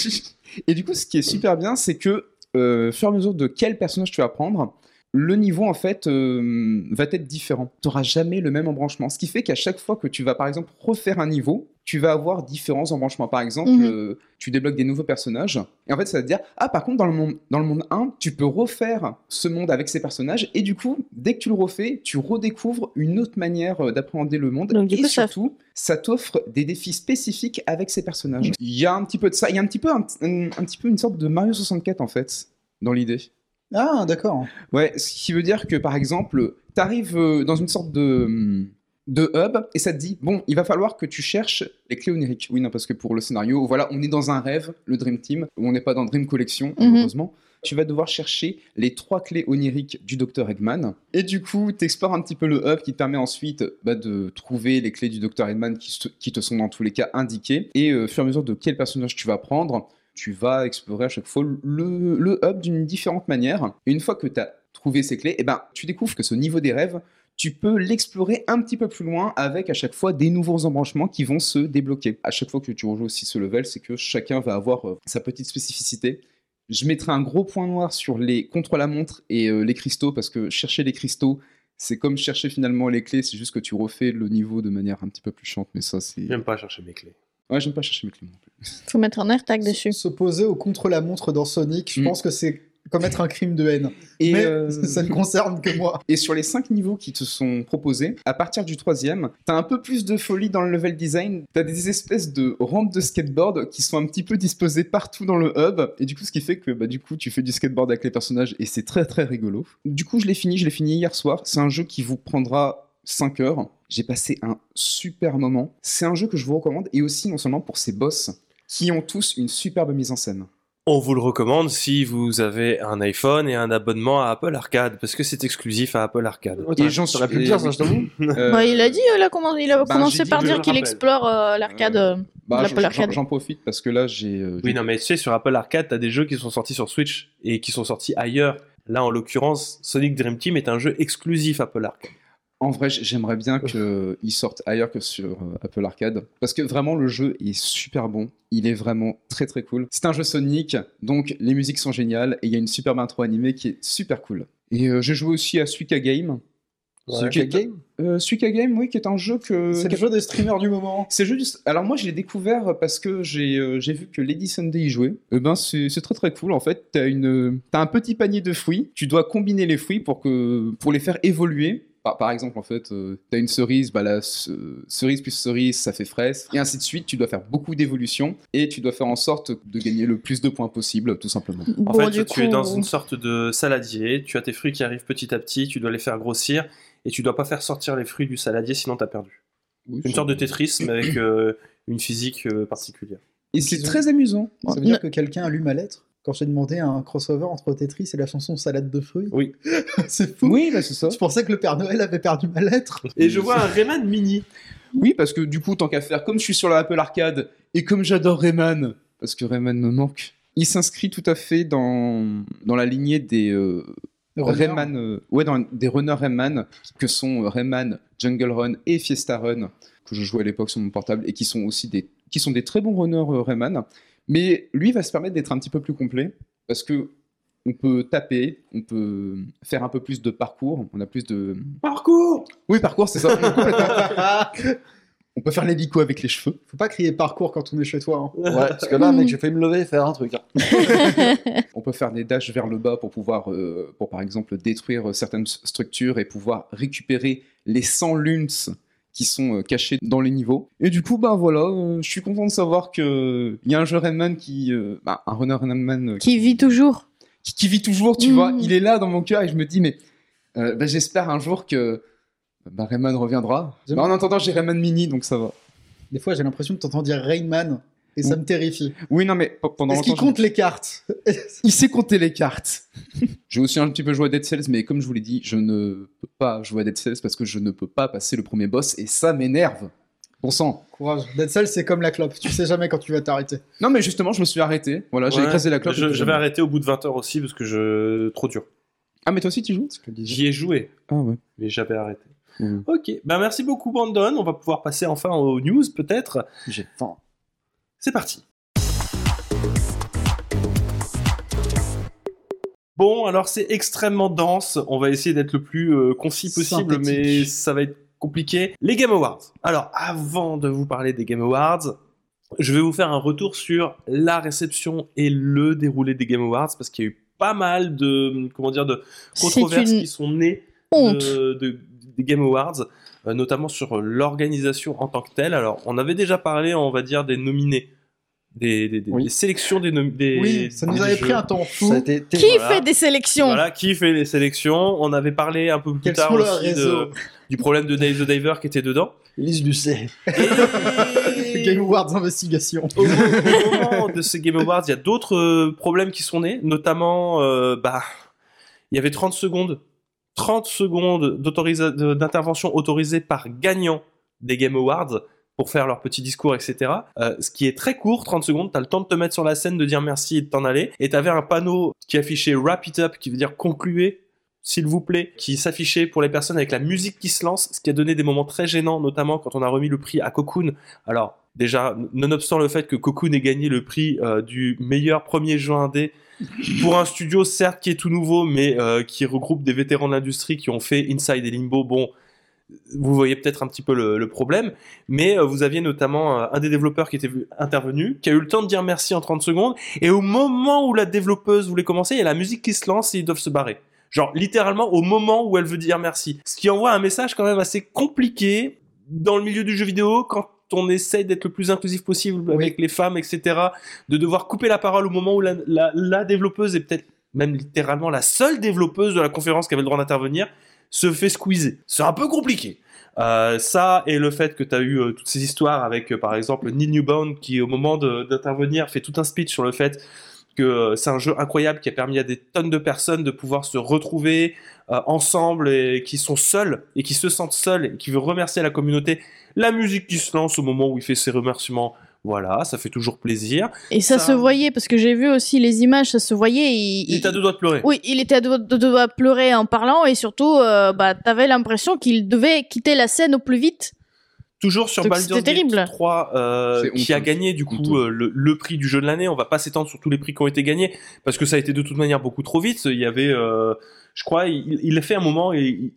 Speaker 2: Et du coup, ce qui est super bien, c'est que, euh, au fur et à mesure de quel personnage tu vas prendre, le niveau, en fait, euh, va être différent. Tu n'auras jamais le même embranchement. Ce qui fait qu'à chaque fois que tu vas, par exemple, refaire un niveau, tu vas avoir différents embranchements. Par exemple,
Speaker 4: Mhm.
Speaker 2: euh, tu débloques des nouveaux personnages. Et en fait, ça va te dire, ah, par contre, dans le, monde, dans le monde 1, tu peux refaire ce monde avec ces personnages. Et du coup, dès que tu le refais, tu redécouvres une autre manière euh, d'appréhender le monde.
Speaker 4: Donc, du
Speaker 2: et
Speaker 4: coup, ça-
Speaker 2: surtout, ça t'offre des défis spécifiques avec ces personnages. Il y a un petit peu de ça, il y a un petit peu, un, un- un petit peu une sorte de Mario 64 en fait, dans l'idée.
Speaker 3: Ah d'accord
Speaker 2: Ouais, ce qui veut dire que par exemple, t'arrives euh, dans une sorte de, hum, de hub et ça te dit, bon, il va falloir que tu cherches les clés oniriques. Oui, non, parce que pour le scénario, voilà, on est dans un rêve, le Dream Team, on n'est pas dans Dream Collection,
Speaker 4: Mhm.
Speaker 2: heureusement. Tu vas devoir chercher les trois clés oniriques du Dr Eggman. Et du coup, t'explores un petit peu le hub qui te permet ensuite bah, de trouver les clés du Dr Eggman qui, se- qui te sont dans tous les cas indiquées. Et euh, au fur et à mesure de quel personnage tu vas prendre, tu vas explorer à chaque fois le, le hub d'une différente manière. Et une fois que tu as trouvé ces clés, eh ben, tu découvres que ce niveau des rêves, tu peux l'explorer un petit peu plus loin avec à chaque fois des nouveaux embranchements qui vont se débloquer. À chaque fois que tu rejoues aussi ce level, c'est que chacun va avoir euh, sa petite spécificité. Je mettrai un gros point noir sur les contre-la-montre et euh, les cristaux parce que chercher les cristaux, c'est comme chercher finalement les clés, c'est juste que tu refais le niveau de manière un petit peu plus chiante, mais ça c'est...
Speaker 1: J'aime pas chercher mes clés.
Speaker 2: Ouais, j'aime pas chercher mes clés. moi.
Speaker 4: Faut mettre un AirTag dessus.
Speaker 3: S'opposer au contre-la-montre dans Sonic, je
Speaker 2: Mm.
Speaker 3: pense que c'est commettre un crime de haine.
Speaker 2: Et,
Speaker 3: Mais
Speaker 2: euh,
Speaker 3: ça ne concerne que moi.
Speaker 2: Et sur les 5 niveaux qui te sont proposés, à partir du troisième, t'as un peu plus de folie dans le level design. T'as des espèces de rampes de skateboard qui sont un petit peu disposées partout dans le hub. Et du coup, ce qui fait que bah, du coup, tu fais du skateboard avec les personnages et c'est très très rigolo. Du coup, je l'ai fini, je l'ai fini hier soir. C'est un jeu qui vous prendra 5 heures. J'ai passé un super moment. C'est un jeu que je vous recommande et aussi non seulement pour ses boss qui ont tous une superbe mise en scène.
Speaker 1: On vous le recommande si vous avez un iPhone et un abonnement à Apple Arcade, parce que c'est exclusif à Apple Arcade.
Speaker 5: Ouais, t'aurais-
Speaker 2: j'en
Speaker 5: t'aurais
Speaker 2: suis-
Speaker 5: pu le dire, ça,
Speaker 2: et-
Speaker 5: je t'avoue.
Speaker 2: Euh,
Speaker 4: Bah, il a dit, il a, commen- il a
Speaker 2: ben, j'ai
Speaker 4: commencé
Speaker 2: dit
Speaker 4: par
Speaker 1: bah, que je
Speaker 4: dire
Speaker 1: le
Speaker 4: qu'il
Speaker 1: rappelle.
Speaker 4: explore euh, l'arcade.
Speaker 2: Euh,
Speaker 4: euh,
Speaker 2: bah,
Speaker 4: l'Apple
Speaker 2: j'en-
Speaker 4: Arcade.
Speaker 2: J'en profite parce que là j'ai. euh,
Speaker 1: Oui,
Speaker 2: j'ai-
Speaker 1: non, mais tu sais, sur Apple Arcade, t'as des jeux qui sont sortis sur Switch et qui sont sortis ailleurs. Là, en l'occurrence, Sonic Dream Team est un jeu exclusif Apple Arcade.
Speaker 2: En vrai, j- j'aimerais bien qu'ils sortent ailleurs que sur euh, Apple Arcade. Parce que vraiment, le jeu est super bon. Il est vraiment très très cool. C'est un jeu Sonic, donc les musiques sont géniales. Et il y a une superbe intro animée qui est super cool. Et euh, j'ai joué aussi à Suika Game.
Speaker 5: Ouais.
Speaker 2: Suika
Speaker 5: Game
Speaker 2: Euh, Suika Game, oui, qui est un jeu que.
Speaker 3: C'est le jeu des streamers du moment.
Speaker 2: C'est juste. Alors moi, je l'ai découvert parce que j'ai euh, j'ai vu que Lady Sunday y jouait. Eh ben, c'est c'est très très cool. En fait, t'as une euh, t'as un petit panier de fruits. Tu dois combiner les fruits pour que pour les faire évoluer. Par, par exemple, en fait, euh, t'as une cerise, bah la ce- cerise plus cerise, ça fait fraise, et ainsi de suite. Tu dois faire beaucoup d'évolutions et tu dois faire en sorte de gagner le plus de points possible, tout simplement.
Speaker 1: En
Speaker 4: euh, bon,
Speaker 1: fait,
Speaker 4: du
Speaker 1: tu es
Speaker 4: coup, euh,
Speaker 1: dans une sorte de saladier, tu as tes fruits qui arrivent petit à petit, tu dois les faire grossir et tu dois pas faire sortir les fruits du saladier sinon t'as perdu. Une sorte de Tetris mais avec euh, une physique euh, particulière.
Speaker 2: Et c'est très amusant.
Speaker 3: Ça veut
Speaker 4: Non.
Speaker 3: dire que quelqu'un a lu ma lettre quand j'ai demandé un crossover entre Tetris et la chanson Salade de fruits.
Speaker 1: Oui.
Speaker 3: c'est fou.
Speaker 2: Oui, bah, c'est ça.
Speaker 3: Je pensais que le Père Noël avait perdu ma lettre.
Speaker 1: Et je vois un Rayman mini.
Speaker 2: Oui, parce que du coup, tant qu'à faire, comme je suis sur la Apple Arcade et comme j'adore Rayman, parce que Rayman me manque, il s'inscrit tout à fait dans, dans la lignée des euh, Rayman, euh, ouais, dans, des runners Rayman, que sont euh, Rayman, Jungle Run et Fiesta Run, que je jouais à l'époque sur mon portable et qui sont aussi des, qui sont des très bons runners euh, Rayman. Mais lui va se permettre d'être un petit peu plus complet parce que on peut taper, on peut faire un peu plus de parcours, on a plus de
Speaker 1: Parcours
Speaker 2: oui parcours c'est ça. on peut faire l'hélico avec les cheveux.
Speaker 3: Faut pas crier parcours quand on est chez toi. hein.
Speaker 5: Ouais, parce que là, mec, j'ai failli me lever et faire un truc. hein.
Speaker 2: On peut faire des dashs vers le bas pour pouvoir, euh, pour par exemple, détruire certaines s- structures et pouvoir récupérer les 100 lunes qui sont euh, cachées dans les niveaux. Et du coup, bah voilà, euh, je suis content de savoir que euh, il y a un jeu Rayman qui, euh, bah, un runner Rayman euh,
Speaker 4: qui vit toujours.
Speaker 2: qui, qui vit toujours, tu
Speaker 4: Mhm.
Speaker 2: vois,
Speaker 3: Mmh.
Speaker 2: il est là dans mon cœur et je me dis mais euh, bah, j'espère un jour que bah, Rayman reviendra. Mais en attendant, j'ai Rayman Mini, donc ça va.
Speaker 3: Des fois, j'ai l'impression que t'entends dire Rayman et
Speaker 1: Mm.
Speaker 3: ça me terrifie.
Speaker 2: Oui, non, mais pe- pendant
Speaker 3: Est-ce qu'il
Speaker 2: longtemps, je-
Speaker 3: compte les cartes
Speaker 2: Il sait compter les cartes. J'ai aussi un petit peu joué à Dead Cells, mais comme je vous l'ai dit, je ne peux pas jouer à Dead Cells parce que je ne peux pas passer le premier boss et ça m'énerve. Bon sang.
Speaker 3: Courage. D'être seul, c'est comme la clope. Tu sais jamais quand tu vas t'arrêter.
Speaker 2: Non, mais justement, je me suis arrêté. Voilà, Ah, j'ai
Speaker 1: Ouais,
Speaker 2: écrasé la clope. et
Speaker 1: Je,
Speaker 2: puis
Speaker 1: je
Speaker 2: j'ai-
Speaker 1: vais arrêter au bout de 20h aussi parce que je. Trop dur.
Speaker 2: Ah, mais toi aussi, tu joues
Speaker 1: J'y ai joué.
Speaker 2: Ah, ouais.
Speaker 1: mais j'avais arrêté.
Speaker 5: Mhm.
Speaker 1: Ok, ben merci beaucoup Brandon, on va pouvoir passer enfin aux news peut-être.
Speaker 5: J'ai faim.
Speaker 1: C'est parti. Bon, alors c'est extrêmement dense, on va essayer d'être le plus euh, concis possible,
Speaker 3: Synthétique.
Speaker 1: mais ça va être compliqué. Les Game Awards. Alors avant de vous parler des Game Awards, je vais vous faire un retour sur la réception et le déroulé des Game Awards, parce qu'il y a eu pas mal de, comment dire, de
Speaker 4: C'est
Speaker 1: controverses
Speaker 4: une
Speaker 1: qui sont nées
Speaker 4: honte.
Speaker 1: de- de- des Game Awards, euh, notamment sur euh, l'organisation en tant que telle. Alors, on avait déjà parlé, on va dire, des nominés, des, des- des-
Speaker 5: Oui.
Speaker 1: des sélections des nomi- des-
Speaker 3: Oui, ça nous
Speaker 1: des
Speaker 3: avait
Speaker 1: jeux.
Speaker 3: pris un temps
Speaker 5: Ça a
Speaker 3: fou.
Speaker 5: été
Speaker 4: Qui
Speaker 1: Voilà.
Speaker 4: fait des sélections
Speaker 1: Voilà, qui fait les sélections On avait parlé un peu plus
Speaker 3: Quels
Speaker 1: tard
Speaker 3: sont leurs
Speaker 1: aussi de-
Speaker 3: réseaux
Speaker 1: du problème de Dave the Diver qui était dedans.
Speaker 5: Lise Lucet.
Speaker 1: Et-
Speaker 3: Game Awards Investigation.
Speaker 1: au moment au moment de ces Game Awards, il y a d'autres euh, problèmes qui sont nés, notamment, euh, bah, il y avait 30 secondes, 30 secondes d'autorisa- de- d'intervention autorisée par gagnant des Game Awards pour faire leur petit discours, etc. Euh, ce qui est très court, 30 secondes, t'as le temps de te mettre sur la scène, de dire merci et de t'en aller. Et t'avais un panneau qui affichait Wrap It Up, qui veut dire concluez, s'il vous plaît, qui s'affichait pour les personnes avec la musique qui se lance, ce qui a donné des moments très gênants, notamment quand on a remis le prix à Cocoon, alors, déjà, nonobstant le fait que Cocoon ait gagné le prix euh, du meilleur premier jeu indé pour un studio, certes, qui est tout nouveau, mais euh, qui regroupe des vétérans de l'industrie qui ont fait Inside et Limbo, bon, vous voyez peut-être un petit peu le, le problème, mais euh, vous aviez notamment euh, un des développeurs qui était vu- intervenu, qui a eu le temps de dire merci en 30 secondes, et au moment où la développeuse voulait commencer, il y a la musique qui se lance et ils doivent se barrer. Genre littéralement au moment où elle veut dire merci. Ce qui envoie un message quand même assez compliqué dans le milieu du jeu vidéo quand on essaye d'être le plus inclusif possible avec les femmes, etc. De devoir couper la parole au moment où la, la- la développeuse est peut-être même littéralement la seule développeuse de la conférence qui avait le droit d'intervenir. se fait squeezer. C'est un peu compliqué. Euh, ça et le fait que tu as eu euh, toutes ces histoires avec, euh, par exemple, Neil Newbound qui, au moment de- d'intervenir, fait tout un speech sur le fait que euh, c'est un jeu incroyable qui a permis à des tonnes de personnes de pouvoir se retrouver euh, ensemble et qui sont seuls et qui se sentent seuls et qui veut remercier la communauté. La musique qui se lance au moment où il fait ses remerciements, voilà, ça fait toujours plaisir.
Speaker 4: Et ça,
Speaker 1: Ça-
Speaker 4: se voyait, parce que j'ai vu aussi les images, ça se voyait. Il,
Speaker 1: Il est à deux doigts de pleurer.
Speaker 4: Oui, il était à deux deux doigts de pleurer en parlant, et surtout, euh, bah, t'avais l'impression qu'il devait quitter la scène au plus vite.
Speaker 1: Toujours sur
Speaker 4: Donc,
Speaker 1: Baldur's
Speaker 4: c'était
Speaker 1: Gate
Speaker 4: terrible.
Speaker 1: 3, euh,
Speaker 2: C'est
Speaker 1: qui
Speaker 2: honteux.
Speaker 1: a gagné du coup
Speaker 2: Honteux.
Speaker 1: euh, le, le prix du jeu de l'année. On va pas s'étendre sur tous les prix qui ont été gagnés parce que ça a été de toute manière beaucoup trop vite. Il y avait, euh, je crois, il, il a fait un moment et il-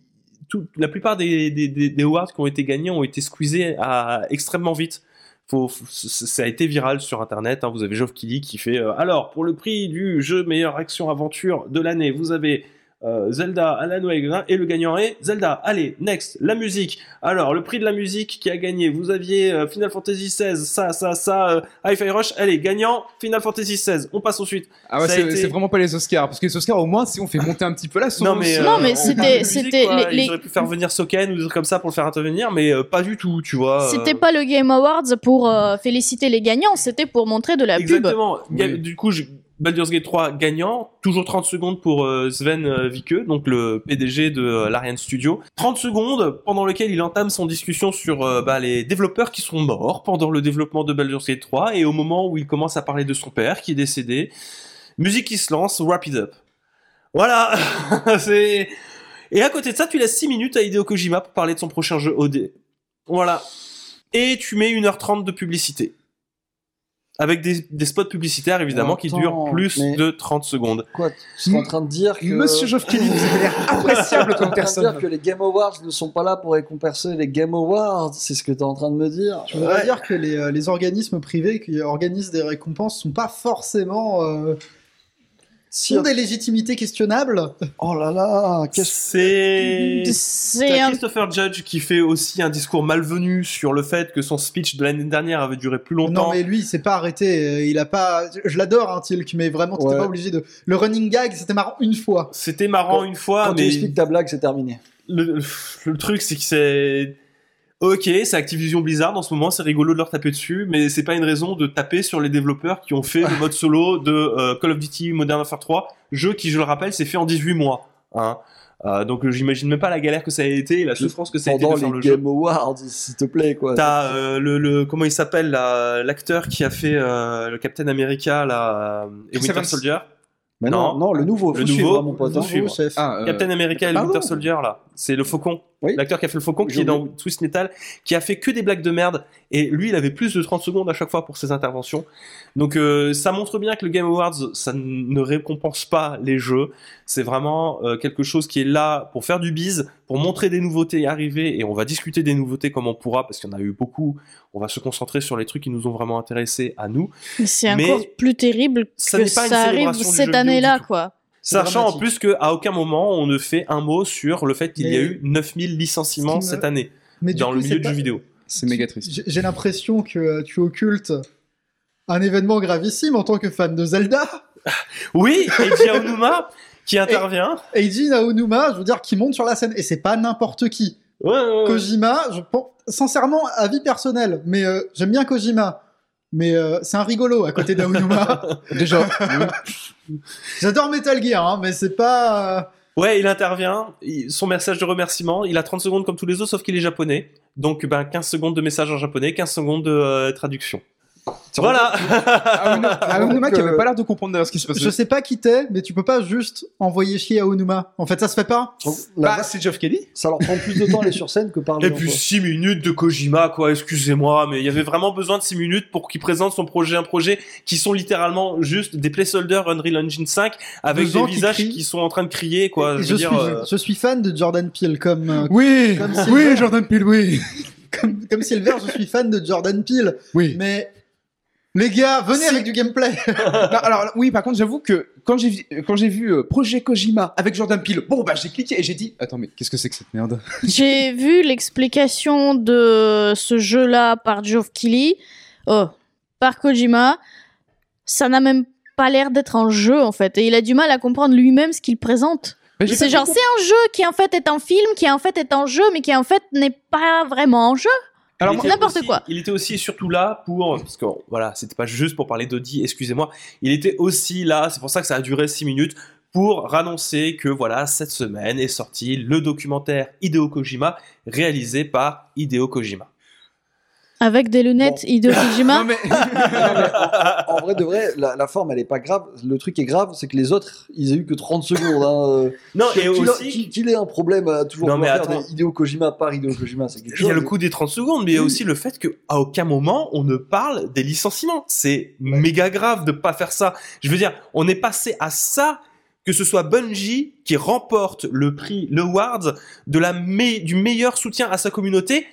Speaker 1: tout- la plupart des, des, des, des awards qui ont été gagnés ont été squeezés à extrêmement vite. Faut, faut- c- ça a été viral sur internet. hein. Vous avez Geoff Keighley qui fait euh, alors pour le prix du jeu meilleure action aventure de l'année, vous avez euh, Zelda, Alan Wake hein, et le gagnant est Zelda. Allez, next, la musique. Alors, le prix de la musique qui a gagné, vous aviez euh, Final Fantasy XVI, ça, ça, ça, euh, Hi-Fi Rush, allez, gagnant, Final Fantasy XVI. On passe ensuite.
Speaker 2: Ah ouais,
Speaker 1: Ça a
Speaker 2: c'est
Speaker 1: été-
Speaker 2: c'est vraiment pas les Oscars, parce que les Oscars, au moins, si on fait monter un petit peu la sauce.
Speaker 4: euh, Non, mais
Speaker 1: on- on parle
Speaker 4: c'était-
Speaker 1: de musique,
Speaker 4: c'était
Speaker 1: quoi.
Speaker 4: les- les-
Speaker 1: Ils auraient pu faire venir Soken ou des trucs comme ça pour le faire intervenir, mais euh, pas du tout, tu vois. euh.
Speaker 4: C'était pas le Game Awards pour euh, féliciter les gagnants, c'était pour montrer de la pub.
Speaker 1: Exactement. Il y a-
Speaker 2: Oui.
Speaker 1: Du coup, je- Baldur's Gate 3 gagnant, toujours 30 secondes pour euh, Sven euh, Vikeux, donc le PDG de euh, l'Ariane Studio. 30 secondes pendant lesquelles il entame son discussion sur euh, bah, les développeurs qui sont morts pendant le développement de Baldur's Gate 3 et au moment où il commence à parler de son père qui est décédé, musique qui se lance, wrap it up. Voilà, c'est... Et à côté de ça, tu laisses 6 minutes à Hideo Kojima pour parler de son prochain jeu OD. Voilà. Et tu mets 1h30 de publicité. Avec des, des spots publicitaires, évidemment, qui
Speaker 5: Attends,
Speaker 1: durent plus
Speaker 5: mais-
Speaker 1: de 30 secondes.
Speaker 5: Quoi Tu es en train de dire que.
Speaker 2: Monsieur Geoff Kelly, vous avez l'air appréciable comme
Speaker 5: T'es en train de
Speaker 2: personne.
Speaker 5: dire que les Game Awards ne sont pas là pour récompenser les Game Awards, c'est ce que t'es en train de me dire.
Speaker 3: Je voudrais dire que les, euh, les organismes privés qui organisent des récompenses sont pas forcément euh,
Speaker 5: Si-
Speaker 3: ont des légitimités questionnables.
Speaker 5: Oh là là, qu'est-ce
Speaker 1: C'est.
Speaker 4: C'est
Speaker 1: T'as
Speaker 4: un
Speaker 1: Christopher Judge qui fait aussi un discours malvenu sur le fait que son speech de l'année dernière avait duré plus longtemps.
Speaker 3: Non mais lui, il s'est pas arrêté. euh, Il a pas. Je l'adore, hein, Tilk, mais vraiment, t'étais
Speaker 5: Ouais.
Speaker 3: pas obligé de. Le running gag, c'était marrant une fois.
Speaker 1: C'était marrant une fois,
Speaker 5: Quand tu
Speaker 1: Ah, mais
Speaker 5: expliques ta blague, c'est terminé.
Speaker 1: le, le truc, c'est que c'est. Ok, c'est Activision Blizzard en ce moment, c'est rigolo de leur taper dessus, mais c'est pas une raison de taper sur les développeurs qui ont fait le mode solo de euh, Call of Duty Modern Warfare 3, jeu qui, je le rappelle, s'est fait en 18 mois. Hein. Euh, donc euh, j'imagine même pas la galère que ça a été et la souffrance que ça a été
Speaker 5: Pendant
Speaker 1: de faire
Speaker 5: les euh,
Speaker 1: le jeu.
Speaker 5: Game Awards, s'il te plaît, quoi.
Speaker 1: T'as euh, le, le- comment il s'appelle là, l'acteur qui a fait euh, le Captain America là, euh, et
Speaker 2: Chris
Speaker 1: Winter
Speaker 2: Evans.
Speaker 1: Soldier.
Speaker 5: Mais non,
Speaker 1: non.
Speaker 5: non, le nouveau,
Speaker 1: Le
Speaker 5: faut suivre,
Speaker 1: nouveau,
Speaker 5: hein, mon pote.
Speaker 1: faut
Speaker 5: hein.
Speaker 1: suivre.
Speaker 3: chef.
Speaker 2: Ah, euh,
Speaker 1: Captain America et le
Speaker 5: pardon.
Speaker 1: Winter Soldier là, c'est le faucon,
Speaker 5: Oui.
Speaker 1: l'acteur qui a fait le faucon qui
Speaker 5: J'ai
Speaker 1: est dans Twist Metal, qui a fait que des blagues de merde et lui il avait plus de 30 secondes à chaque fois pour ses interventions. Donc euh, ça montre bien que le Game Awards ça n- ne récompense pas les jeux, c'est vraiment euh, quelque chose qui est là pour faire du bise, pour montrer des nouveautés arrivées et on va discuter des nouveautés comme on pourra parce qu'il y en a eu beaucoup. On va se concentrer sur les trucs qui nous ont vraiment intéressés à nous.
Speaker 4: c'est
Speaker 1: Mais
Speaker 4: encore plus terrible
Speaker 1: ça
Speaker 4: que
Speaker 1: n'est pas une
Speaker 4: ça arrive
Speaker 1: célébration du jeu
Speaker 4: cette
Speaker 1: vidéo
Speaker 4: année-là,
Speaker 1: du tout.
Speaker 4: quoi.
Speaker 3: C'est
Speaker 1: Sachant en
Speaker 3: dramatique.
Speaker 1: plus qu'à aucun moment on ne fait un mot sur le fait qu'il y a
Speaker 3: Mais-
Speaker 1: eu 9000 licenciements
Speaker 3: Ce qui me-
Speaker 1: cette année
Speaker 3: Mais du
Speaker 1: dans
Speaker 3: coup,
Speaker 1: le
Speaker 3: c'est
Speaker 1: milieu du
Speaker 3: pas-
Speaker 1: jeu vidéo.
Speaker 2: c'est méga triste.
Speaker 3: J'ai j'ai l'impression que euh, tu occultes un événement gravissime en tant que fan de Zelda.
Speaker 1: Oui, Eiji Aonuma qui intervient.
Speaker 3: Eiji Naonuma, je veux dire, qui monte sur la scène. Et c'est pas n'importe qui.
Speaker 1: Ouais, ouais, ouais.
Speaker 3: Kojima, je pense, sincèrement, avis personnel, mais euh, j'aime bien Kojima. Mais euh, c'est un rigolo à côté d'Aonuma.
Speaker 2: Déjà,
Speaker 3: J'adore Metal Gear, hein, mais c'est pas. euh,
Speaker 1: Ouais, il intervient. il- Son message de remerciement, il a 30 secondes comme tous les autres, sauf qu'il est japonais. Donc, ben, 15 secondes de message en japonais, 15 secondes de euh, traduction. Voilà.
Speaker 2: Aonuma Aonuma qui avait pas l'air de comprendre d'ailleurs ce qui se
Speaker 3: Je
Speaker 2: passait.
Speaker 3: sais pas qui t'es, mais tu peux pas juste envoyer chier Aonuma. En fait, ça se fait pas.
Speaker 5: Donc, la-
Speaker 2: Bah, c'est Geoff Kelly.
Speaker 5: Ça leur prend plus de temps, les sur scène, que parler.
Speaker 1: Et puis 6 minutes de Kojima, quoi, excusez-moi, mais il y avait vraiment besoin de 6 minutes pour qu'il présente son projet, un projet qui sont littéralement juste des placeholders Unreal Engine 5 avec des
Speaker 3: Deux gens qui
Speaker 1: visages qui,
Speaker 3: crient.
Speaker 1: sont en train de crier, quoi.
Speaker 3: Et
Speaker 1: Je,
Speaker 3: je,
Speaker 1: veux
Speaker 3: suis,
Speaker 1: dire, euh,
Speaker 3: je suis fan de Jordan Peele, comme, euh,
Speaker 2: Oui,
Speaker 3: Comme Silver.
Speaker 2: oui, Jordan Peele, oui.
Speaker 3: comme, comme Silver, je suis fan de Jordan Peele.
Speaker 2: Oui.
Speaker 3: Mais les gars, venez avec du gameplay.
Speaker 2: Non, alors oui, par contre, j'avoue que quand j'ai vu- quand j'ai vu euh, Projet Kojima avec Jordan Peele, bon bah j'ai cliqué et j'ai dit attends mais qu'est-ce que c'est que cette merde
Speaker 4: J'ai vu l'explication de ce jeu-là par Geoff Keighley, oh, par Kojima. Ça n'a même pas l'air d'être un jeu en fait, et il a du mal à comprendre lui-même ce qu'il présente.
Speaker 2: Mais j'ai
Speaker 4: C'est
Speaker 2: pas
Speaker 4: genre,
Speaker 2: compris.
Speaker 4: c'est un jeu qui en fait est un film, qui en fait est un jeu, mais qui en fait n'est pas vraiment un jeu.
Speaker 2: Alors,
Speaker 1: Il
Speaker 4: moi-
Speaker 1: était
Speaker 4: n'importe
Speaker 1: aussi-
Speaker 4: quoi.
Speaker 1: Il était aussi surtout là pour, parce que voilà, c'était pas juste pour parler d'Audi, excusez-moi. Il était aussi là, c'est pour ça que ça a duré 6 minutes, pour annoncer que voilà, cette semaine est sorti le documentaire Hideo Kojima, réalisé par Hideo Kojima.
Speaker 4: Avec des lunettes, Hideo Kojima.
Speaker 2: Non, mais...
Speaker 5: En vrai, de vrai, la, la forme, elle est pas grave. Le truc qui est grave, c'est que les autres, ils aient eu que 30 secondes. Hein.
Speaker 1: Non, et
Speaker 5: Qu'il-
Speaker 1: aussi,
Speaker 5: qu'il- Qu'il ait un problème à toujours
Speaker 1: Non, mais
Speaker 5: vouloir
Speaker 1: attends.
Speaker 5: faire des Hideo Kojima par Hideo Kojima, c'est quelque
Speaker 1: il y
Speaker 5: chose.
Speaker 1: a le coup des 30 secondes, mais il y a aussi le fait qu'à aucun moment on ne parle des licenciements. C'est méga grave de pas faire ça. Je veux dire, on est passé à ça que ce soit Bungie qui remporte le prix, le Wards, de la me- du meilleur soutien à sa communauté,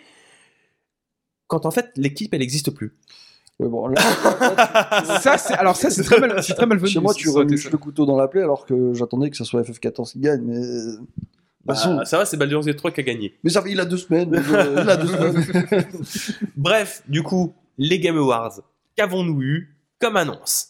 Speaker 1: quand en fait l'équipe elle n'existe plus.
Speaker 5: Ouais, bon, là,
Speaker 2: ça, c'est... Alors ça, c'est très mal, c'est très mal
Speaker 5: chez moi, tu remuches le couteau dans la plaie alors que j'attendais que ça soit FF14 qui gagne. Mais,
Speaker 1: Bah,
Speaker 5: Bah,
Speaker 1: ça va, c'est Baldur's Gate 3 qui a gagné.
Speaker 5: mais ça, il a deux semaines. euh, il a deux semaines.
Speaker 1: Bref, du coup, les Game Awards, qu'avons-nous eu comme annonce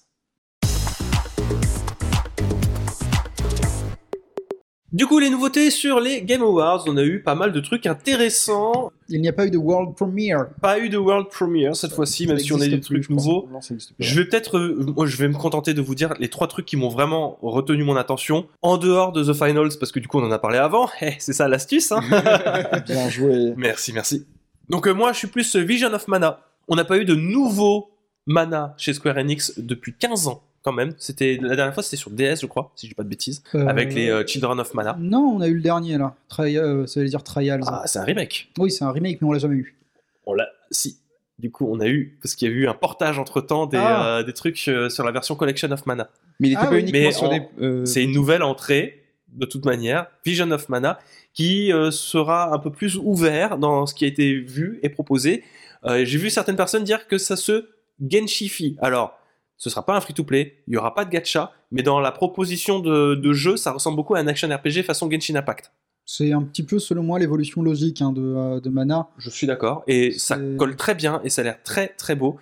Speaker 1: Du coup, les nouveautés sur les Game Awards, on a eu pas mal de trucs intéressants.
Speaker 3: Il n'y a pas eu de world premiere.
Speaker 1: Pas eu de World Premiere cette fois-ci, même si on a eu des
Speaker 3: n'existe plus,
Speaker 1: trucs
Speaker 3: je pense.
Speaker 1: nouveaux.
Speaker 5: Non, ça existe pas.
Speaker 1: Je vais peut-être, euh, moi, je vais me contenter de vous dire les trois trucs qui m'ont vraiment retenu mon attention en dehors de The Finals, parce que du coup, on en a parlé avant. Eh, c'est ça l'astuce. Hein
Speaker 5: Bien joué.
Speaker 1: Merci, merci. Donc euh, moi, je suis plus euh, Vision of Mana. On n'a pas eu de nouveau Mana chez Square Enix depuis 15 ans, quand même. C'était la dernière fois, c'était sur DS, je crois, si je dis pas de bêtises,
Speaker 3: Euh,
Speaker 1: avec les euh, Children of Mana.
Speaker 3: Non, on a eu le dernier là. Tri- euh, ça veut dire Trials.
Speaker 1: Ah, c'est un remake.
Speaker 3: Oui, c'est un remake, mais on l'a jamais eu.
Speaker 1: On l'a, si. Du coup, on a eu parce qu'il y a eu un portage entre temps des,
Speaker 3: Ah.
Speaker 1: euh, des trucs euh, sur la version Collection of Mana.
Speaker 2: Mais il était
Speaker 3: Ah
Speaker 2: pas
Speaker 3: oui.
Speaker 2: uniquement
Speaker 1: Mais
Speaker 2: sur
Speaker 1: en-
Speaker 2: des... euh,
Speaker 1: C'est une nouvelle entrée, de toute manière, Vision of Mana, qui euh, sera un peu plus ouvert dans ce qui a été vu et proposé. Euh, J'ai vu certaines personnes dire que ça se genshifie. Alors, ce sera pas un free-to-play, il y aura pas de gacha, mais dans la proposition de, de jeu, ça ressemble beaucoup à un action RPG façon Genshin Impact.
Speaker 3: C'est un petit peu, selon moi, l'évolution logique hein, de, euh, de Mana.
Speaker 1: Je suis d'accord, et ça
Speaker 3: C'est-
Speaker 1: colle très bien, et ça a l'air très très beau.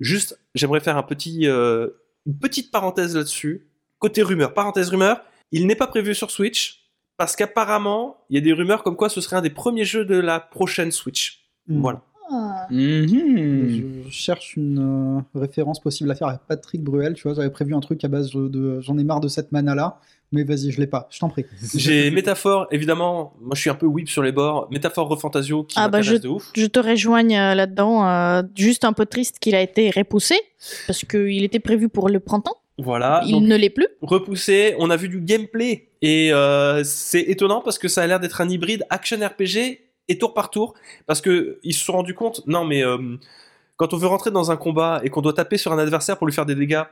Speaker 1: Juste, j'aimerais faire un petit, euh, une petite parenthèse là-dessus. Côté rumeur, parenthèse rumeur, il n'est pas prévu sur Switch parce qu'apparemment, il y a des rumeurs comme quoi ce serait un des premiers jeux de la prochaine Switch.
Speaker 3: Hmm.
Speaker 1: Voilà.
Speaker 4: Ah.
Speaker 2: mhm.
Speaker 3: Je cherche une euh, référence possible à faire avec Patrick Bruel. Tu vois, j'avais prévu un truc à base de, de- j'en ai marre de cette mana là, mais vas-y, je l'ai pas. Je t'en prie.
Speaker 1: J'ai Métaphore, évidemment, moi je suis un peu whip sur les bords, Métaphore Refantasio qui
Speaker 4: Ah, bah,
Speaker 1: m'intéresse de ouf.
Speaker 4: Je te rejoigne euh, là-dedans. euh, juste un peu triste qu'il a été repoussé, parce qu'il était prévu pour le printemps.
Speaker 2: Ah,
Speaker 1: Voilà,
Speaker 4: il
Speaker 1: donc
Speaker 4: ne l'est plus.
Speaker 1: repoussé, on a vu du gameplay et euh, c'est étonnant parce que ça a l'air d'être un hybride action RPG et tour par tour parce que ils se sont rendus compte non mais euh, quand on veut rentrer dans un combat et qu'on doit taper sur un adversaire pour lui faire des dégâts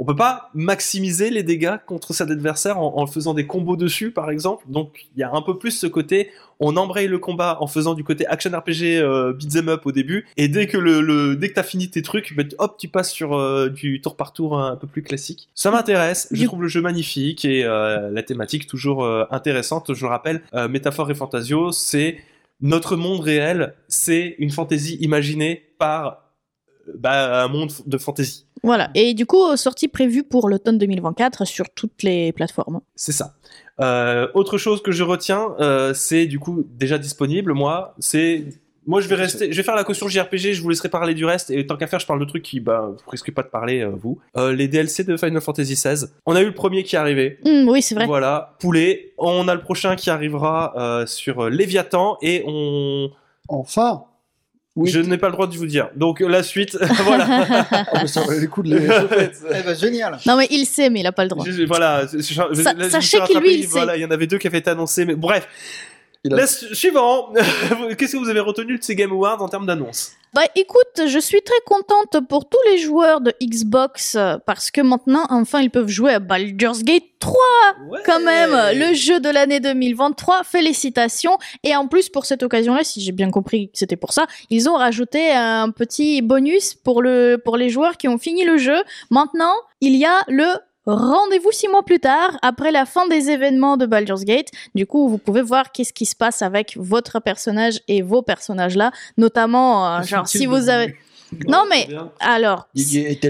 Speaker 1: on peut pas maximiser les dégâts contre cet adversaire en, en faisant des combos dessus par exemple donc il y a un peu plus ce côté on embraye le combat en faisant du côté action RPG euh, beat'em up au début et dès que le, le- dès que t'as fini tes trucs ben, hop tu passes sur euh, du tour par tour un peu plus classique ça m'intéresse je
Speaker 4: Du-
Speaker 1: trouve le jeu magnifique et euh, la thématique toujours euh, intéressante je rappelle euh, métaphore et fantasio c'est notre monde réel c'est une fantaisie imaginée par euh, bah, un monde de fantaisie
Speaker 4: Voilà. Et du coup, euh, sortie prévue pour l'automne 2024 sur toutes les plateformes.
Speaker 1: c'est ça. Euh, autre chose que je retiens, euh, c'est du coup déjà disponible. Moi, c'est moi je vais rester, je vais faire la caution JRPG. Je vous laisserai parler du reste. Et tant qu'à faire, je parle de trucs qui, bah, vous risquez pas de parler euh, vous. Euh, les DLC de Final Fantasy XVI. On a eu le premier qui est arrivé.
Speaker 4: Hum, oui, c'est vrai.
Speaker 1: Voilà, poulet. On a le prochain qui arrivera euh, sur euh, Léviathan et on.
Speaker 5: Enfin Oui.
Speaker 1: Je n'ai pas le droit de vous dire. Donc la suite, voilà.
Speaker 5: Ah, mais ça valait le coup de les- de fait.
Speaker 3: Eh ben, génial.
Speaker 4: Non, mais il sait, mais il n'a pas le droit.
Speaker 1: Je- je- voilà. je- je- je-
Speaker 4: Sa-
Speaker 1: là, je me
Speaker 4: sachez
Speaker 1: suis
Speaker 4: qu'il,
Speaker 1: rattrapé,
Speaker 4: lui, il
Speaker 1: Voilà, il y en avait deux qui avaient été annoncés, mais bref.
Speaker 5: Il a-
Speaker 1: La su- suivant, qu'est-ce que vous avez retenu de ces Game Awards en termes d'annonces
Speaker 4: Bah écoute, je suis très contente pour tous les joueurs de Xbox euh, parce que maintenant, enfin, ils peuvent jouer à Baldur's Gate 3 Ah, quand même, euh, le jeu de l'année 2023. Félicitations. Et en plus, pour cette occasion-là, si j'ai bien compris que c'était pour ça, ils ont rajouté un petit bonus pour, le, pour les joueurs qui ont fini le jeu. Maintenant, il y a le rendez-vous six mois plus tard, après la fin des événements de Baldur's Gate. Du coup, vous pouvez voir qu'est-ce qui se passe avec votre personnage et vos personnages là, notamment, euh, genre, si vous avez... Non, mais alors,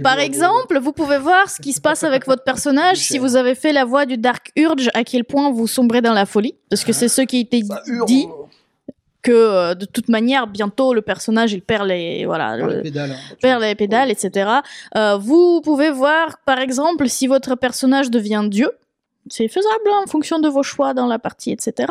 Speaker 4: par exemple, vous pouvez voir ce qui se passe avec votre personnage si vous avez fait la voix du Dark Urge, à quel point vous sombrez dans la folie, parce que c'est ce qui était dit que euh, de toute manière bientôt le personnage il perd les voilà
Speaker 3: Par
Speaker 4: le-
Speaker 3: les pédales, hein.
Speaker 4: perd les pédales etc. Euh, vous pouvez voir par exemple si votre personnage devient dieu. C'est faisable hein, en fonction de vos choix dans la partie, etc.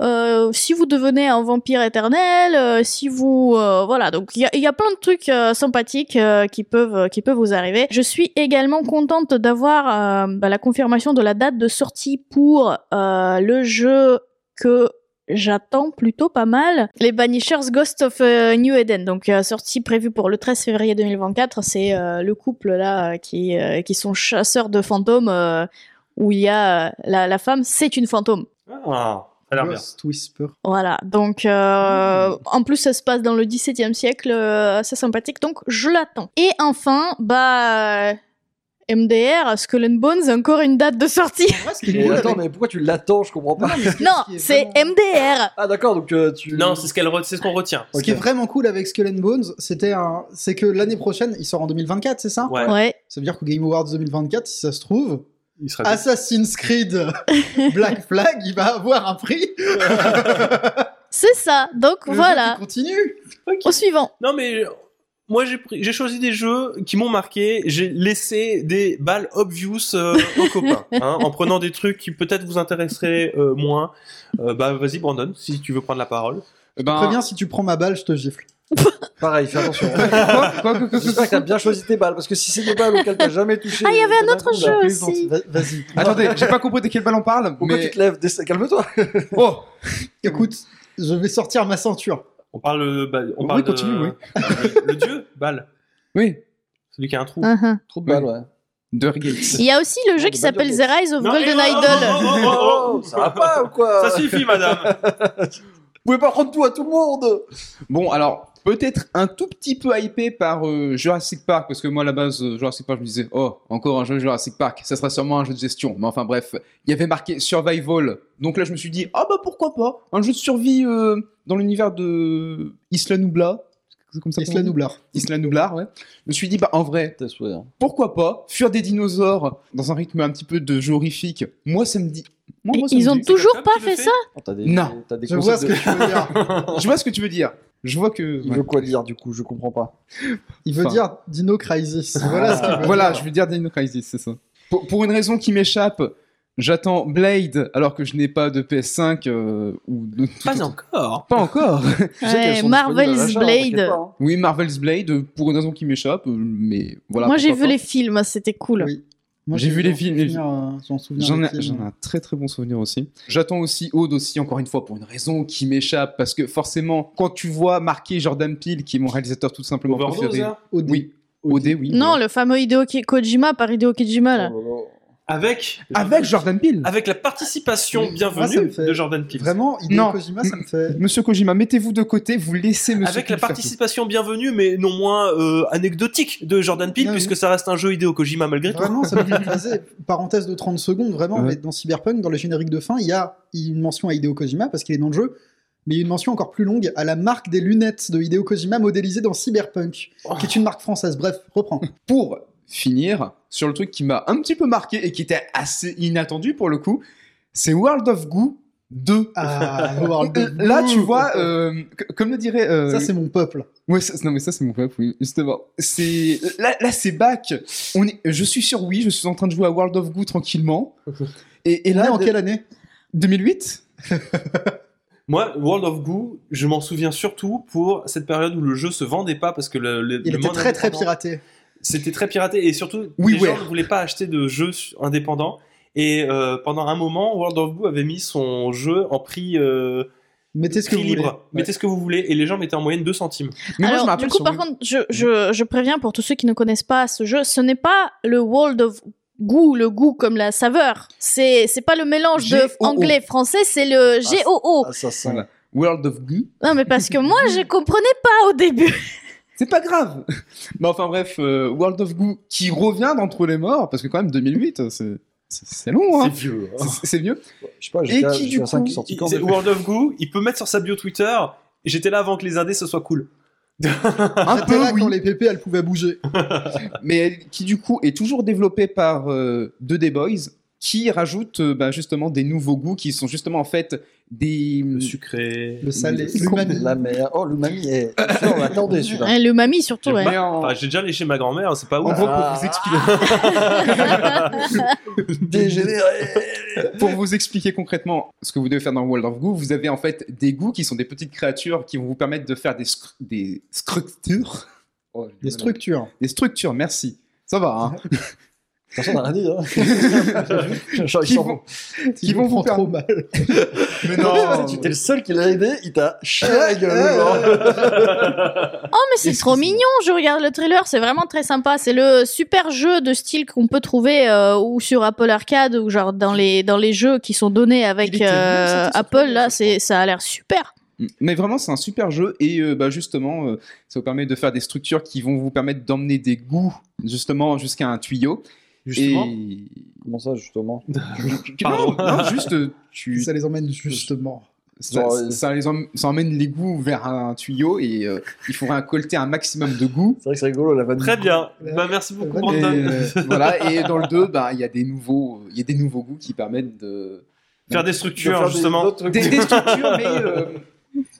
Speaker 4: Euh, si vous devenez un vampire éternel, euh, si vous euh, voilà, donc il y a, il y a plein de trucs euh, sympathiques euh, qui peuvent euh, qui peuvent vous arriver. Je suis également contente d'avoir euh, bah, la confirmation de la date de sortie pour euh, le jeu que j'attends plutôt pas mal. Les Banishers Ghost of euh, New Eden, donc euh, sortie prévue pour le 13 février 2024. C'est euh, le couple là euh, qui, euh, qui sont chasseurs de fantômes euh, où il y a euh, la, la femme, c'est une fantôme.
Speaker 1: Ah, ça a l'air bien.
Speaker 3: Ghost Whisper.
Speaker 4: Voilà, donc euh,
Speaker 3: Hmm.
Speaker 4: en plus ça se passe dans le 17e siècle, euh, c'est sympathique, donc je l'attends. Et enfin, bah... euh, MDR, Skull and Bones, encore une date de sortie.
Speaker 3: En vrai, ce qui est
Speaker 5: Mais
Speaker 3: cool
Speaker 5: attends,
Speaker 3: avec-
Speaker 5: mais pourquoi tu l'attends Je comprends
Speaker 3: Non,
Speaker 5: pas.
Speaker 3: non, mais ce qui est-
Speaker 4: non,
Speaker 3: ce qui est
Speaker 4: c'est
Speaker 3: vraiment-
Speaker 4: MDR.
Speaker 5: Ah d'accord, donc euh, tu.
Speaker 1: Non, c'est ce qu'elle re- c'est ce qu'on retient.
Speaker 3: Ce qui est vraiment cool avec Skull and Bones, c'était un... c'est que l'année prochaine, il sort en 2024, c'est
Speaker 5: Ah.
Speaker 3: ça
Speaker 1: Ouais.
Speaker 4: Ouais.
Speaker 3: Ça veut dire qu'au Game Awards 2024, si ça se trouve,
Speaker 1: Il sera
Speaker 3: Assassin's Creed Black Flag, il va avoir un prix.
Speaker 4: C'est ça, donc
Speaker 3: Le jeu
Speaker 4: voilà.
Speaker 3: qui continue.
Speaker 4: Au suivant.
Speaker 1: Non, mais euh, moi, j'ai pris- j'ai choisi des jeux qui m'ont marqué. J'ai laissé des balles obvious euh, aux copains, hein, en prenant des trucs qui peut-être vous intéresseraient euh, moins. Euh, bah, vas-y, Brandon, si tu veux prendre la parole.
Speaker 2: Eh ben,
Speaker 3: Préviens, si tu prends ma balle, je te gifle.
Speaker 5: Pareil, fais attention.
Speaker 2: quoi, quoi, quoi, quoi,
Speaker 5: J'espère que t'as bien choisi tes balles, parce que si c'est des balles auxquelles t'as jamais touché.
Speaker 4: Ah, il y avait un
Speaker 5: t'as
Speaker 4: autre
Speaker 5: raison, là.
Speaker 4: jeu
Speaker 3: Plaisante.
Speaker 4: aussi.
Speaker 3: Va- Vas-y.
Speaker 2: Attendez, j'ai pas compris de quelle balle on parle,
Speaker 5: Pourquoi
Speaker 2: mais
Speaker 5: tu te lèves Dess- Calme-toi.
Speaker 2: oh,
Speaker 3: Écoute, je vais sortir ma ceinture.
Speaker 1: On parle, euh, bah, on
Speaker 2: Oui,
Speaker 1: parle
Speaker 2: continue,
Speaker 1: de... euh,
Speaker 2: oui.
Speaker 1: le, le dieu, balle,
Speaker 2: oui,
Speaker 1: celui qui a un trou.
Speaker 4: Uh-huh.
Speaker 5: Trop de
Speaker 2: Oui.
Speaker 5: balles, ouais.
Speaker 2: Dirtgate.
Speaker 4: Il y a aussi le jeu
Speaker 5: Non,
Speaker 4: qui
Speaker 5: de
Speaker 4: s'appelle
Speaker 5: Baldur Gate.
Speaker 4: The Rise of
Speaker 1: Non,
Speaker 4: Golden
Speaker 1: mais-
Speaker 4: Idol.
Speaker 1: Oh, oh, oh, oh.
Speaker 5: ça va pas ou quoi
Speaker 1: Ça suffit, madame.
Speaker 5: Vous pouvez pas prendre tout à tout le monde
Speaker 2: Bon, alors peut-être un tout petit peu hypé par euh, Jurassic Park, parce que moi à la base euh, Jurassic Park, je me disais oh encore un jeu Jurassic Park, ça sera sûrement un jeu de gestion. Mais enfin bref, il y avait marqué survival, donc là je me suis dit ah bah pourquoi pas un jeu de survie euh, dans l'univers de Isla Nubla. C'est comme ça qu'on
Speaker 3: Isla
Speaker 2: dit
Speaker 3: Nublar.
Speaker 2: Isla Nublar, ouais. Je me suis dit bah en vrai
Speaker 5: T'as souhait.
Speaker 2: pourquoi pas fuir des dinosaures dans un rythme un petit peu de jeu horrifique. Moi ça me dit. moi,
Speaker 4: Mais
Speaker 2: moi, ça
Speaker 4: Ils
Speaker 2: me
Speaker 4: ont
Speaker 2: dit-
Speaker 4: toujours
Speaker 1: Capcom
Speaker 4: pas
Speaker 1: qui le
Speaker 4: fait
Speaker 1: fait
Speaker 4: ça.
Speaker 5: Oh, T'as des,
Speaker 2: Non.
Speaker 5: t'as des
Speaker 3: Je vois ce que
Speaker 5: concepts
Speaker 3: tu veux dire.
Speaker 2: Je vois ce que tu veux dire. Je vois que.
Speaker 5: de- Il
Speaker 2: Ouais.
Speaker 5: veut quoi dire du coup Je comprends pas.
Speaker 3: Il veut
Speaker 2: Enfin. Ah.
Speaker 3: dire Dino Crisis. Voilà ce qu'il veut
Speaker 2: Voilà,
Speaker 3: dire.
Speaker 2: je veux dire Dino Crisis, c'est ça. Pour, pour une raison qui m'échappe, j'attends Blade alors que je n'ai pas de PS5 euh, ou de tout
Speaker 1: Pas
Speaker 2: autre-
Speaker 1: encore.
Speaker 2: Pas encore.
Speaker 5: Je sais qu'elles
Speaker 4: Ouais,
Speaker 5: sont disponibles à
Speaker 4: Marvel's
Speaker 5: l'achat,
Speaker 4: Blade.
Speaker 5: t'inquiète pas, hein.
Speaker 2: oui, Marvel's Blade euh, pour une raison qui m'échappe, euh, mais voilà.
Speaker 4: Moi j'ai vu
Speaker 2: pourquoi
Speaker 4: les films, hein, c'était cool.
Speaker 3: Oui. Moi,
Speaker 2: J'ai vu les films, les
Speaker 3: souvenir, euh, J'en
Speaker 2: pas.
Speaker 3: souviens.
Speaker 2: J'en
Speaker 3: des
Speaker 2: ai,
Speaker 3: films.
Speaker 2: j'en ai un très très bon souvenir aussi. J'attends aussi Aude aussi, encore une fois, pour une raison qui m'échappe, parce que forcément, quand tu vois marqué Jordan Peele, qui est mon réalisateur tout simplement
Speaker 1: Overdose,
Speaker 2: préféré.
Speaker 1: hein.
Speaker 3: OD.
Speaker 2: Oui, OD, oui.
Speaker 4: Non, le fameux Hideo Ki- Kojima par Hideo Kojima là.
Speaker 5: Oh
Speaker 1: Avec,
Speaker 2: Avec Jordan Peele
Speaker 1: avec la participation
Speaker 3: Ah, ça me
Speaker 1: bienvenue
Speaker 3: fait-
Speaker 1: de Jordan Peele.
Speaker 3: Vraiment, Hideo
Speaker 2: Non.
Speaker 3: Kojima, ça me fait.
Speaker 2: Monsieur Kojima, mettez-vous de côté, vous laissez Monsieur
Speaker 1: Avec la
Speaker 2: Peele faire tout.
Speaker 1: participation bienvenue, mais non moins euh, anecdotique de Jordan Peele,
Speaker 3: Non,
Speaker 1: puisque ça reste un jeu idéo Kojima malgré tout.
Speaker 3: Vraiment, ça me fait passer. Parenthèse de 30 secondes, vraiment,
Speaker 2: Ouais.
Speaker 3: mais dans Cyberpunk, dans le générique de fin, il y a une mention à Hideo Kojima parce qu'il est dans le jeu, mais il y a une mention encore plus longue à la marque des lunettes de Hideo Kojima modélisée dans Cyberpunk,
Speaker 1: Oh.
Speaker 3: qui est une marque française. Bref, reprends.
Speaker 2: pour finir sur le truc qui m'a un petit peu marqué et qui était assez inattendu pour le coup, c'est World of Goo 2.
Speaker 3: Ah, World
Speaker 2: Euh,
Speaker 3: of
Speaker 2: Là,
Speaker 3: Goo.
Speaker 2: tu vois, euh, c- comme le dirait. euh,
Speaker 3: Ça, c'est mon peuple.
Speaker 2: ouais, ça- non, mais ça, c'est mon peuple, oui, justement. C'est, là, là, c'est back. On est, je suis sur Wii, je suis en train de jouer à World of Goo tranquillement. Et, et
Speaker 3: Et là,
Speaker 2: là,
Speaker 3: en quelle année
Speaker 2: 2008
Speaker 1: Moi, World of Goo, je m'en souviens surtout pour cette période où le jeu se vendait pas parce que le, le-
Speaker 3: Il
Speaker 1: le
Speaker 3: était
Speaker 1: monde
Speaker 3: très très
Speaker 1: indépendant,
Speaker 3: piraté.
Speaker 1: C'était très piraté et surtout les
Speaker 2: WiiWare.
Speaker 1: gens ne voulaient pas acheter de jeux indépendants. Et euh, pendant un moment, World of Goo avait mis son jeu en prix, euh,
Speaker 3: Mettez ce que
Speaker 1: prix
Speaker 3: vous
Speaker 1: libre.
Speaker 3: voulez.
Speaker 1: Mettez ce que vous voulez et les gens mettaient en moyenne 2 centimes.
Speaker 2: Mais moi,
Speaker 4: Alors,
Speaker 2: je me rappelle
Speaker 4: du coup,
Speaker 2: sur
Speaker 4: par
Speaker 2: Wii-
Speaker 4: contre, je, je, je préviens pour tous ceux qui ne connaissent pas ce jeu, ce n'est pas le World of Goût, le goût comme la saveur. C'est c'est pas le mélange de
Speaker 2: G.O.O..
Speaker 4: anglais-français, c'est le
Speaker 5: c'est-
Speaker 4: GOO.
Speaker 5: Ah, ça sent.
Speaker 2: Voilà. World of Goo
Speaker 4: Non, mais parce que moi, je comprenais pas au début.
Speaker 2: C'est pas grave. Mais enfin bref, euh, World of Goo qui revient d'entre les morts parce que quand même 2008, c'est c'est- c'est long, hein.
Speaker 5: vieux. hein.
Speaker 2: C'est- C'est vieux.
Speaker 5: Je sais pas,
Speaker 2: Et
Speaker 5: j'ai
Speaker 2: qui, du
Speaker 5: un 5
Speaker 2: coup,
Speaker 5: qui est sorti
Speaker 1: Il-
Speaker 5: quand
Speaker 1: c'est
Speaker 5: même.
Speaker 1: World of Goo, il peut mettre sur sa bio Twitter J'étais là avant que les indés ce soit cool.
Speaker 2: Un
Speaker 3: C'était
Speaker 2: peu,
Speaker 3: là
Speaker 2: oui.
Speaker 3: quand les pépés, elles pouvaient bouger.
Speaker 2: mais qui du coup est toujours développé par euh, The Day Boys, qui rajoute euh, bah, justement des nouveaux goûts qui sont justement en fait des. hmm,
Speaker 1: Le sucré.
Speaker 3: Le salé,
Speaker 5: Le-
Speaker 3: l'umami.
Speaker 5: La mer. Oh, l'umami est. Putain, on l'attendait, celui-là.
Speaker 4: Hein, le mamie surtout, ouais.
Speaker 2: Bah, Mais
Speaker 3: Oh.
Speaker 2: en-
Speaker 1: Enfin, j'ai déjà léché ma grand-mère, c'est pas
Speaker 2: en
Speaker 1: ouf.
Speaker 2: gros, pour
Speaker 5: Ah.
Speaker 2: vous expliquer.
Speaker 5: Dégénéré.
Speaker 2: pour vous expliquer concrètement ce que vous devez faire dans World of Goo, vous avez en fait des goûts qui sont des petites créatures qui vont vous permettre de faire des, scr- des structures. Oh, j'ai du
Speaker 3: Des
Speaker 2: mal à-
Speaker 3: structures.
Speaker 2: Des structures, merci. Ça va, hein.
Speaker 5: De toute façon, on a rien dit. Hein. Genre, ils
Speaker 2: Qui
Speaker 5: s'en
Speaker 2: vont-
Speaker 5: vont.
Speaker 2: qui vont vous
Speaker 3: prend trop
Speaker 2: permettre.
Speaker 3: mal.
Speaker 2: Mais
Speaker 5: tu t'es le seul qui l'a aidé, il t'a chié la gueule. le genre.
Speaker 4: Oh, mais c'est trop mignon, je regarde le trailer, c'est vraiment très sympa. C'est le super jeu de style qu'on peut trouver euh, ou sur Apple Arcade ou genre dans les, dans les jeux qui sont donnés
Speaker 2: Il
Speaker 4: avec
Speaker 2: était
Speaker 4: euh,
Speaker 2: bien, c'était
Speaker 4: Apple,
Speaker 2: super bien,
Speaker 4: là,
Speaker 2: je
Speaker 4: c'est, ça a l'air super.
Speaker 2: Mais vraiment, c'est un super jeu et euh, bah, justement, euh, ça vous permet de faire des structures qui vont vous permettre d'emmener des goûts justement jusqu'à un tuyau.
Speaker 1: Justement.
Speaker 2: Et...
Speaker 5: Comment ça, justement
Speaker 1: Pardon.
Speaker 2: Non, non, juste euh, tu-
Speaker 3: Ça les emmène justement.
Speaker 2: ça,
Speaker 5: Genre, euh,
Speaker 2: ça les emmène, ça emmène les goûts vers un tuyau et euh, il faut récolter un maximum de goûts.
Speaker 5: C'est vrai que c'est rigolo, la vanne.
Speaker 1: Très bien.
Speaker 3: Ouais.
Speaker 1: Bah, merci beaucoup,
Speaker 3: Ouais.
Speaker 2: Et,
Speaker 1: Brandon.
Speaker 2: euh, voilà, et dans le 2, bah, il y, a des nouveaux- il y a des nouveaux goûts qui permettent de.
Speaker 1: Faire des
Speaker 5: Tu veux
Speaker 1: structures,
Speaker 5: faire des-
Speaker 1: justement.
Speaker 5: d'autres trucs
Speaker 2: Des, des structures, mais. euh,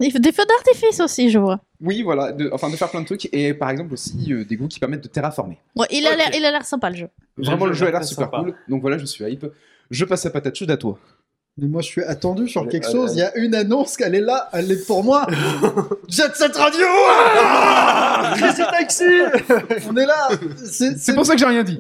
Speaker 4: Des des feux d'artifice aussi, je vois.
Speaker 2: oui, voilà, de- enfin de faire plein de trucs et par exemple aussi euh, des goûts qui permettent de terraformer.
Speaker 4: Ouais, il, a
Speaker 1: Ok.
Speaker 4: l'air, il a l'air sympa le jeu.
Speaker 2: Vraiment, le jeu a l'air
Speaker 1: très
Speaker 2: super
Speaker 1: sympa.
Speaker 2: cool. Donc voilà, je suis hype. Je passe à Patate Chaude à toi.
Speaker 3: Mais moi, je suis attendu sur
Speaker 5: Allez,
Speaker 3: quelque
Speaker 5: allez,
Speaker 2: euh,
Speaker 3: chose. Il y a une annonce qu'elle est là, elle est pour moi. Jette cette radio
Speaker 5: Crazy Taxi
Speaker 3: On est là C'est-
Speaker 2: Ah C'est
Speaker 3: c'est-
Speaker 2: pour ça que j'ai rien dit.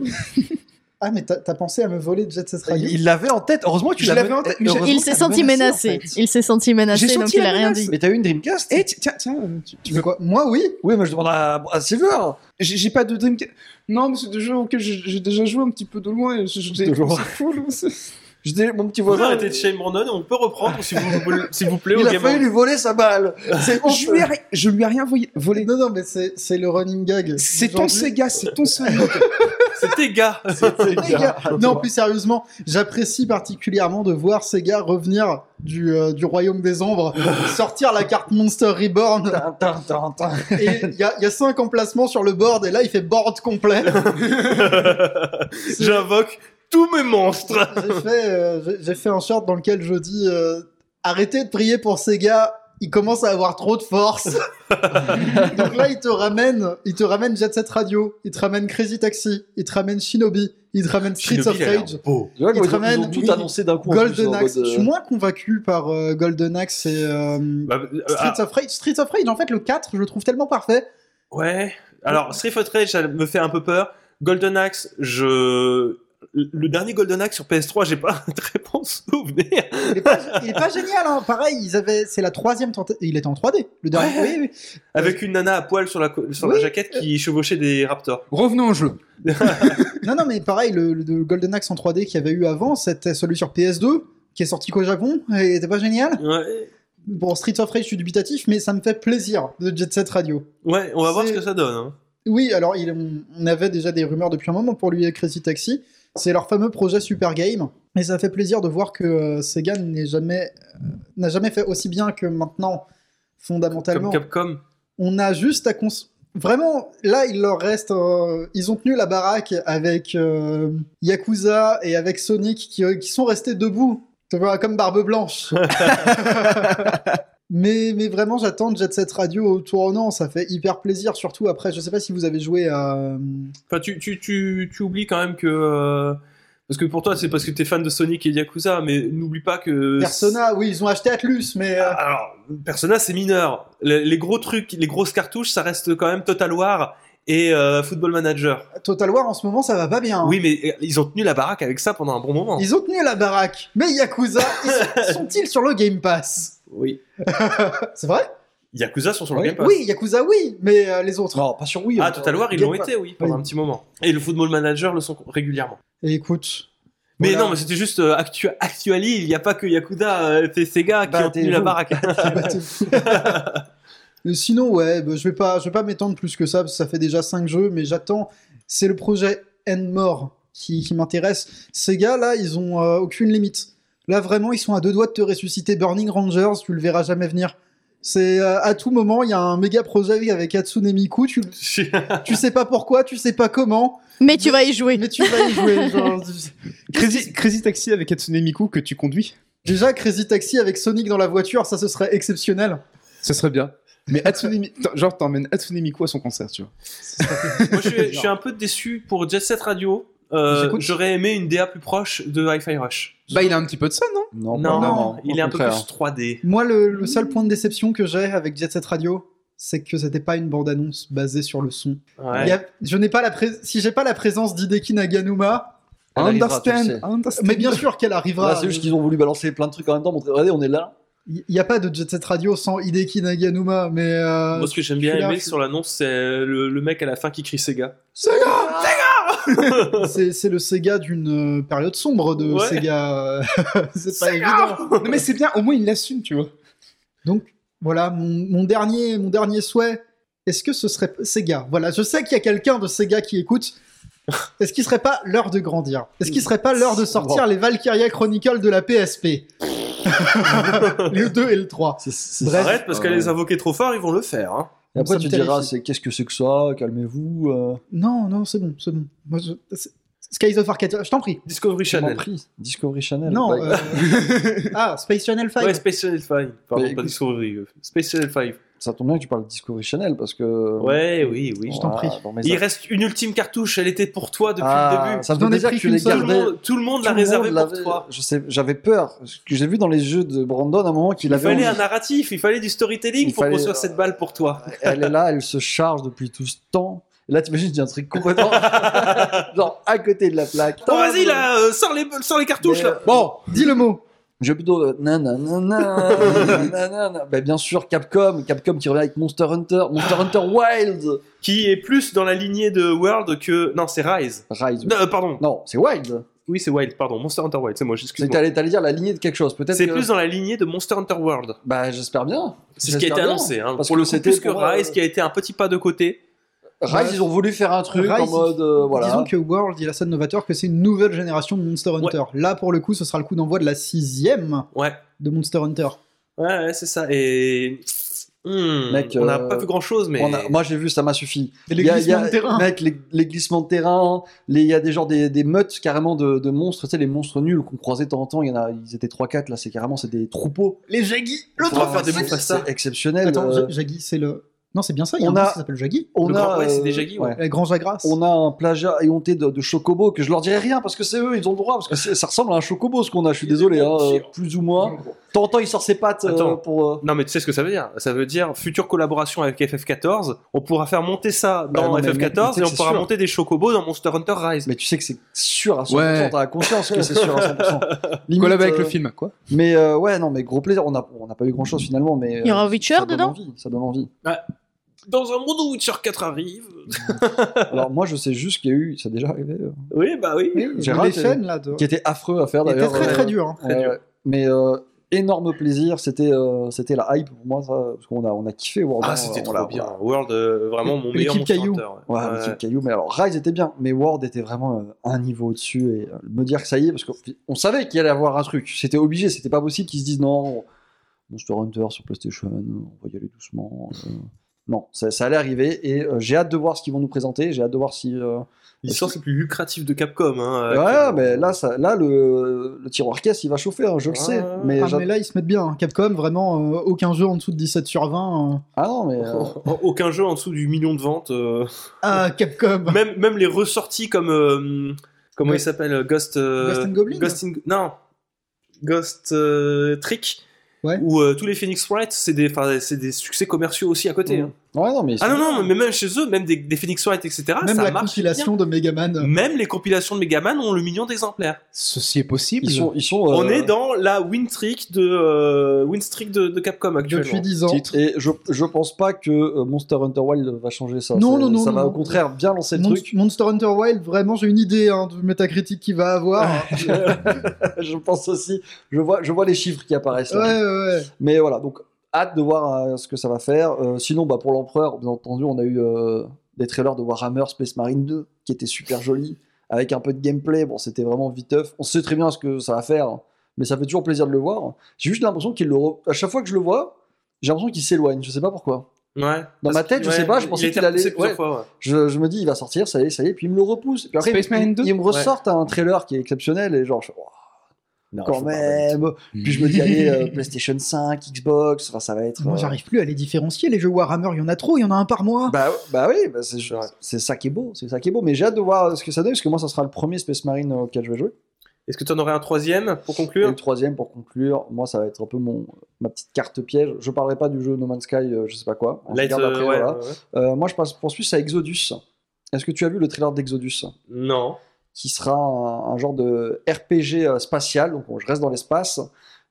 Speaker 3: Ah, mais t'as t'as pensé à me voler Jet Set Radio
Speaker 5: Il l'avait en tête. Heureusement que tu
Speaker 2: Je
Speaker 5: l'as
Speaker 2: l'avais en tête, mais j'ai-
Speaker 5: heureusement
Speaker 4: Il
Speaker 5: que
Speaker 4: s'est
Speaker 5: t'as
Speaker 4: senti menacé.
Speaker 5: en fait.
Speaker 4: Il s'est senti menacé,
Speaker 2: J'ai
Speaker 4: donc
Speaker 2: senti
Speaker 4: il
Speaker 2: la
Speaker 4: a rien
Speaker 2: menace.
Speaker 4: dit.
Speaker 5: Mais t'as eu une Dreamcast
Speaker 2: Eh, ti- tiens, tiens, euh, tu- tu
Speaker 3: Mais
Speaker 2: veux-
Speaker 3: quoi Moi, oui
Speaker 5: Oui, mais je demande à, à Silver.
Speaker 2: J'ai j'ai pas de Dreamcast. Non, mais c'est des jeux auxquels j'ai j'ai déjà joué un petit peu de loin. Et je, je-
Speaker 5: De loin.
Speaker 2: C'est fou, là, c'est-
Speaker 5: Je dis, mon petit
Speaker 1: Vous
Speaker 5: voisin.
Speaker 1: arrêtez de chez Brandon, on peut reprendre, s'il vous, s'il vous plaît, au
Speaker 5: Il a
Speaker 1: game.
Speaker 5: failli lui voler sa balle. C'est
Speaker 2: je, lui ai, ri- je lui ai rien voy- volé.
Speaker 3: Non, non, mais c'est c'est le running gag.
Speaker 2: C'est ton
Speaker 3: d'aujourd'hui.
Speaker 2: Sega, c'est ton Sonic.
Speaker 1: C'était gars.
Speaker 3: Les gars, Non, plus sérieusement, j'apprécie particulièrement de voir Sega revenir du, euh, du royaume des ombres, sortir la carte Monster Reborn.
Speaker 5: Tin, tin, tin, tin.
Speaker 3: Et il y a, il y a cinq emplacements sur le board, et là, il fait board complet.
Speaker 1: J'invoque tous mes monstres.
Speaker 3: J'ai fait, euh, j'ai- j'ai fait un short dans lequel je dis euh, arrêtez de prier pour ces gars, ils commencent à avoir trop de force. Donc là, ils te ramènent, ils te ramènent Jet Set Radio, ils te ramènent Crazy Taxi, ils te ramènent Shinobi, ils te ramènent Streets of Rage,
Speaker 5: Tu vois,
Speaker 3: Il
Speaker 5: ils, ont-
Speaker 3: ramène,
Speaker 5: ils ont tout
Speaker 3: oui.
Speaker 5: annoncé d'un coup. en plus,
Speaker 3: Golden
Speaker 5: en
Speaker 3: Axe.
Speaker 5: mode,
Speaker 3: Je suis
Speaker 5: euh,
Speaker 3: moins convaincu par euh, Golden Axe et euh,
Speaker 1: Bah, euh, ah,
Speaker 3: Streets of Rage. Streets of Rage, en fait, le 4, je le trouve tellement parfait.
Speaker 1: ouais. Alors, Street Fighter Rage, ça me fait un peu peur. Golden Axe, je. Le dernier Golden Axe sur PS3, j'ai pas très bon souvenir.
Speaker 3: Il est pas, il est pas génial, hein. Pareil, ils avaient, c'est la troisième tentative. Il était en 3D, le dernier.
Speaker 1: Ouais.
Speaker 3: Oui, oui.
Speaker 1: Avec une nana à poil sur la, co- sur la
Speaker 3: Oui. euh,
Speaker 1: jaquette qui chevauchait des raptors.
Speaker 2: Revenons au jeu.
Speaker 3: Non, non, mais pareil, le, le Golden Axe en 3D qu'il y avait eu avant, c'était celui sur PS2, qui est sorti qu'au Japon, et était pas génial.
Speaker 1: Ouais.
Speaker 3: Bon, Street of Rage, je suis dubitatif, mais ça me fait plaisir de Jet Set Radio.
Speaker 1: Ouais, on va voir ce
Speaker 3: C'est-
Speaker 1: que ça donne. hein.
Speaker 3: Oui, alors il- on- on avait déjà des rumeurs depuis un moment pour lui et Crazy Taxi. C'est leur fameux projet Super Game. Et ça fait plaisir de voir que euh, Sega n'est jamais, euh, n'a jamais fait aussi bien que maintenant,
Speaker 1: Comme
Speaker 3: fondamentalement.
Speaker 1: Capcom.
Speaker 3: On a juste à cons... Vraiment, là, il leur reste. euh, ils ont tenu la baraque avec euh, Yakuza et avec Sonic qui, euh, qui sont restés debout. Tu vois, comme Barbe Blanche. mais, mais vraiment, j'attends Jet Set Radio au tournant. Ça fait hyper plaisir, surtout après. Je sais pas si vous avez joué à. euh,
Speaker 1: Enfin, tu, tu, tu, tu oublies quand même que. euh, Parce que pour toi, c'est parce que t'es fan de Sonic et Yakuza, mais n'oublie pas que.
Speaker 3: Persona. Oui, ils ont acheté Atlus, mais. euh,
Speaker 1: Alors, Persona, c'est mineur. Les, les gros trucs, les grosses cartouches, ça reste quand même Total War et euh, Football Manager.
Speaker 3: Total War, en ce moment, ça va pas bien. hein.
Speaker 1: Oui, mais euh, ils ont tenu la baraque avec ça pendant un bon moment.
Speaker 3: Ils ont tenu la baraque. Mais Yakuza, ils sont- sont-ils sur le Game Pass
Speaker 1: Oui.
Speaker 3: C'est vrai
Speaker 1: Yakuza sont sur le
Speaker 5: Oui,
Speaker 1: Game Pass.
Speaker 3: Oui, Yakuza, oui, mais euh, les autres.
Speaker 5: Non, pas sur Wii.
Speaker 1: Ah,
Speaker 5: encore.
Speaker 1: Total War, ils l'ont
Speaker 5: Game
Speaker 1: été, oui, pendant
Speaker 3: Oui.
Speaker 1: un petit moment. Et le Football Manager le sont régulièrement.
Speaker 3: Et écoute.
Speaker 1: Mais
Speaker 3: voilà.
Speaker 1: non, mais c'était juste euh, actu actuali, il n'y a pas que Yakuza, euh, c'est Sega qui
Speaker 5: Bah,
Speaker 1: ont
Speaker 5: t'es
Speaker 1: tenu la
Speaker 5: fou.
Speaker 1: baraque.
Speaker 3: Mais Sinon, ouais, bah, je vais pas, je vais pas m'étendre plus que ça, parce que ça fait déjà 5 jeux, mais j'attends. C'est le projet Endmore qui, qui m'intéresse. Ces gars, là, ils ont euh, aucune limite. Là, vraiment, ils sont à deux doigts de te ressusciter Burning Rangers, tu le verras jamais venir. C'est euh, à tout moment, il y a un méga projet avec Hatsune Miku. Tu, tu sais pas pourquoi, tu sais pas comment,
Speaker 4: Mais tu vas y jouer.
Speaker 3: mais tu vas y jouer. genre.
Speaker 2: Crazy, Crazy Taxi avec Hatsune Miku que tu conduis
Speaker 3: Déjà, Crazy Taxi avec Sonic dans la voiture, ça ce serait exceptionnel.
Speaker 2: Ce serait bien. Mais Hatsune Mi- t'en- genre t'emmènes Hatsune Miku à son concert, tu vois.
Speaker 1: Moi, je suis, je suis un peu déçu pour Jet Set Radio. Euh,
Speaker 2: J'écoute.
Speaker 1: J'aurais aimé une DA plus proche de Hi-Fi Rush.
Speaker 2: Bah il a un petit peu de ça, non
Speaker 5: Non,
Speaker 1: non,
Speaker 5: pas
Speaker 3: non,
Speaker 5: vraiment,
Speaker 1: il
Speaker 5: au
Speaker 1: est un peu plus
Speaker 5: contraire.
Speaker 1: 3D.
Speaker 3: Moi, le, le seul point de déception que j'ai avec Jet Set Radio, c'est que c'était pas une bande-annonce basée sur le son.
Speaker 1: Ouais.
Speaker 3: Il y a- je n'ai pas la pré- si j'ai pas la présence d'Hideki Naganuma,
Speaker 5: Elle arrivera, tu le
Speaker 3: Ah,
Speaker 5: sais.
Speaker 2: understand.
Speaker 3: mais bien sûr qu'elle arrivera.
Speaker 5: Là, Bah, c'est juste qu'ils ont voulu balancer plein de trucs en même temps. Montrer, regardez, on est là.
Speaker 3: Il n'y a pas de Jet Set Radio sans Hideki Naganuma, mais
Speaker 5: Ah,
Speaker 3: euh,
Speaker 1: Moi, ce que j'aime bien
Speaker 3: je suis là,
Speaker 1: aimer
Speaker 3: je-
Speaker 1: sur l'annonce, c'est le, le mec à la fin qui crie Sega.
Speaker 3: c'est c'est le Sega d'une euh, période sombre de
Speaker 1: Ouais.
Speaker 3: Sega. c'est pas évident.
Speaker 2: Non mais c'est bien, au moins il l'assume, tu vois.
Speaker 3: Donc voilà, mon, mon dernier, mon dernier souhait. Est-ce que ce serait Sega Voilà, je sais qu'il y a quelqu'un de Sega qui écoute. Est-ce qu'il serait pas l'heure de grandir Est-ce qu'il serait pas l'heure de sortir les Valkyria Chronicles de la PSP Le 2 et le 3.
Speaker 5: C'est- c'est-
Speaker 3: Bref.
Speaker 1: Arrête, parce
Speaker 5: Euh,
Speaker 1: qu'elle les invoquer trop fort, ils vont le faire. hein.
Speaker 5: Et après,
Speaker 3: Ça me
Speaker 5: tu diras,
Speaker 3: terrifie.
Speaker 5: c'est qu'est-ce que c'est que ça Calmez-vous. euh,
Speaker 3: Non, non, c'est bon, c'est bon. Moi, je- c'est- Skies of Arcadia, je t'en prie.
Speaker 1: Discovery
Speaker 5: je m'en
Speaker 1: Channel.
Speaker 5: prie. Discovery Channel.
Speaker 3: Non.
Speaker 5: Bah,
Speaker 3: euh, Ah, Space Channel 5.
Speaker 1: Ouais, Space Channel 5. Pardon,
Speaker 5: Bah,
Speaker 1: pas
Speaker 5: écoute.
Speaker 1: Discovery. euh, Space Channel 5.
Speaker 5: Ça tombe bien que tu parles de Discovery Channel parce que.
Speaker 1: Ouais, oui, oui.
Speaker 3: Je t'en prie.
Speaker 5: dans mes
Speaker 1: Il
Speaker 5: affaires.
Speaker 1: reste une ultime cartouche, elle était pour toi depuis
Speaker 5: Ah,
Speaker 1: le début.
Speaker 5: Ça me
Speaker 3: Je n'en
Speaker 5: fait
Speaker 3: ai
Speaker 5: plaisir
Speaker 3: pris
Speaker 5: que tu
Speaker 3: qu'une
Speaker 5: l'aies
Speaker 1: Tout
Speaker 3: seule.
Speaker 1: le,
Speaker 5: gardé.
Speaker 1: monde, tout le monde l'a
Speaker 5: Tout le monde
Speaker 1: réservé pour
Speaker 5: l'avait-
Speaker 1: toi.
Speaker 5: Je sais, j'avais peur. Parce que j'ai vu dans les jeux de Brandon à un moment qu'il
Speaker 1: Il
Speaker 5: avait.
Speaker 1: fallait un
Speaker 5: envie-
Speaker 1: narratif, il fallait du storytelling
Speaker 5: Il
Speaker 1: pour
Speaker 5: fallait-
Speaker 1: construire cette balle pour toi.
Speaker 5: Elle est là, elle se charge depuis tout ce temps. Et là, t'imagines, j'ai un truc complètement. genre à côté de la plaque.
Speaker 1: Oh, vas-y là, euh, sors, les, sors les cartouches
Speaker 5: Mais,
Speaker 1: là.
Speaker 5: euh,
Speaker 1: Bon,
Speaker 3: Dis le mot.
Speaker 5: Je vais plutôt euh, nanana, nanana. Bah, bien sûr Capcom, Capcom qui revient avec Monster Hunter, Monster Hunter Wild,
Speaker 1: qui est plus dans la lignée de World que. Non, c'est Rise.
Speaker 5: Rise.
Speaker 1: Non, euh, pardon.
Speaker 5: Non, c'est Wild.
Speaker 1: Oui, c'est Wild, pardon. Monster Hunter Wild, c'est moi,
Speaker 5: C'est-
Speaker 1: excuse-moi.
Speaker 5: T'allais t'allais dire la lignée de quelque chose, peut-être.
Speaker 1: C'est
Speaker 5: que-
Speaker 1: plus dans la lignée de Monster Hunter World.
Speaker 5: Bah j'espère bien.
Speaker 1: C'est ce qui a
Speaker 5: J'espère
Speaker 1: été
Speaker 5: bien.
Speaker 1: annoncé. Hein.
Speaker 5: Parce
Speaker 1: pour
Speaker 5: que
Speaker 1: le coup,
Speaker 5: c'était
Speaker 1: plus que
Speaker 5: pour, euh,
Speaker 1: Rise qui a été un petit pas de côté.
Speaker 5: Rise,
Speaker 3: Ouais.
Speaker 5: ils ont voulu faire un truc en
Speaker 3: Rise,
Speaker 5: mode euh, voilà.
Speaker 3: Disons que World, il a ça de novateur que c'est une nouvelle génération de Monster Hunter. Là, pour le coup, ce sera le coup d'envoi de la sixième
Speaker 1: Ouais.
Speaker 3: de Monster Hunter.
Speaker 1: Ouais, ouais, c'est ça. Et. Hmm,
Speaker 5: Mec,
Speaker 1: on n'a
Speaker 5: euh,
Speaker 1: pas vu grand chose, mais.
Speaker 5: On a- moi j'ai vu, ça m'a suffi.
Speaker 3: Et les
Speaker 5: Il y a- il y a-
Speaker 3: glissements de terrain.
Speaker 5: Mec, les, les glissements de terrain, les- il y a des genres des, des meutes carrément de, de monstres, tu sais, les monstres nuls qu'on croisait de temps en temps, il y en a, ils étaient 3-4, là c'est carrément c'est des troupeaux.
Speaker 3: Les Jaggy,
Speaker 1: le
Speaker 5: Enfin,
Speaker 1: droit de faire des
Speaker 5: c'est-
Speaker 1: bouffes à ça.
Speaker 5: C'est exceptionnel.
Speaker 3: Attends,
Speaker 5: euh,
Speaker 3: Ja- Jaggy, c'est le. Non, c'est bien ça, il y a
Speaker 5: on
Speaker 3: un
Speaker 5: a-
Speaker 3: monstre qui s'appelle Jaggy.
Speaker 5: on
Speaker 1: Le grand-
Speaker 5: a,
Speaker 1: ouais, c'est des
Speaker 5: euh,
Speaker 1: Jaguars, ouais.
Speaker 3: Euh, Grand Jagras.
Speaker 5: On a un plagiat éhonté de, de chocobo que je leur dirai rien parce que c'est eux, ils ont le droit parce que c'est- ça ressemble à un chocobo ce qu'on a. Je suis désolé, hein, euh, plus ou moins. T'entends, il sort ses pattes euh,
Speaker 1: Attends.
Speaker 5: pour. euh,
Speaker 1: Non, mais tu sais ce que ça veut dire Ça veut dire future collaboration avec FF14. On pourra faire monter ça
Speaker 5: Bah non,
Speaker 1: dans
Speaker 5: mais mec,
Speaker 1: FF14
Speaker 5: tu sais
Speaker 1: et
Speaker 5: que
Speaker 1: on
Speaker 5: c'est
Speaker 1: pourra
Speaker 5: sûr.
Speaker 1: monter des chocobos dans Monster Hunter Rise.
Speaker 5: Mais tu sais que c'est sûr à 100%.
Speaker 2: Ouais.
Speaker 5: T'as la conscience que c'est sûr à 100%. Limite,
Speaker 2: Collab avec
Speaker 5: euh,
Speaker 2: le film, quoi.
Speaker 5: Mais euh, ouais, non, mais gros plaisir. On n'a on n'a pas eu grand chose finalement, mais.
Speaker 4: Il y aura
Speaker 5: euh,
Speaker 4: Witcher
Speaker 5: ça donne
Speaker 4: dedans
Speaker 5: envie, Ça donne envie.
Speaker 1: Dans un monde où Witcher 4 arrive.
Speaker 5: Alors moi, je sais juste qu'il y a eu, ça a déjà arrivé, euh,
Speaker 1: Oui, bah oui.
Speaker 3: Oui,
Speaker 5: j'ai
Speaker 3: mais
Speaker 5: raté.
Speaker 3: les chaînes, là. de-
Speaker 5: qui était affreux à faire
Speaker 3: Il était
Speaker 5: d'ailleurs.
Speaker 3: très
Speaker 5: euh,
Speaker 3: très dur. hein.
Speaker 1: Très dur.
Speaker 5: Mais euh, énorme plaisir. C'était euh, c'était la hype pour moi, ça, parce qu'on a on a kiffé. World, hein,
Speaker 1: Ah, c'était
Speaker 5: on
Speaker 1: trop
Speaker 5: l'a- on
Speaker 1: bien.
Speaker 5: l'a-
Speaker 1: World, euh, vraiment mon
Speaker 3: L'équipe
Speaker 1: meilleur Monster
Speaker 3: Caillou.
Speaker 1: Hunter. Euh,
Speaker 5: Ouais,
Speaker 1: Ouais.
Speaker 5: l'équipe Caillou, mais alors Rise était bien, mais Ward était vraiment euh, un niveau au-dessus et euh, me dire que ça y est, parce qu'on savait qu'il allait avoir un truc, c'était obligé, c'était pas possible qu'ils se disent non, Monster Hunter sur PlayStation, on va y aller doucement. euh. Non, ça, ça allait arriver et euh, j'ai hâte de voir ce qu'ils vont nous présenter, j'ai hâte de voir si. euh,
Speaker 1: Licence le plus lucratif de Capcom. Hein, euh,
Speaker 5: ouais,
Speaker 1: actuellement.
Speaker 5: mais là, ça, là le, le tiroir caisse il va chauffer, hein, je le
Speaker 1: Ouais.
Speaker 5: sais. Mais
Speaker 3: Ah,
Speaker 5: j'a-
Speaker 3: mais là, ils se mettent bien. hein. Capcom, vraiment, euh, aucun jeu en dessous de 17 sur 20. euh.
Speaker 5: ah non, mais. euh,
Speaker 1: Aucun jeu en dessous du million de ventes. euh,
Speaker 3: Ah, Capcom
Speaker 1: même, même les ressorties comme. euh, comment il
Speaker 3: Ghost-
Speaker 1: s'appelle Ghost. euh,
Speaker 3: Ghost and Goblin
Speaker 1: Ghost and- Non. Ghost euh, Trick.
Speaker 3: Ouais.
Speaker 1: Ou euh, tous les Phoenix Wright, c'est des, 'fin, c'est des succès commerciaux aussi à côté.
Speaker 5: Mhm.
Speaker 1: hein.
Speaker 5: ouais, non, mais.
Speaker 1: Ah non, non, mais même chez eux, même des, des Phoenix Wright, etc.,
Speaker 5: ah,
Speaker 3: Même
Speaker 1: ça
Speaker 3: la
Speaker 1: marche.
Speaker 3: compilation de
Speaker 1: bien.
Speaker 3: Megaman. euh,
Speaker 1: Même les compilations de Megaman ont le million d'exemplaires.
Speaker 2: Ceci est possible.
Speaker 5: Ils sont. Ils sont
Speaker 1: On
Speaker 5: euh,
Speaker 1: est dans la win streak de, euh, win streak de, de Capcom actuellement.
Speaker 3: Depuis 10 ans.
Speaker 2: Titre.
Speaker 5: Et je, je pense pas que euh, Monster Hunter Wild va changer ça.
Speaker 3: Non,
Speaker 5: C'est-
Speaker 3: non, non,
Speaker 5: Ça
Speaker 3: non,
Speaker 5: va
Speaker 3: non.
Speaker 5: au contraire bien lancer le
Speaker 3: Mon-
Speaker 5: truc.
Speaker 3: Monster Hunter Wild, vraiment, j'ai une idée hein, de métacritique qu'il va avoir.
Speaker 5: Ah, je pense aussi. Je vois, je vois les chiffres qui apparaissent.
Speaker 3: ouais,
Speaker 5: là.
Speaker 3: ouais, ouais.
Speaker 5: Mais voilà, donc hâte de voir euh, ce que ça va faire. Euh, sinon, bah, pour l'Empereur, bien entendu, on a eu euh, des trailers de Warhammer Space Marine 2 qui étaient super jolis, avec un peu de gameplay. Bon, c'était vraiment viteuf. On sait très bien ce que ça va faire, mais ça fait toujours plaisir de le voir. J'ai juste l'impression qu'il le. re- À chaque fois que je le vois, j'ai l'impression qu'il s'éloigne, je sais pas pourquoi.
Speaker 1: Ouais.
Speaker 5: Dans ma
Speaker 1: Parce que-
Speaker 5: tête, je
Speaker 1: ouais,
Speaker 5: sais pas, je
Speaker 1: il
Speaker 5: pensais
Speaker 1: a été
Speaker 5: qu'il allait-
Speaker 1: repoussé plusieurs
Speaker 5: ouais.
Speaker 1: fois, ouais.
Speaker 5: Je, je me dis, il va sortir, ça y est, ça y est, puis il me le repousse. Et puis après,
Speaker 2: Spaceman
Speaker 5: il,
Speaker 2: 2?
Speaker 5: il me ressortent un trailer qui est exceptionnel et genre, je fais, Ouah,
Speaker 1: Non,
Speaker 5: quand
Speaker 1: faut pas parler.
Speaker 5: même. Puis je me dis, allez, euh, PlayStation 5, Xbox, enfin, ça va être.
Speaker 3: Moi,
Speaker 5: euh,
Speaker 3: j'arrive plus à les différencier. Les jeux Warhammer, il y en a trop, il y en a un par mois.
Speaker 5: Bah, bah oui, bah c'est c'est ça qui est beau, c'est ça qui est beau. Mais j'ai hâte de voir ce que ça donne, parce que moi, ça sera le premier Space Marine auquel je vais jouer.
Speaker 1: Est-ce que tu en aurais un troisième pour
Speaker 5: Et
Speaker 1: conclure
Speaker 5: le troisième, pour conclure, moi, ça va être un peu mon, ma petite carte piège. Je parlerai pas du jeu No Man's Sky, euh, je sais pas quoi. On
Speaker 1: Light,
Speaker 5: regarde
Speaker 1: euh,
Speaker 5: après,
Speaker 1: ouais,
Speaker 5: voilà.
Speaker 1: ouais, ouais.
Speaker 5: Euh, moi, je passe poursuis à Exodus. Est-ce que tu as vu le trailer d'Exodus
Speaker 1: Non.
Speaker 5: qui sera un, un genre de RPG euh, spatial, donc bon, je reste dans l'espace,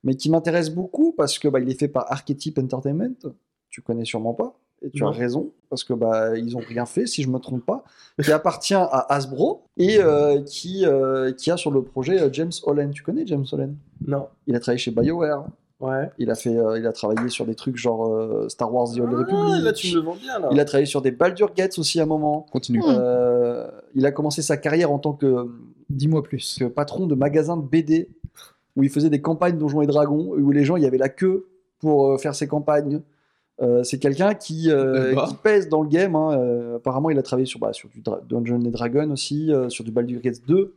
Speaker 5: mais qui m'intéresse beaucoup parce que bah, il est fait par Archetype Entertainment, tu connais sûrement pas, et tu
Speaker 1: Non.
Speaker 5: as raison, parce que bah, ils ont rien fait, si je me trompe pas, qui appartient à Hasbro et euh, qui, euh, qui a sur le projet euh, James Holland. Tu connais James Holland
Speaker 1: Non.
Speaker 5: Il a travaillé chez BioWare,
Speaker 1: Ouais.
Speaker 5: il a, fait, euh, il a travaillé sur des trucs genre euh, Star Wars The Old
Speaker 1: Ah,
Speaker 5: Republic,
Speaker 1: là, tu me le vends bien, là.
Speaker 5: il a travaillé sur des Baldur Gates aussi à un moment.
Speaker 2: Continue.
Speaker 4: Hmm.
Speaker 5: Euh, il a commencé sa carrière en tant que
Speaker 3: Dis-moi plus.
Speaker 5: que patron de magasin de BD où il faisait des campagnes Donjons et Dragons où les gens il y avait la queue pour euh, faire ses campagnes. Euh, c'est quelqu'un qui, euh,
Speaker 2: D'accord.
Speaker 5: qui pèse dans le game. hein. Euh, apparemment, il a travaillé sur, bah, sur du Dra- Dungeons and Dragons aussi, euh, sur du Baldur's Gate 2,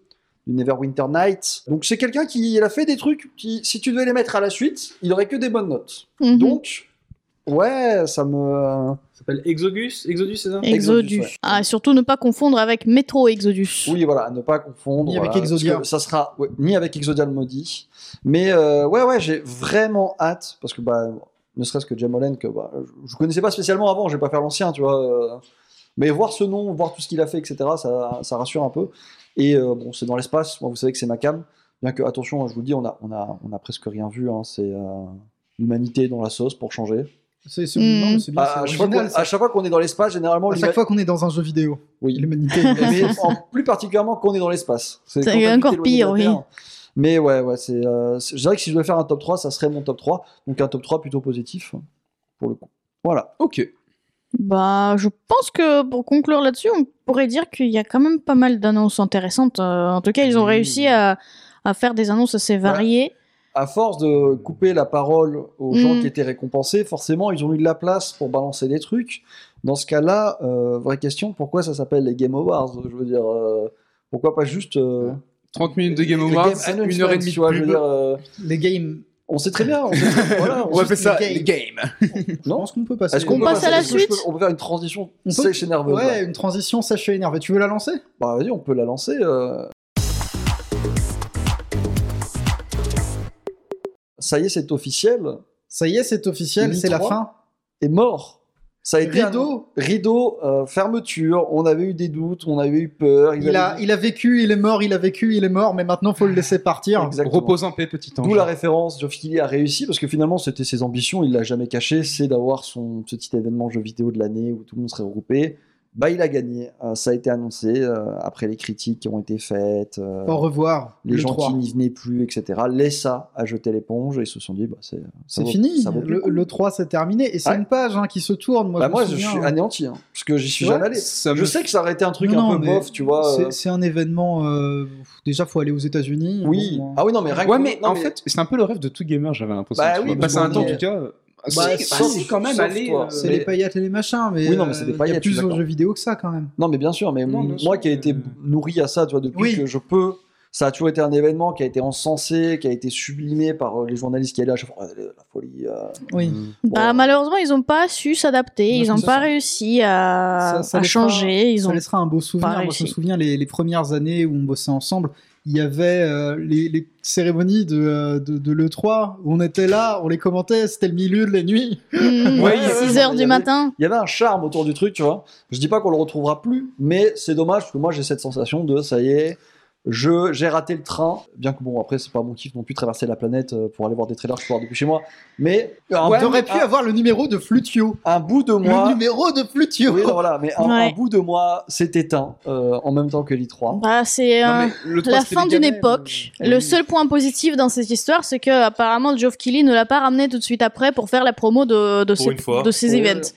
Speaker 5: du Neverwinter Nights. Donc c'est quelqu'un qui il a fait des trucs qui, si tu devais les mettre à la suite, il aurait que des bonnes notes.
Speaker 4: Mhm.
Speaker 5: Donc ouais, ça me
Speaker 1: Ça s'appelle Exodus, Exodus, c'est ça
Speaker 4: Exodus.
Speaker 5: Exodus, ouais.
Speaker 4: Ah, et surtout ne pas confondre avec Metro Exodus.
Speaker 5: Oui, voilà, à ne pas confondre.
Speaker 3: Ni avec
Speaker 5: voilà,
Speaker 3: Exodia.
Speaker 5: parce que Ça sera ouais, ni avec Exodia le maudit. Mais euh, ouais, ouais, j'ai vraiment hâte parce que bah, ne serait-ce que Jam Holland, que bah, je- je connaissais pas spécialement avant. Je vais pas faire l'ancien, tu vois. euh, mais voir ce nom, voir tout ce qu'il a fait, etc. Ça, ça rassure un peu. Et euh, bon, c'est dans l'espace. Moi, vous savez que c'est ma cam. Bien que attention, je vous le dis, on a, on a, on a presque rien vu. hein, c'est euh, l'humanité dans la sauce pour changer. Ah,
Speaker 3: C'est c'est-
Speaker 4: Hmm.
Speaker 3: non, mais c'est bien,
Speaker 5: À,
Speaker 3: c'est
Speaker 5: chaque fois qu'on-
Speaker 3: original, ça. Bah,
Speaker 5: à chaque fois qu'on est dans l'espace, généralement,
Speaker 3: À chaque
Speaker 5: l'huma-
Speaker 3: fois qu'on est dans un jeu vidéo,
Speaker 5: oui,
Speaker 3: l'humanité.
Speaker 5: mais en plus particulièrement qu'on est dans l'espace.
Speaker 4: C'est
Speaker 5: quand t'as
Speaker 4: encore
Speaker 5: plus t'éloigner de
Speaker 4: pire,
Speaker 5: la
Speaker 4: oui.
Speaker 5: Terre. Mais ouais, ouais, c'est. euh, c'est- je dirais que si je devais faire un top 3, ça serait mon top 3. Donc un top 3 plutôt positif, pour le coup. Voilà.
Speaker 2: Ok.
Speaker 4: Bah, je pense que pour conclure là-dessus, on pourrait dire qu'il y a quand même pas mal d'annonces intéressantes. Euh, en tout cas, ils ont
Speaker 5: Oui.
Speaker 4: réussi à, à faire des annonces assez variées.
Speaker 5: À force de couper la parole aux gens
Speaker 4: Mm.
Speaker 5: qui étaient récompensés, forcément, ils ont eu de la place pour balancer des trucs. Dans ce cas-là, euh, vraie question, pourquoi ça s'appelle les Game Awards Je veux dire, euh, pourquoi pas juste. euh,
Speaker 2: 30 minutes de Game
Speaker 5: les
Speaker 2: Awards,
Speaker 5: Game
Speaker 2: une heure et demie
Speaker 5: Announcements, tu vois,
Speaker 2: de
Speaker 5: je veux
Speaker 2: pub.
Speaker 5: dire, euh,
Speaker 3: les games.
Speaker 5: on sait très bien. On, sait- voilà,
Speaker 2: On
Speaker 5: on
Speaker 2: va
Speaker 5: sait-
Speaker 2: appeler ça
Speaker 3: les
Speaker 2: les games.
Speaker 3: Je
Speaker 5: Non.
Speaker 3: pense qu'on peut passer.
Speaker 5: Est-ce qu'on
Speaker 4: On
Speaker 5: peut
Speaker 4: passe à la
Speaker 5: est-ce que je
Speaker 4: suite
Speaker 5: peux- On peut faire une transition
Speaker 3: On peut-
Speaker 5: sèche et nerveuse. là.
Speaker 3: Ouais, une transition sèche et énervée. Tu veux la lancer
Speaker 5: Bah vas-y, on peut la lancer. euh. Ça y est, c'est officiel.
Speaker 3: Ça y est, c'est officiel,
Speaker 5: Lee
Speaker 3: c'est la
Speaker 5: 3.
Speaker 3: fin.
Speaker 5: Est mort. Ça a été un-
Speaker 3: Rideau,
Speaker 5: rideau, euh, fermeture. On avait eu des doutes, on avait eu peur. ils
Speaker 3: il a,
Speaker 5: avaient dit-
Speaker 3: il a vécu, il est mort, il a vécu, il est mort, mais maintenant faut le laisser partir.
Speaker 5: Exactement.
Speaker 2: Repose en paix, petit ange.
Speaker 5: D'où la référence. Geoff Keighley a réussi parce que finalement, c'était ses ambitions. Il l'a jamais caché. C'est d'avoir son petit événement jeu vidéo de l'année où tout le monde serait regroupé. Bah, il a gagné. Euh, ça a été annoncé euh, après les critiques qui ont été faites. euh,
Speaker 3: Au revoir,
Speaker 5: les
Speaker 3: le
Speaker 5: gens
Speaker 3: 3.
Speaker 5: qui n'y venaient plus, etc. Laissa à jeter l'éponge et ils se sont dit, bah, c'est ça
Speaker 3: C'est
Speaker 5: vaut-
Speaker 3: fini,
Speaker 5: ça vaut plus
Speaker 3: le,
Speaker 5: coup.
Speaker 3: le 3 c'est terminé. Et c'est
Speaker 5: Ouais.
Speaker 3: une page hein, qui se tourne. Moi,
Speaker 5: Bah,
Speaker 3: je,
Speaker 5: moi,
Speaker 3: me
Speaker 5: je
Speaker 3: souviens,
Speaker 5: suis
Speaker 3: hein.
Speaker 5: anéanti, hein, parce que j'y suis
Speaker 3: Ouais,
Speaker 5: jamais allé.
Speaker 2: Ça
Speaker 5: Je
Speaker 2: me
Speaker 5: sais que ça aurait été un truc
Speaker 3: Non,
Speaker 5: un
Speaker 3: non,
Speaker 5: peu
Speaker 3: mais
Speaker 5: bof, tu vois. euh,
Speaker 3: C'est, c'est un événement. euh, déjà, faut aller aux États-Unis.
Speaker 5: Oui.
Speaker 3: Bon,
Speaker 5: Ah oui, non, mais rien que-
Speaker 2: Ouais, mais
Speaker 5: non,
Speaker 2: en fait, c'est un peu le rêve de tout gamer, j'avais l'impression.
Speaker 5: Bah
Speaker 2: tu
Speaker 5: oui,
Speaker 2: vois.
Speaker 5: parce
Speaker 2: passer un
Speaker 5: qu'on
Speaker 2: temps, en
Speaker 5: est-
Speaker 2: tout cas. euh,
Speaker 5: Bah,
Speaker 2: si,
Speaker 5: sauf-
Speaker 2: si, quand même,
Speaker 5: sauf
Speaker 2: aller.
Speaker 5: toi.
Speaker 2: euh,
Speaker 3: c'est
Speaker 5: mais-
Speaker 3: les paillettes et les machins, mais
Speaker 5: Oui, non, mais c'est
Speaker 3: euh,
Speaker 5: des
Speaker 3: il y
Speaker 5: paillettes,
Speaker 3: a
Speaker 5: je suis
Speaker 3: plus aux
Speaker 5: d'accord.
Speaker 3: jeux vidéo que ça quand même.
Speaker 5: Non, mais bien sûr, mais
Speaker 2: Non,
Speaker 5: m-
Speaker 2: bien sûr,
Speaker 5: moi qui ai
Speaker 2: mais-
Speaker 5: été nourri à ça, tu vois, depuis
Speaker 3: Oui.
Speaker 5: que je peux, ça a toujours été un événement qui a été encensé, qui a été sublimé par euh, les journalistes qui allaient à chaque fois. Ah, La folie. euh,
Speaker 3: Oui.
Speaker 2: Mm.
Speaker 4: Bah,
Speaker 5: bon.
Speaker 4: malheureusement, ils n'ont pas su s'adapter,
Speaker 3: Ouais,
Speaker 4: ils n'ont
Speaker 3: c'est
Speaker 4: pas
Speaker 3: ça.
Speaker 4: réussi à,
Speaker 3: Ça- ça
Speaker 4: à
Speaker 3: laissera-
Speaker 4: changer. Ils
Speaker 3: Ça
Speaker 4: ont...
Speaker 3: laissera un beau souvenir.
Speaker 4: pas
Speaker 3: Moi, je me
Speaker 4: réussi.
Speaker 3: souviens les, les premières années où on bossait ensemble. Il y avait euh, les, les cérémonies de, euh, de, de l'E3 où on était là, on les commentait, c'était le milieu de la nuit.
Speaker 4: Mmh,
Speaker 5: Ouais,
Speaker 2: ouais,
Speaker 4: 6
Speaker 5: ouais,
Speaker 4: heures
Speaker 5: il y
Speaker 4: du
Speaker 5: avait-
Speaker 4: matin.
Speaker 5: Il y avait un charme autour du truc, tu vois. Je dis pas qu'on le retrouvera plus, mais c'est dommage parce que moi j'ai cette sensation de ça y est, je j'ai raté le train. Bien que bon après c'est pas mon kiff non plus traverser la planète euh, pour aller voir des trailers que je peux voir depuis chez moi, mais un,
Speaker 3: on
Speaker 5: bout-
Speaker 3: aurait pu
Speaker 5: un-
Speaker 3: avoir le numéro de Flutio.
Speaker 5: un bout de
Speaker 3: Le
Speaker 5: ah. moi.
Speaker 3: numéro de Flutio.
Speaker 5: Oui, non, voilà, mais un,
Speaker 4: Ouais.
Speaker 5: un bout de moi s'est éteint euh, en même temps que l'i3.
Speaker 4: Bah, c'est
Speaker 2: non,
Speaker 4: euh,
Speaker 2: mais le trois,
Speaker 4: la
Speaker 2: c'était
Speaker 4: fin
Speaker 2: les
Speaker 4: d'une
Speaker 2: gamins,
Speaker 4: époque.
Speaker 2: euh,
Speaker 4: Le
Speaker 2: oui.
Speaker 4: seul point positif dans cette histoire, c'est que apparemment Geoff Keighley ne l'a pas ramené tout de suite après pour faire la promo de, de,
Speaker 1: Pour
Speaker 4: ces-
Speaker 5: Euh,
Speaker 1: une fois.
Speaker 4: de ces
Speaker 5: Ouais.
Speaker 4: events.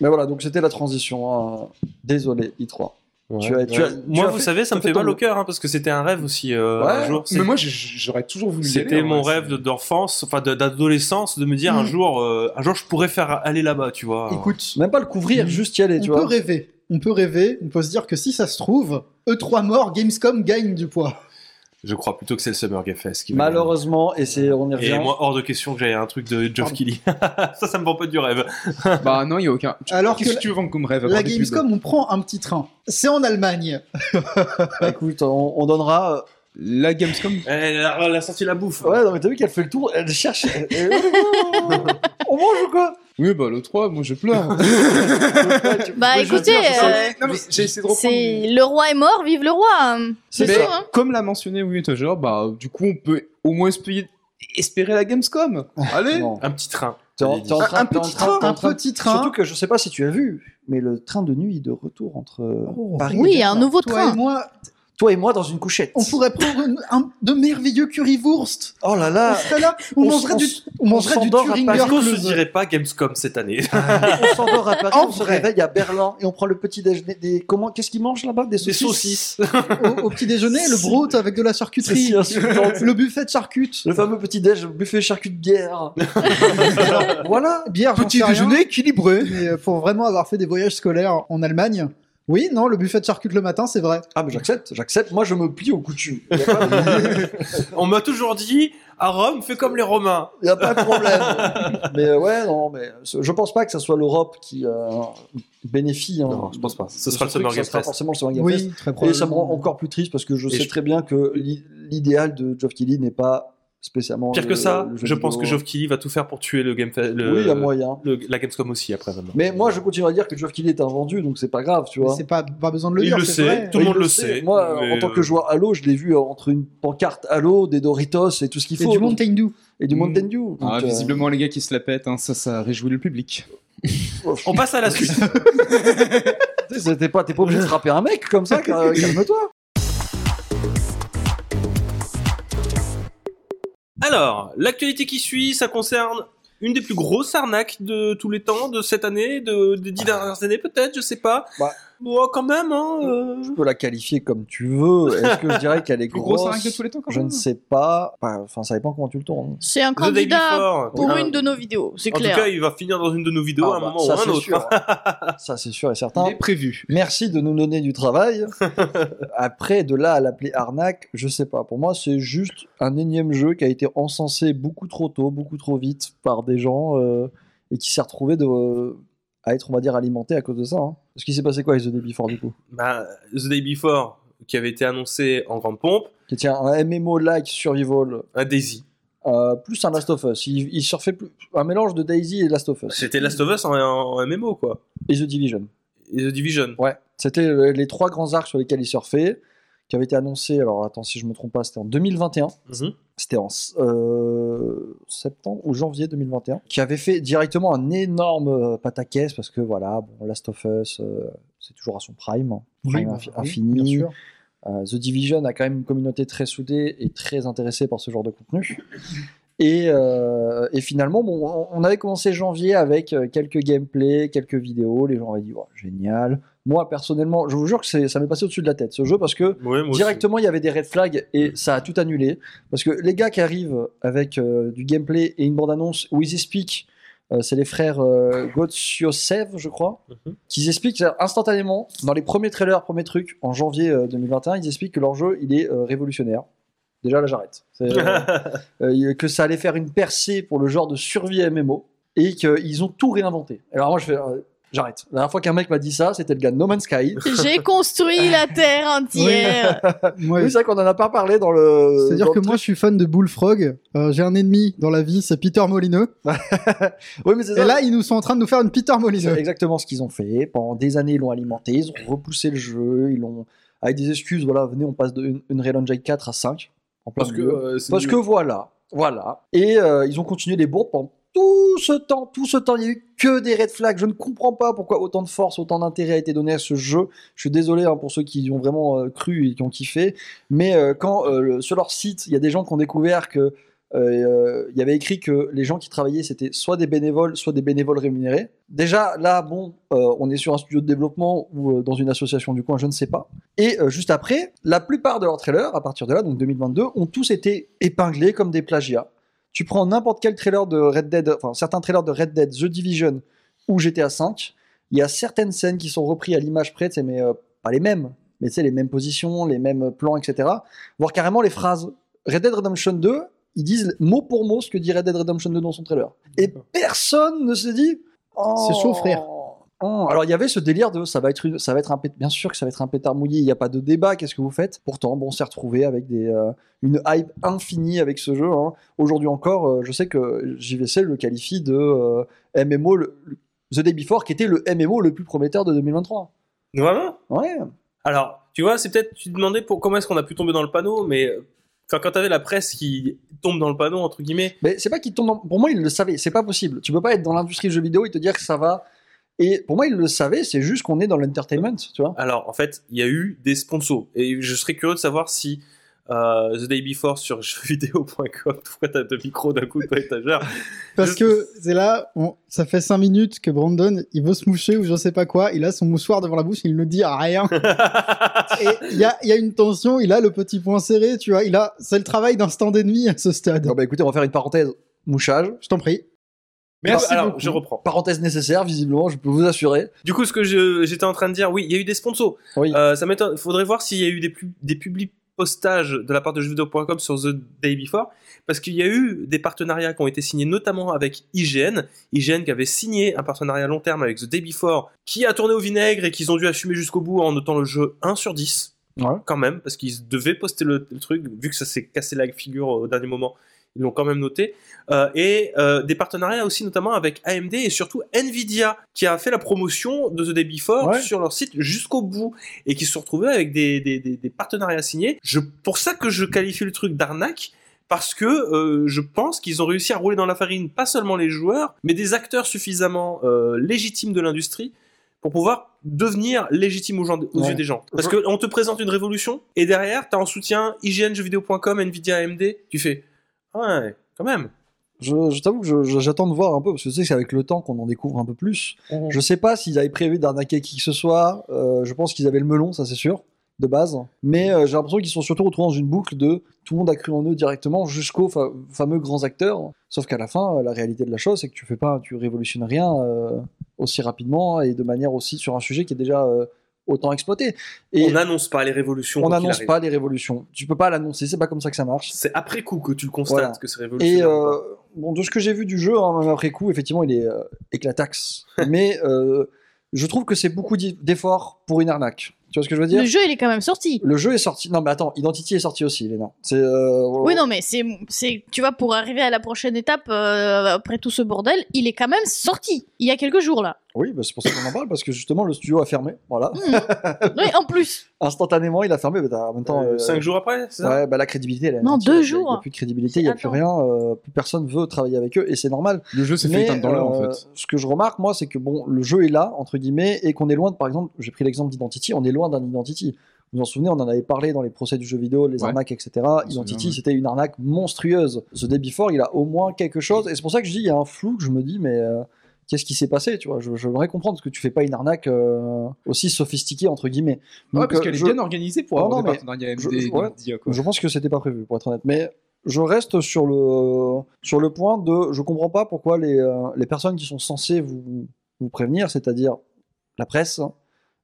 Speaker 5: Mais voilà, donc c'était la transition. hein. Désolé i3. Tu as- tu as- tu
Speaker 1: moi,
Speaker 5: as
Speaker 1: vous
Speaker 5: fait-
Speaker 1: savez, ça me
Speaker 5: fait
Speaker 1: fait mal
Speaker 5: ton-
Speaker 1: au cœur, hein, parce que c'était un rêve aussi euh,
Speaker 5: Ouais,
Speaker 1: un jour.
Speaker 2: Mais moi, j'ai- j'aurais toujours voulu. y aller,
Speaker 1: C'était
Speaker 2: en
Speaker 1: mon
Speaker 2: vrai,
Speaker 1: rêve
Speaker 2: c'est-
Speaker 1: de- d'enfance, enfin de- d'adolescence, de me dire un
Speaker 4: Mm.
Speaker 1: jour, euh, un jour je pourrais faire aller là-bas, tu vois.
Speaker 3: Écoute,
Speaker 5: Même pas le couvrir, juste y aller,
Speaker 3: on
Speaker 5: tu
Speaker 3: peut
Speaker 5: vois.
Speaker 3: rêver. On peut rêver, on peut se dire que si ça se trouve, E3 mort, Gamescom gagne du poids.
Speaker 1: Je crois plutôt que c'est le Summer Game Fest. Qui va
Speaker 5: Malheureusement, et c'est on y
Speaker 1: gagner. Et
Speaker 5: revient.
Speaker 1: moi, hors de question que j'avais un truc de Geoff
Speaker 3: Pardon.
Speaker 1: Keighley. ça, ça me vend pas du rêve.
Speaker 2: Bah non, il n'y a aucun. Tu-
Speaker 3: Alors
Speaker 2: qu'est-ce
Speaker 3: que
Speaker 2: que tu veux vendre comme rêve à part
Speaker 3: La
Speaker 2: des pubs
Speaker 3: Gamescom, on prend un petit train. C'est en Allemagne.
Speaker 5: Bah, écoute, on, on donnera. euh,
Speaker 2: La Gamescom.
Speaker 1: Eh, Elle a, elle a sorti la bouffe.
Speaker 5: Ouais, non, mais t'as vu qu'elle fait le tour, elle cherche. elle- elle- on mange ou quoi
Speaker 2: Oui, bah le 3, moi je pleure.
Speaker 4: Bah
Speaker 5: Ouais, je veux
Speaker 4: écoutez,
Speaker 5: dire,
Speaker 4: euh,
Speaker 2: Non, mais j'ai essayé de reprendre.
Speaker 4: c'est le roi est mort, vive le roi. hein.
Speaker 5: C'est
Speaker 4: C'est
Speaker 2: Mais
Speaker 4: tout, hein.
Speaker 2: comme l'a mentionné oui Tajer, bah du coup on peut au moins espérer, espérer la Gamescom. Allez.
Speaker 5: Non.
Speaker 1: Un petit train.
Speaker 5: T'es en-
Speaker 1: Allez,
Speaker 5: t'es en
Speaker 2: Un-
Speaker 5: train-
Speaker 2: un
Speaker 5: t'es en
Speaker 2: petit
Speaker 5: train-
Speaker 2: train,
Speaker 5: t'es en
Speaker 3: Un
Speaker 5: train-
Speaker 3: petit train.
Speaker 5: Surtout que je sais pas si tu as vu, mais le train de nuit de retour entre euh,
Speaker 3: Oh,
Speaker 5: Paris. et
Speaker 4: Oui,
Speaker 5: Berlin.
Speaker 4: un nouveau
Speaker 3: Toi et
Speaker 4: train.
Speaker 3: moi,
Speaker 5: Toi et moi dans une couchette.
Speaker 3: on pourrait prendre une- un- de merveilleux currywurst.
Speaker 5: Oh là
Speaker 3: On
Speaker 5: là.
Speaker 3: serait là, on,
Speaker 5: on
Speaker 3: mangerait
Speaker 5: s-
Speaker 3: du, on
Speaker 5: on
Speaker 3: mangerait du
Speaker 5: s'endort à
Speaker 3: Thuringer
Speaker 5: Paris.
Speaker 1: Est-ce qu'on se
Speaker 3: Close.
Speaker 1: dirait pas Gamescom cette année
Speaker 5: on s'endort à Paris,
Speaker 3: En
Speaker 5: on se
Speaker 3: vrai.
Speaker 5: réveille à Berlin et on prend le petit déjeuner des comment qu'est-ce qu'ils mangent là-bas des
Speaker 1: Des
Speaker 5: saucisses.
Speaker 1: saucisses.
Speaker 3: au, au petit déjeuner, le
Speaker 5: Si.
Speaker 3: brot avec de la charcuterie, Euh,
Speaker 5: Si, insultante.
Speaker 3: le buffet de charcutes,
Speaker 5: Le fameux petit déj buffet charcut de bière. voilà.
Speaker 3: bière, j'en
Speaker 2: Petit
Speaker 3: sais rien,
Speaker 2: déjeuner équilibré.
Speaker 3: mais, euh, pour vraiment avoir fait des voyages scolaires en Allemagne. Oui, non, le buffet de charcutes le matin, c'est vrai.
Speaker 5: Ah mais j'accepte, j'accepte. Moi je me plie aux coutumes. Il
Speaker 1: On m'a toujours dit, à Rome, fais comme les Romains.
Speaker 5: n'y a, pas de problème. mais euh, ouais non mais ce- je pense pas que ce soit l'Europe qui euh, bénéficie. hein,
Speaker 1: Non, je pense pas. Ce
Speaker 5: de
Speaker 1: sera le
Speaker 5: truc,
Speaker 1: Summer
Speaker 5: ça
Speaker 1: Game
Speaker 5: sera
Speaker 1: Fest.
Speaker 5: forcément le Summer Game Fest.
Speaker 3: Oui, très
Speaker 5: Et ça me
Speaker 3: probablement.
Speaker 5: rend encore plus triste parce que je
Speaker 1: Et
Speaker 5: sais
Speaker 1: je-
Speaker 5: très bien que l'i- l'idéal de Geoff Keighley n'est pas spécialement.
Speaker 1: Pire
Speaker 5: le-
Speaker 1: que ça,
Speaker 5: le jeu
Speaker 1: je pense que
Speaker 5: vidéo.
Speaker 1: Geoff euh, Keighley va tout faire pour tuer le Game Fest.
Speaker 5: Oui, il y a moyen.
Speaker 1: la Gamescom aussi après vraiment.
Speaker 5: Mais moi, je continue à dire que Geoff Keighley est invendu, donc c'est pas grave, tu
Speaker 3: Mais
Speaker 5: vois.
Speaker 3: C'est pas, pas besoin de le
Speaker 1: Il
Speaker 3: dire.
Speaker 1: le
Speaker 3: c'est
Speaker 1: sait,
Speaker 3: vrai.
Speaker 1: tout le
Speaker 5: Oui,
Speaker 1: monde
Speaker 5: je
Speaker 1: le
Speaker 5: sais.
Speaker 1: sais,
Speaker 5: Moi,
Speaker 1: mais,
Speaker 5: en tant
Speaker 1: euh,
Speaker 5: que joueur Halo, je l'ai vu entre une pancarte Halo, des Doritos et tout ce qu'il
Speaker 3: Et
Speaker 5: faut.
Speaker 3: du
Speaker 5: donc-
Speaker 3: Mountain Hmm. Dew.
Speaker 5: et du Mountain Dew. Donc,
Speaker 2: Ah,
Speaker 5: euh,
Speaker 2: visiblement les gars qui se la pètent, hein, ça ça réjouit le public.
Speaker 1: euh, On passe à la suite.
Speaker 5: tu sais, T'es pas, t'es pas obligé de frapper un mec comme ça, cal- calme-toi.
Speaker 1: Alors, l'actualité qui suit, ça concerne une des plus grosses arnaques de tous les temps, de cette année, de, des dix dernières années peut-être, je sais pas.
Speaker 5: Bah.
Speaker 1: Bon, quand même, hein. euh.
Speaker 5: Tu peux la qualifier comme tu veux. Est-ce que je dirais qu'elle est
Speaker 2: Mhm. Plus
Speaker 5: grosse
Speaker 2: grosse arnaque de tous les temps quand
Speaker 5: Je
Speaker 2: même.
Speaker 5: ne sais pas. Enfin, enfin, ça dépend comment tu le tournes.
Speaker 4: C'est un
Speaker 1: The Day
Speaker 4: candidat
Speaker 1: Before,
Speaker 4: pour
Speaker 1: un-
Speaker 4: une de nos vidéos, c'est
Speaker 1: En
Speaker 4: clair.
Speaker 1: tout cas, il va finir dans une de nos vidéos à
Speaker 5: Ah,
Speaker 1: un
Speaker 5: bah,
Speaker 1: moment ou
Speaker 5: ça,
Speaker 1: à un
Speaker 5: c'est
Speaker 1: autre. hein.
Speaker 5: sûr. ça, c'est sûr et certain.
Speaker 2: Il est prévu.
Speaker 5: Merci de nous donner du travail. Après, de là à l'appeler arnaque, je sais pas. Pour moi, c'est juste un énième jeu qui a été encensé beaucoup trop tôt, beaucoup trop vite par des gens euh, et qui s'est retrouvé de, euh, à être, on va dire, alimenté à cause de ça. hein. Ce qui s'est passé quoi avec The Day Before du coup
Speaker 1: Bah, The Day Before, qui avait été annoncé en grande pompe,
Speaker 5: Qui était un MMO-like survival
Speaker 1: un Daisy.
Speaker 5: euh, plus un Last of Us. Il, il surfait plus, un mélange de Daisy et Last of Us.
Speaker 1: C'était Last of Us en, en MMO, quoi.
Speaker 5: Et The Division.
Speaker 1: Et The Division.
Speaker 5: Ouais, c'était le- les trois grands arcs sur lesquels il surfait, qui avaient été annoncés. Alors attends, si je me trompe pas, c'était en 2021.
Speaker 1: Mhm.
Speaker 5: c'était en s- euh, septembre ou janvier 2021, qui avait fait directement un énorme euh, pataquès parce que voilà, bon, Last of Us, euh, c'est toujours à son prime, hein. prime
Speaker 3: bah,
Speaker 5: infi-
Speaker 3: oui,
Speaker 5: infini.
Speaker 3: bien sûr.
Speaker 5: Euh, The Division a quand même une communauté très soudée et très intéressée par ce genre de contenu. Et, euh, et finalement, bon, on- on avait commencé janvier avec euh, quelques gameplays, quelques vidéos. Les gens avaient dit, Oh, génial. Moi, personnellement, je vous jure que c'est- ça m'est passé au-dessus de la tête ce jeu parce que
Speaker 1: Ouais, moi aussi. Mm.
Speaker 5: Directement, il y avait des red flags et ça a tout annulé. Parce que les gars qui arrivent avec euh, du gameplay et une bande-annonce où ils expliquent, euh, c'est les frères euh, Gotsiosev, je crois,
Speaker 1: Mhm.
Speaker 5: qu'ils expliquent c'est-à-dire instantanément, dans les premiers trailers, premiers trucs, en janvier euh, 2021, ils expliquent que leur jeu, il est euh, révolutionnaire. Déjà, là, j'arrête. C'est, euh, euh, que ça allait faire une percée pour le genre de survie MMO et qu'ils ont tout réinventé. Alors moi, je fais... euh, J'arrête. La dernière fois qu'un mec m'a dit ça, c'était le gars de No Man's Sky.
Speaker 4: J'ai construit la terre entière.
Speaker 3: Ouais.
Speaker 5: Oui, c'est vrai qu'on en a pas parlé dans le.
Speaker 3: C'est-à-dire
Speaker 5: Euh, dans
Speaker 3: que
Speaker 5: le
Speaker 3: moi, je suis fan de Bullfrog. Euh, J'ai un ennemi dans la vie, c'est Peter Molineux.
Speaker 5: Oui, mais c'est
Speaker 3: Et
Speaker 5: ça.
Speaker 3: là, ils nous sont en train de nous faire une Peter
Speaker 5: c'est
Speaker 3: Molineux.
Speaker 5: exactement ce qu'ils ont fait. Pendant des années, ils l'ont alimenté, ils ont repoussé le jeu, ils l'ont avec des excuses. Voilà, venez, on passe de une- Unreal Engine 4 à 5. En plein
Speaker 1: Parce que,
Speaker 5: milieu.
Speaker 1: euh, c'est
Speaker 5: parce
Speaker 1: du-
Speaker 5: que voilà, voilà. Et euh, ils ont continué les bourdes pendant tout ce temps, tout ce temps. Il n'y a eu que des red flags. Je ne comprends pas pourquoi autant de force, autant d'intérêt a été donné à ce jeu. Je suis désolé hein, pour ceux qui y ont vraiment euh, cru et qui ont kiffé. Mais euh, quand euh, le- sur leur site, il y a des gens qui ont découvert que euh, et, euh, il y avait écrit que les gens qui travaillaient, c'était soit des bénévoles, soit des bénévoles rémunérés. Déjà, là, bon, euh, on est sur un studio de développement ou euh, dans une association du coin, je ne sais pas. Et euh, juste après, la plupart de leurs trailers, à partir de là, donc 2022, ont tous été épinglés comme des plagiats. Tu prends n'importe quel trailer de Red Dead, enfin certains trailers de Red Dead, The Division ou GTA V, il y a certaines scènes qui sont reprises à l'image près, tu sais, mais euh, pas les mêmes, mais tu sais, les mêmes positions, les mêmes plans, etc. Voire carrément les phrases. Red Dead Redemption 2, ils disent mot pour mot ce que dit Red Dead Redemption 2 dans son trailer. Et personne ne se dit. Oh,
Speaker 3: C'est chaud, frère.
Speaker 5: oh. Alors il y avait ce délire de ça va être une- ça va être un pét- bien sûr que ça va être un pétard mouillé il n'y a pas de débat qu'est-ce que vous faites pourtant bon on s'est retrouvé avec des euh, une hype infinie avec ce jeu hein. aujourd'hui encore euh, je sais que JVC le qualifie de euh, MMO le- le- The Day Before qui était le MMO le plus prometteur de 2023
Speaker 1: Vraiment
Speaker 5: ouais
Speaker 1: Alors, tu vois, c'est peut-être, tu te demandais pour, comment est-ce qu'on a pu tomber dans le panneau, mais euh, enfin, quand t'avais la presse qui tombe dans le panneau, entre guillemets,
Speaker 5: Mais c'est pas qu'il tombe dans... Pour moi, il le savait. C'est pas possible. Tu peux pas être dans l'industrie du jeu vidéo et te dire que ça va. Et pour moi, il le savait. C'est juste qu'on est dans l'entertainment, tu vois.
Speaker 1: alors en fait, il y a eu des sponsors. Et je serais curieux de savoir si euh, The Day Before sur jeuxvideo.com, pourquoi t'as deux micros d'un coup, toi étagère
Speaker 3: Parce que c'est là, on- ça fait 5 minutes que Brandon, il veut se moucher ou je sais pas quoi, il a son moussoir devant la bouche, il ne dit rien. Et il y a, il y a une tension, il a le petit point serré, tu vois, il a, c'est le travail d'un stand ennemi à ce stade.
Speaker 5: Non, bah écoutez, on va faire une parenthèse. Mouchage.
Speaker 3: Je t'en prie.
Speaker 1: Merci alors,
Speaker 3: beaucoup.
Speaker 1: je reprends.
Speaker 5: Parenthèse nécessaire, visiblement, je peux vous assurer.
Speaker 1: Du coup, ce que je- j'étais en train de dire, oui, il y a eu des sponsors.
Speaker 5: Oui.
Speaker 1: Euh, ça m'étonne. Faudrait voir s'il y a eu des, pub- des publics postages de la part de jeuxvideo.com sur The Day Before, parce qu'il y a eu des partenariats qui ont été signés, notamment avec IGN. IGN qui avait signé un partenariat long terme avec The Day Before, qui a tourné au vinaigre et qu'ils ont dû assumer jusqu'au bout en notant le jeu 1 sur 10,
Speaker 5: Ouais.
Speaker 1: quand même, parce qu'ils devaient poster le, le truc, vu que ça s'est cassé la figure au dernier moment. Ils l'ont quand même noté. Euh, et euh, des partenariats aussi notamment avec AMD et surtout Nvidia qui a fait la promotion de The Day Before
Speaker 5: Ouais.
Speaker 1: sur leur site jusqu'au bout et qui se sont retrouvés avec des, des, des, des partenariats signés. Je, pour ça que je qualifie le truc d'arnaque parce que euh, je pense qu'ils ont réussi à rouler dans la farine pas seulement les joueurs mais des acteurs suffisamment euh, légitimes de l'industrie pour pouvoir devenir légitime aux, gens- aux
Speaker 5: Ouais.
Speaker 1: yeux des gens. Parce que on te présente une révolution et derrière t'as en soutien IGN-jeuxvideo.com, Nvidia, AMD, tu fais Ah ouais quand même.
Speaker 5: Je, je t'avoue que je- je- j'attends de voir un peu, parce que tu sais que c'est avec le temps qu'on en découvre un peu plus.
Speaker 1: Mhm.
Speaker 5: Je sais pas s'ils avaient prévu d'arnaquer qui que ce soit. Euh, je pense qu'ils avaient le melon, ça c'est sûr, de base. Mais euh, j'ai l'impression qu'ils sont surtout retrouvés dans une boucle de tout le monde a cru en eux directement jusqu'aux fa- fameux grands acteurs. Sauf qu'à la fin, euh, la réalité de la chose, c'est que tu fais pas, tu révolutionnes rien euh, aussi rapidement et de manière aussi sur un sujet qui est déjà euh, autant exploité. Et
Speaker 1: on n'annonce pas les révolutions.
Speaker 5: on
Speaker 1: quoi qu'il
Speaker 5: n'annonce
Speaker 1: arrive.
Speaker 5: pas les révolutions. Tu peux pas l'annoncer, c'est pas comme ça que ça marche.
Speaker 1: C'est après coup que tu le constates
Speaker 5: Voilà.
Speaker 1: que c'est
Speaker 5: Et
Speaker 1: révolutionnaire. ou
Speaker 5: euh,
Speaker 1: pas.
Speaker 5: bon, de ce que j'ai vu du jeu, hein, même après coup, effectivement, il est euh, éclataxe. Mais euh, je trouve que c'est beaucoup d'i- d'efforts pour une arnaque. Tu vois ce que je veux dire
Speaker 4: Le jeu, il est quand même sorti.
Speaker 5: Le jeu est sorti. Non, mais attends, Identity est sorti aussi, Léna. C'est. euh,
Speaker 4: Oui, non, mais c'est, c'est, tu vois, pour arriver à la prochaine étape, euh, après tout ce bordel, il est quand même sorti, il y a quelques jours, là.
Speaker 5: Oui, bah, c'est pour ça qu'on en parle parce que justement le studio a fermé. Voilà.
Speaker 4: Oui, en plus.
Speaker 5: Instantanément, il a fermé. Bah, t'as- en même temps.
Speaker 1: Euh,
Speaker 5: euh,
Speaker 1: cinq jours après, c'est ça
Speaker 5: Ouais, bah, la crédibilité, elle est
Speaker 4: Non,
Speaker 5: anéantie.
Speaker 4: deux
Speaker 5: Il y a- Il n'y
Speaker 4: jours.
Speaker 5: a plus de crédibilité, il n'y a
Speaker 4: Attends.
Speaker 5: plus rien. euh, plus personne veut travailler avec eux et c'est normal.
Speaker 2: Le jeu s'est fait
Speaker 5: Mais,
Speaker 2: éteindre dans l'heure, en
Speaker 5: euh,
Speaker 2: fait.
Speaker 5: Ce que je remarque, moi, c'est que bon, le jeu est là, entre guillemets, et qu'on est loin, de, par exemple, j'ai pris l'exemple d'Identity, on est loin d'un Identity. Vous vous en souvenez, on en avait parlé dans les procès du jeu vidéo, les
Speaker 2: Ouais.
Speaker 5: arnaques, etc.
Speaker 2: me
Speaker 5: Identity,
Speaker 2: souviens, ouais.
Speaker 5: c'était une arnaque monstrueuse. Ce Day Before, il a au moins quelque chose, et c'est pour ça que je dis, il y a un flou que je me dis, mais. euh, Qu'est-ce qui s'est passé, tu vois Je je voudrais comprendre parce que tu fais pas une arnaque euh, aussi sophistiquée entre guillemets.
Speaker 2: Ouais,
Speaker 5: Donc,
Speaker 2: parce
Speaker 5: euh,
Speaker 2: qu'elle est
Speaker 5: je-
Speaker 2: bien organisée pour
Speaker 5: Non,
Speaker 2: avoir
Speaker 5: non,
Speaker 2: des
Speaker 5: mais
Speaker 2: partenariats
Speaker 5: je-
Speaker 2: AMD
Speaker 5: je- ouais.
Speaker 2: Nvidia, quoi.
Speaker 5: je pense que c'était pas prévu, pour être honnête. Mais je reste sur le, sur le point de. Je comprends pas pourquoi les, euh, les personnes qui sont censées vous, vous prévenir, c'est-à-dire la presse, hein,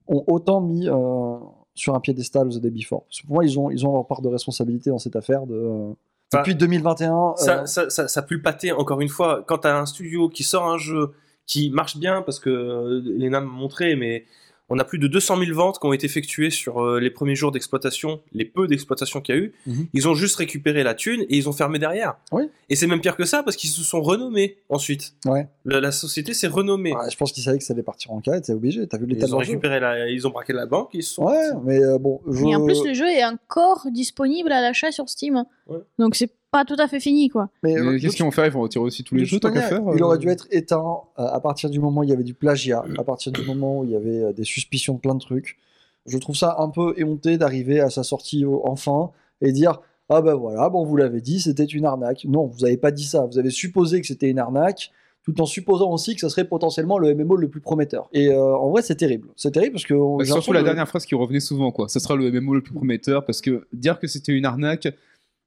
Speaker 5: ont autant mis euh, sur un piédestal The Day Before. Parce que pour moi, ils ont, ils ont leur part de responsabilité dans cette affaire. De, euh,
Speaker 1: Enfin,
Speaker 5: depuis 2021.
Speaker 1: ça,
Speaker 5: euh,
Speaker 1: ça, ça, ça pue le pâté, encore une fois. Quand t'as un studio qui sort un jeu qui marche bien, parce que euh, Elena m'a montré, mais on a plus de 200 000 ventes qui ont été effectuées sur euh, les premiers jours d'exploitation, les peu d'exploitation qu'il y a eu.
Speaker 5: Mhm.
Speaker 1: Ils ont juste récupéré la thune et ils ont fermé derrière.
Speaker 5: Oui.
Speaker 1: Et c'est même pire que ça, parce qu'ils se sont renommés ensuite.
Speaker 5: Ouais.
Speaker 1: La, la société s'est renommée.
Speaker 5: ouais, je pense qu'ils savaient que ça allait partir en cas, t'es obligé, t'as vu l'état de
Speaker 1: Ils ont
Speaker 5: leur jeu.
Speaker 1: récupéré la, ils ont braqué la banque, ils se sont.
Speaker 5: Ouais, mais euh, bon. Je...
Speaker 4: Et en plus, le jeu est encore disponible à l'achat sur Steam.
Speaker 1: Ouais.
Speaker 4: Donc c'est pas tout à fait fini, quoi.
Speaker 5: mais,
Speaker 2: Mais
Speaker 5: euh, de-
Speaker 2: qu'est-ce qu'ils vont faire Ils vont retirer aussi tous les
Speaker 5: De
Speaker 2: jeux,
Speaker 5: toute
Speaker 2: tant qu'à
Speaker 5: manière,
Speaker 2: faire
Speaker 5: Il
Speaker 2: euh,
Speaker 5: aurait dû être éteint euh, à partir du moment où il y avait du plagiat, à partir du moment où il y avait euh, des suspicions de plein de trucs. Je trouve ça un peu éhonté d'arriver à sa sortie au- enfin et dire Ah ben voilà, bon, vous l'avez dit, c'était une arnaque. Non, vous n'avez pas dit ça. Vous avez supposé que c'était une arnaque, tout en supposant aussi que ça serait potentiellement le MMO le plus prometteur. Et euh, en vrai, c'est terrible. C'est terrible parce que. on-
Speaker 2: Bah,
Speaker 5: j'ai
Speaker 2: surtout
Speaker 5: l'impression
Speaker 2: la
Speaker 5: de-
Speaker 2: dernière phrase qui revenait souvent, quoi. Ça sera le MMO le plus prometteur, parce que dire que c'était une arnaque,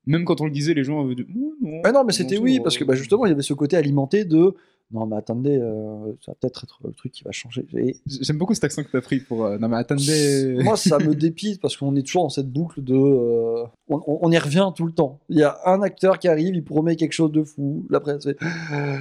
Speaker 2: même quand on le disait, les gens avaient dit non, non.
Speaker 5: Ah non, mais c'était
Speaker 2: non,
Speaker 5: oui,
Speaker 2: non,
Speaker 5: parce que
Speaker 2: euh,
Speaker 5: bah, justement, il y avait ce côté alimenté de. Non, mais attendez, euh, ça va peut-être être le truc qui va changer. Et
Speaker 2: J'aime beaucoup cet accent que t'as pris pour. euh, Non, mais attendez.
Speaker 5: Moi, ça me dépite parce qu'on est toujours dans cette boucle de. euh, on, on- on y revient tout le temps. Il y a un acteur qui arrive, il promet quelque chose de fou. La presse fait.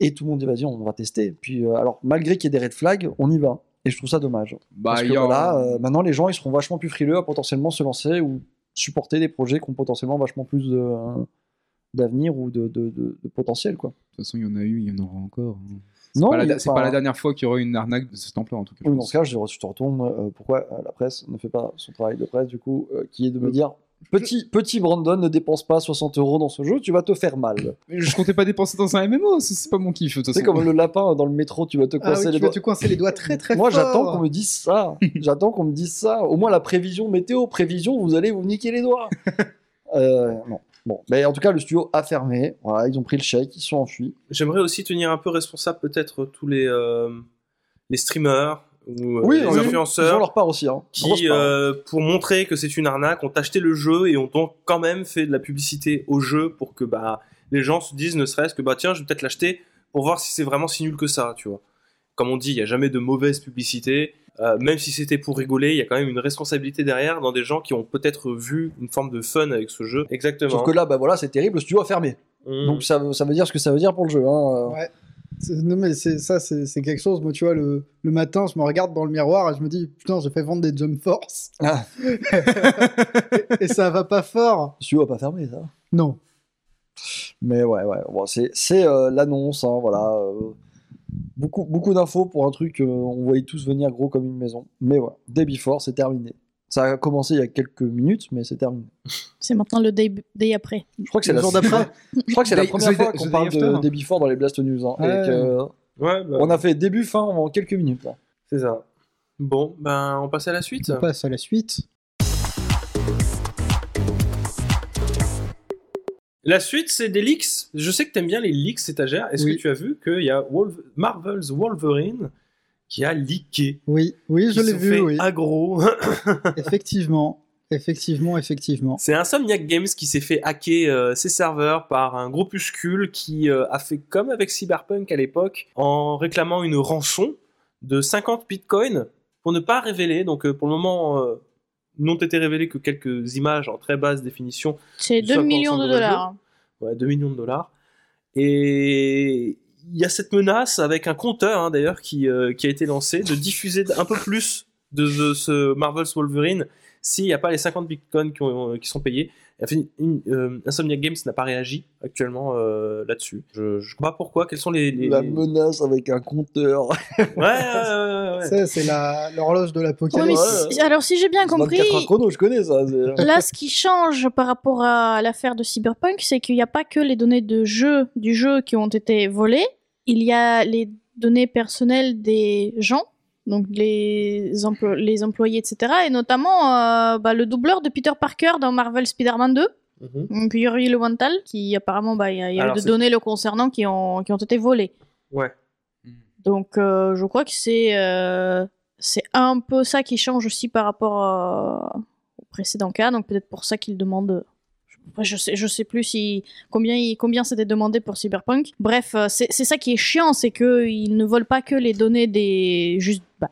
Speaker 5: Et tout le monde dit vas-y, on va tester. Puis, euh, alors, malgré qu'il y ait des red flags, on y va. Et je trouve ça dommage.
Speaker 2: Bah,
Speaker 5: Parce que
Speaker 2: il y a-
Speaker 5: voilà, euh, maintenant, les gens, ils seront vachement plus frileux à potentiellement se lancer ou supporter des projets qui ont potentiellement vachement plus de, euh, d'avenir ou de, de- de- de potentiel. Quoi.
Speaker 2: De toute façon, il y en a eu, il y en aura encore.
Speaker 5: Non,
Speaker 2: Pas la
Speaker 5: mais,
Speaker 2: da- C'est
Speaker 5: enfin,
Speaker 2: pas la dernière fois qu'il y aura une arnaque de cette ampleur, en tout cas. je
Speaker 5: oui, dans
Speaker 2: pense.
Speaker 5: ce cas, je, je te retourne euh, pourquoi euh, la presse ne fait pas son travail de presse, du coup, euh, qui est de me dire petit, petit Brandon ne dépense pas 60 euros dans ce jeu, tu vas te faire mal.
Speaker 2: Mais Je comptais pas dépenser dans un MMO, c'est- c'est pas mon kiff. de toute
Speaker 5: C'est
Speaker 2: façon.
Speaker 5: comme le lapin dans le métro, tu vas te
Speaker 3: Ah
Speaker 5: coincer
Speaker 3: oui, tu
Speaker 5: les
Speaker 3: vas
Speaker 5: doigts.
Speaker 3: te coincer les doigts très très
Speaker 5: Moi,
Speaker 3: fort.
Speaker 5: j'attends qu'on me dise ça. j'attends qu'on me dise ça. Au moins, la prévision météo, prévision, vous allez vous niquer les doigts. Euh, non. Bon, mais en tout cas, le studio a fermé. Voilà, ils ont pris le chèque, ils sont enfuis.
Speaker 1: J'aimerais aussi tenir un peu responsable peut-être tous les, euh, les streamers ou euh, les
Speaker 5: ils ont- Ils ont
Speaker 1: influenceurs
Speaker 5: leur part aussi. hein. Grosse
Speaker 1: qui,
Speaker 5: part.
Speaker 1: euh, pour montrer que c'est une arnaque, ont acheté le jeu et ont donc quand même fait de la publicité au jeu pour que bah, les gens se disent ne serait-ce que bah tiens, je vais peut-être l'acheter pour voir si c'est vraiment si nul que ça, tu vois. Comme on dit, il n'y a jamais de mauvaise publicité. Euh, même si c'était pour rigoler, il y a quand même une responsabilité derrière dans des gens qui ont peut-être vu une forme de fun avec ce jeu. Exactement.
Speaker 5: Sauf que là, bah voilà, c'est terrible, le studio a fermé.
Speaker 1: Mm.
Speaker 5: Donc ça, veut- ça veut dire ce que ça veut dire pour le jeu. hein.
Speaker 3: Ouais. C'est- Non mais c'est ça c'est c'est quelque chose moi tu vois le, le matin je me regarde dans le miroir et je me dis putain j'ai fait vendre des jump force
Speaker 5: Ah.
Speaker 3: et ça va pas fort
Speaker 5: Le studio a pas fermé, ça.
Speaker 3: non
Speaker 5: Mais ouais, ouais, bon, c'est, c'est, euh, l'annonce, hein, voilà. euh, beaucoup beaucoup d'infos pour un truc euh, on voyait tous venir gros comme une maison. Mais ouais, Day Before, c'est terminé. Ça a commencé il y a quelques minutes, mais c'est terminé.
Speaker 4: C'est maintenant le day, day après.
Speaker 5: Je crois que c'est
Speaker 3: Le
Speaker 5: la,
Speaker 3: jour d'après.
Speaker 5: je crois que c'est la
Speaker 2: Day-
Speaker 5: première
Speaker 2: The Day-
Speaker 5: fois qu'on
Speaker 2: The
Speaker 5: parle
Speaker 2: Day After.
Speaker 5: de Day Before dans les Blast News. hein, et
Speaker 2: Ouais.
Speaker 5: que-
Speaker 1: Ouais, bah,
Speaker 5: on a fait début, fin en quelques minutes. hein. là.
Speaker 1: c'est ça. Bon, ben on passe à la suite.
Speaker 3: on passe à la suite
Speaker 1: La suite, c'est des leaks. Je sais que t'aimes bien les leaks étagères. Est-ce
Speaker 3: Oui.
Speaker 1: que tu as vu qu'il y a Wolf- Marvel's Wolverine qui a leaké
Speaker 3: oui oui je
Speaker 1: Ils
Speaker 3: l'ai
Speaker 1: sont Ah.
Speaker 3: vu
Speaker 1: fait
Speaker 3: oui
Speaker 1: aggro.
Speaker 3: effectivement effectivement effectivement
Speaker 1: c'est Insomniac Games qui s'est fait hacker euh, ses serveurs par un groupuscule qui euh, a fait comme avec Cyberpunk à l'époque en réclamant une rançon de 50 bitcoins pour ne pas révéler. Donc euh, pour le moment, euh, n'ont été révélées que quelques images en très basse définition
Speaker 4: C'est
Speaker 1: Du
Speaker 4: 2
Speaker 1: socle
Speaker 4: millions de
Speaker 1: ensemble de la
Speaker 4: dollars.
Speaker 1: ouais, 2 millions de dollars. Et il y a cette menace avec un compteur hein, d'ailleurs qui, euh, qui a été lancé de diffuser un peu plus de, de ce Marvel's Wolverine s'il n'y a pas les 50 bitcoins qui, ont- qui sont payés. Et enfin, une- euh, Insomniac Games n'a pas réagi actuellement euh, là-dessus. Je ne comprends pas pourquoi. Quels sont les. les-
Speaker 5: La
Speaker 1: les-
Speaker 5: menace avec un compteur.
Speaker 1: Ouais, ouais, ouais, ouais, ouais.
Speaker 3: ça c'est la- l'horloge de
Speaker 4: Ouais,
Speaker 3: l'apocalypse
Speaker 4: mais
Speaker 5: ouais.
Speaker 4: si- alors, si j'ai bien compris,
Speaker 5: 24 heures chrono, je connais ça. c'est-
Speaker 4: Là, ce qui change par rapport à l'affaire de Cyberpunk, c'est qu'il n'y a pas que les données de jeu, du jeu qui ont été volées, il y a les données personnelles des gens, donc les, emplo- les employés, etc. Et notamment euh, bah, le doubleur de Peter Parker dans Marvel Spider-Man 2,
Speaker 1: Mhm.
Speaker 4: donc Yuri Lewantal, qui apparemment, bah, il y a, il y a eu
Speaker 1: Alors,
Speaker 4: des
Speaker 1: c'est-
Speaker 4: données le concernant qui ont, qui ont été volées.
Speaker 1: Ouais.
Speaker 4: Donc euh, je crois que c'est euh, c'est un peu ça qui change aussi par rapport euh, au précédent cas. Donc peut-être pour ça qu'il demande. Après, Je sais, je sais plus si combien il- combien c'était demandé pour Cyberpunk. Bref, euh, c'est c'est ça qui est chiant, c'est que ils ne volent pas que les données des juste. bah,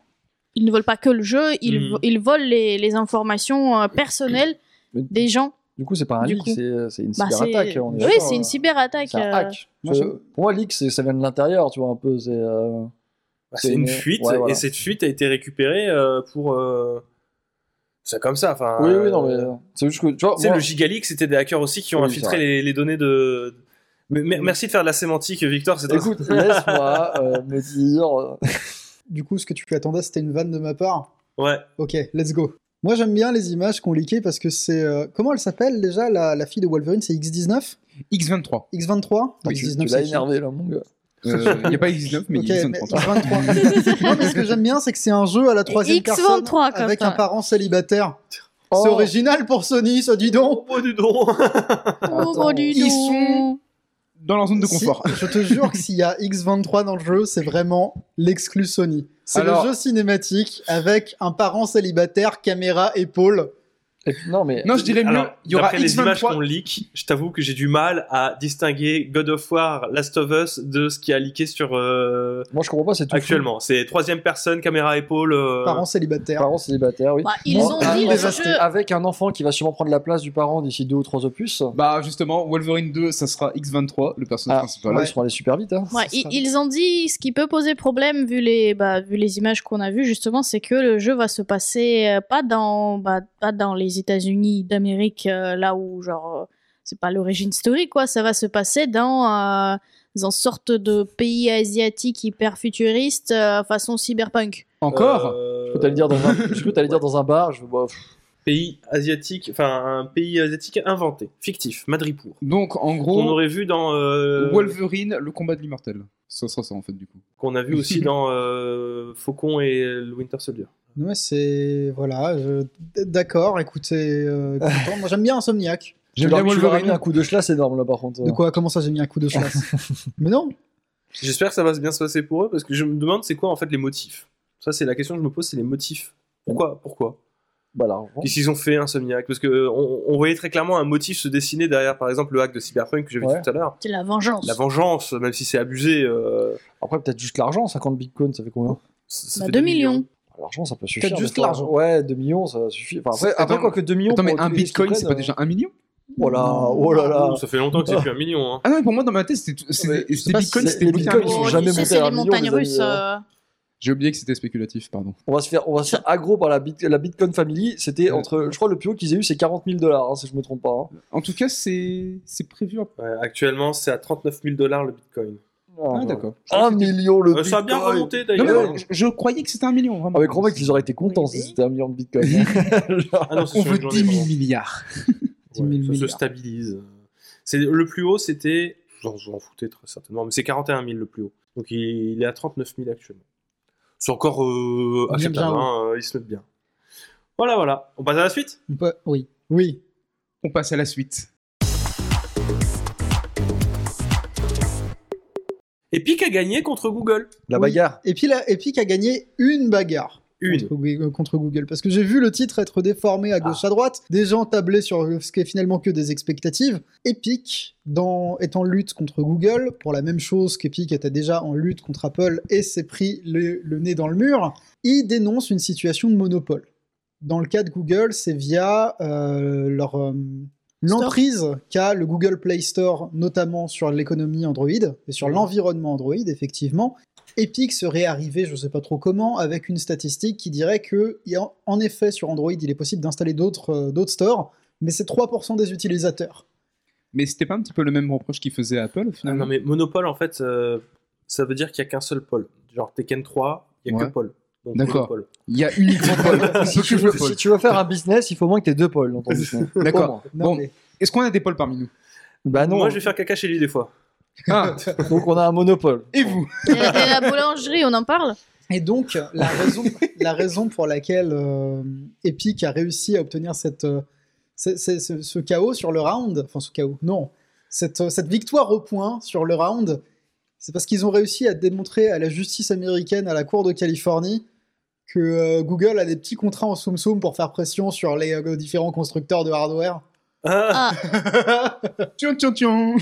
Speaker 4: ils ne volent pas que le jeu, ils,
Speaker 1: Mhm.
Speaker 4: vo- ils volent les, les informations euh, personnelles
Speaker 5: Mais
Speaker 4: des gens.
Speaker 5: Du coup, c'est pas un
Speaker 4: Du
Speaker 5: leak,
Speaker 4: coup.
Speaker 5: c'est, c'est une
Speaker 4: Bah, c'est-
Speaker 5: cyberattaque. on est
Speaker 4: oui,
Speaker 5: d'accord,
Speaker 4: c'est
Speaker 5: hein.
Speaker 4: une cyberattaque.
Speaker 5: C'est un
Speaker 4: euh,
Speaker 5: hack.
Speaker 3: Moi,
Speaker 5: Je-
Speaker 3: je-
Speaker 5: Pour moi, leak, c'est- ça vient de l'intérieur, tu vois, un peu. C'est, euh,
Speaker 1: Bah, c'est une
Speaker 5: une-
Speaker 1: fuite
Speaker 5: ouais, voilà.
Speaker 1: et cette fuite a été récupérée euh, pour. euh, C'est comme ça. Enfin,
Speaker 5: Oui, oui, non, mais.
Speaker 1: euh,
Speaker 5: euh, C'est juste que. Tu vois,
Speaker 1: Tu sais,
Speaker 5: moi-
Speaker 1: le Gigalic, c'était des hackers aussi qui ont
Speaker 5: Oui, c'est
Speaker 1: infiltré
Speaker 5: vrai.
Speaker 1: les, les données de. Mais- mais- Merci de faire de la sémantique, Victor. C'est
Speaker 5: Écoute, laisse-moi euh, me dire. euh,
Speaker 3: du coup ce que tu attendais c'était une vanne de ma part
Speaker 1: Ouais.
Speaker 3: Ok, let's go. Moi, j'aime bien les images qu'on leakait parce que c'est. euh, comment elle s'appelle déjà, la, la fille de Wolverine C'est X19
Speaker 2: X23. Euh,
Speaker 3: X23
Speaker 5: tu- tu l'as
Speaker 3: c'est qui
Speaker 5: énervé, là, mon gars.
Speaker 2: Il n'y a pas X19, mais
Speaker 3: Ok, mais
Speaker 2: X23.
Speaker 3: X23. non, mais ce que j'aime bien, c'est que c'est un jeu à la troisième
Speaker 4: X23,
Speaker 3: personne
Speaker 4: quand
Speaker 3: avec
Speaker 4: même.
Speaker 3: un parent célibataire. C'est
Speaker 5: Oh.
Speaker 3: original pour Sony, ça, dis donc.
Speaker 1: Oh, du don
Speaker 4: Oh, bon, dis
Speaker 2: Ils
Speaker 4: donc.
Speaker 2: sont- Dans leur zone de
Speaker 3: Si-
Speaker 2: confort.
Speaker 3: je te jure que s'il y a X23 dans le jeu, c'est vraiment l'exclu Sony. C'est
Speaker 2: Alors-
Speaker 3: le jeu cinématique avec un parent célibataire, caméra, épaule.
Speaker 5: Et- Non, mais.
Speaker 2: Non, je dirais mieux,
Speaker 1: Alors,
Speaker 2: il y aura
Speaker 1: d'après les images qu'on
Speaker 2: X23.
Speaker 1: leak, je t'avoue que j'ai du mal à distinguer God of War, Last of Us de ce qui a leaké sur euh,
Speaker 5: Moi, je comprends pas, c'est tout.
Speaker 1: actuellement. C'est troisième personne, caméra épaule. euh,
Speaker 3: Parent
Speaker 5: fou.
Speaker 3: célibataire.
Speaker 5: Parents célibataires, oui.
Speaker 4: Bah, ils
Speaker 5: Bon,
Speaker 4: ont
Speaker 5: ah,
Speaker 4: dit
Speaker 5: bah,
Speaker 4: le
Speaker 5: ça,
Speaker 4: jeu.
Speaker 5: c'est Avec un enfant qui va sûrement prendre la place du parent d'ici deux ou trois opus.
Speaker 2: Bah, justement, Wolverine 2, ça sera X23, le personnage
Speaker 5: Ah,
Speaker 2: principal.
Speaker 5: Là, ils sont allés super vite. Hein.
Speaker 4: Ouais,
Speaker 3: Ça
Speaker 4: i-
Speaker 3: sera-
Speaker 4: ils ont dit ce qui peut poser problème vu les, bah, vu les images qu'on a vues justement, c'est que le jeu va se passer euh, pas dans, bah, pas dans les États-Unis d'Amérique, euh, là où genre euh, c'est pas l'origine historique quoi, ça va se passer dans euh, dans une sorte de pays asiatique hyper futuriste euh, façon cyberpunk.
Speaker 2: Encore
Speaker 1: euh,
Speaker 5: Je peux t'aller dire dans un, je peux t'aller dire dans un bar, je bah, pff,
Speaker 1: Pays asiatique, enfin un pays asiatique inventé, fictif, Madripour.
Speaker 2: Donc, en
Speaker 1: Qu'on
Speaker 5: Oh.
Speaker 2: gros,
Speaker 1: aurait vu dans. euh,
Speaker 2: Wolverine, le combat de l'immortel. Ça sera ça, en fait, du coup.
Speaker 1: Qu'on a vu aussi dans euh, Faucon et le Winter Soldier.
Speaker 3: Ouais, c'est. Voilà. je- D'accord, écoutez. euh, content. Moi, j'aime bien Insomniac.
Speaker 5: tu
Speaker 2: J'aime
Speaker 5: leur-
Speaker 2: bien
Speaker 5: tu leur as mis
Speaker 2: Wolverine.
Speaker 5: un coup de chlasse énorme là par contre.
Speaker 3: De quoi Comment ça, j'ai mis un coup de chasse Mais non
Speaker 1: J'espère que ça va bien se passer pour eux parce que je me demande c'est quoi en fait les motifs. Ça, c'est la question que je me pose, c'est les motifs. Pourquoi Pourquoi
Speaker 5: Bah, l'argent.
Speaker 1: Qu'est-ce qu'ils ont fait, Insomniac Parce que euh, on, on voyait très clairement un motif se dessiner derrière, par exemple, le hack de Cyberpunk que j'avais
Speaker 5: Ouais.
Speaker 1: dit tout à l'heure.
Speaker 4: C'est la vengeance.
Speaker 1: La vengeance, même si c'est abusé. euh,
Speaker 5: Après, peut-être juste l'argent, 50 bitcoins, ça fait combien
Speaker 1: ça- ça
Speaker 4: Bah,
Speaker 1: fait
Speaker 4: 2
Speaker 1: deux
Speaker 4: millions.
Speaker 5: L'argent, ça peut suffire.
Speaker 2: Peut-être
Speaker 5: des
Speaker 2: juste
Speaker 5: fois.
Speaker 2: l'argent.
Speaker 5: Ouais, 2 millions, ça suffit. Enfin, après,
Speaker 2: C'est-
Speaker 5: après,
Speaker 2: attends,
Speaker 5: quoi que 2 millions.
Speaker 2: Attends, mais
Speaker 5: pour
Speaker 2: un
Speaker 5: tous les euh. risques qu'ils
Speaker 2: bitcoin, c'est
Speaker 5: prennent,
Speaker 2: pas déjà un million
Speaker 5: Oh là, oh là là.
Speaker 1: Oh, ça fait longtemps que c'est plus un million. hein.
Speaker 2: Ah non, pour moi, dans ma tête, c'était tout-
Speaker 5: mais
Speaker 2: c'était
Speaker 5: je sais
Speaker 2: c'était
Speaker 5: pas
Speaker 2: bitcoin,
Speaker 5: si
Speaker 2: c'était
Speaker 5: les
Speaker 2: bloqué à
Speaker 5: bitcoins
Speaker 2: un
Speaker 5: sont
Speaker 2: million.
Speaker 4: Oh,
Speaker 5: jamais
Speaker 4: tu sais,
Speaker 5: montés
Speaker 4: c'est
Speaker 5: à un
Speaker 4: les
Speaker 5: million,
Speaker 4: montagnes
Speaker 5: les amis,
Speaker 4: russes. euh.
Speaker 5: euh.
Speaker 2: J'ai oublié que c'était spéculatif, pardon.
Speaker 5: On va se faire, on va se faire aggro par la, bit- la Bitcoin Family. C'était entre, je crois, le plus haut qu'ils aient eu, c'est 40 000 dollars, si je me trompe pas. hein.
Speaker 2: En tout cas, c'est c'est prévu. Ah, un peu.
Speaker 1: Ouais, actuellement, c'est à 39 000 dollars le bitcoin.
Speaker 2: Ah, d'accord.
Speaker 5: Un million le
Speaker 1: Euh,
Speaker 5: bitcoin.
Speaker 1: ça a bien remonté
Speaker 2: Non,
Speaker 1: d'ailleurs.
Speaker 2: mais non, je, je croyais que c'était un million, vraiment.
Speaker 5: Avec gros mec, ils auraient été contents si c'était un million de bitcoin. hein. Genre,
Speaker 1: Ah non, c'est
Speaker 2: On
Speaker 1: sur une
Speaker 2: veut
Speaker 1: journée,
Speaker 2: 10 000
Speaker 1: pardon.
Speaker 2: milliards.
Speaker 1: Ouais, ça
Speaker 3: 10 000
Speaker 1: se
Speaker 3: milliards.
Speaker 1: stabilise. C'est le plus haut, c'était, j'en j'en foutais très certainement, mais c'est 41 000 le plus haut. Donc il, il est à 39 000 actuellement. C'est encore euh,
Speaker 3: Bien,
Speaker 1: acceptable,
Speaker 3: bien.
Speaker 1: hein, euh, ils se mettent bien. Voilà, voilà. On passe à la suite.
Speaker 3: On peut- Oui. Oui.
Speaker 2: On passe à la suite.
Speaker 1: Epic a gagné contre Google.
Speaker 5: La
Speaker 3: Oui.
Speaker 5: bagarre.
Speaker 3: Et puis là, Epic a gagné une bagarre.
Speaker 1: Une.
Speaker 3: Contre, Google, contre Google. Parce que j'ai vu le titre être déformé à gauche à droite, des gens tablaient sur euh, ce qui est finalement que des expectatives. Epic dans, est en lutte contre Google, pour la même chose qu'Epic était déjà en lutte contre Apple et s'est pris le, le nez dans le mur. Ils dénoncent une situation de monopole. Dans le cas de Google, c'est via euh, leur. euh, L'emprise qu'a le Google Play Store, notamment sur l'économie Android et sur l'environnement Android, effectivement, Epic serait arrivé, je ne sais pas trop comment, avec une statistique qui dirait que, il y a- en effet, sur Android, il est possible d'installer d'autres euh, d'autres stores, mais c'est 3% des utilisateurs.
Speaker 2: Mais c'était pas un petit peu le même reproche qu'ils faisaient à Apple,
Speaker 1: Ah
Speaker 2: finalement
Speaker 1: non, mais Monopole, en fait, euh, ça veut dire qu'il n'y a qu'un seul pôle. Genre Tekken 3, il n'y a
Speaker 2: Ouais.
Speaker 1: que Paul. Donc
Speaker 2: D'accord.
Speaker 1: Monopole.
Speaker 2: Il y a uniquement Paul. On peut que
Speaker 5: Si tu,
Speaker 2: jouer
Speaker 5: veux,
Speaker 2: Paul.
Speaker 5: si tu veux faire un business, il faut au moins que t'aies deux pôles dans ton business.
Speaker 2: D'accord.
Speaker 5: Au moins.
Speaker 2: Bon.
Speaker 3: mais-
Speaker 2: Est-ce qu'on a des Pauls parmi nous
Speaker 5: Bah non.
Speaker 1: Moi, je vais faire caca chez lui des fois.
Speaker 2: Ah,
Speaker 5: Donc on a un monopole.
Speaker 2: et vous
Speaker 4: Et et la boulangerie, on en parle
Speaker 3: Et donc, la raison, la raison pour laquelle euh, Epic a réussi à obtenir cette, euh, ce, ce- ce- ce chaos sur le round, enfin ce chaos, non, cette, euh, cette victoire au point sur le round, c'est parce qu'ils ont réussi à démontrer à la justice américaine, à la Cour de Californie, que euh, Google a des petits contrats en soum-soum pour faire pression sur les euh, différents constructeurs de hardware.
Speaker 1: Ah,
Speaker 4: Ah,
Speaker 2: Tion, tion, tion.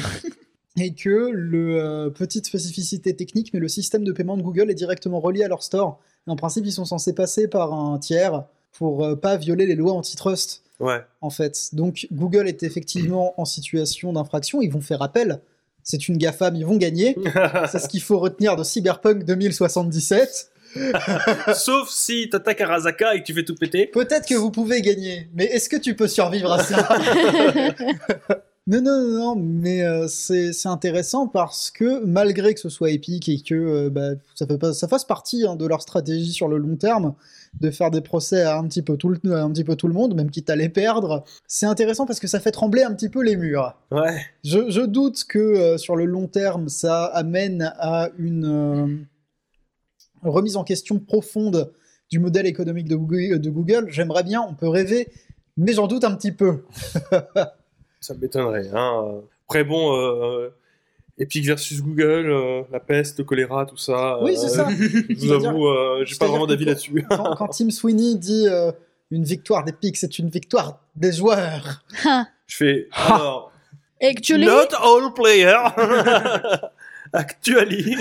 Speaker 3: et que le euh, petite spécificité technique, mais le système de paiement de Google est directement relié à leur store. Et en principe, ils sont censés passer par un tiers pour euh, pas violer les lois antitrust,
Speaker 1: ouais.
Speaker 3: en fait. Donc Google est effectivement en situation d'infraction. Ils vont faire appel. C'est une GAFAM, ils vont gagner. C'est ce qu'il faut retenir de Cyberpunk 2077.
Speaker 1: Sauf si t'attaques Arasaka et que tu fais tout péter.
Speaker 3: Peut-être que vous pouvez gagner, mais est-ce que tu peux survivre à ça Non, non, non, non, mais euh, c'est c'est intéressant parce que malgré que ce soit épique et que euh, bah, ça, fait pas, ça fasse partie hein, de leur stratégie sur le long terme de faire des procès à un petit peu tout le, à un petit peu tout le monde, même quitte à les perdre, c'est intéressant parce que ça fait trembler un petit peu les murs.
Speaker 1: Ouais.
Speaker 3: Je, je doute que euh, sur le long terme, ça amène à une euh, euh, remise en question profonde du modèle économique de Google. de Google. J'aimerais bien, on peut rêver. Mais j'en doute un petit peu.
Speaker 1: Ça m'étonnerait. Hein. Après, bon, euh, Epic versus Google, euh, la peste, le choléra, tout ça.
Speaker 3: Oui, c'est
Speaker 1: euh,
Speaker 3: ça.
Speaker 1: Je vous
Speaker 3: C'est-à-dire-
Speaker 1: avoue, euh, j'ai pas
Speaker 3: c'est-à-dire
Speaker 1: vraiment
Speaker 3: que
Speaker 1: d'avis
Speaker 3: quand-
Speaker 1: là-dessus.
Speaker 3: Quand, quand Tim Sweeney dit euh, une victoire des pics, c'est une victoire des joueurs.
Speaker 1: Je fais.
Speaker 3: Ah,
Speaker 1: Alors,
Speaker 4: Actually,
Speaker 1: not all players Actually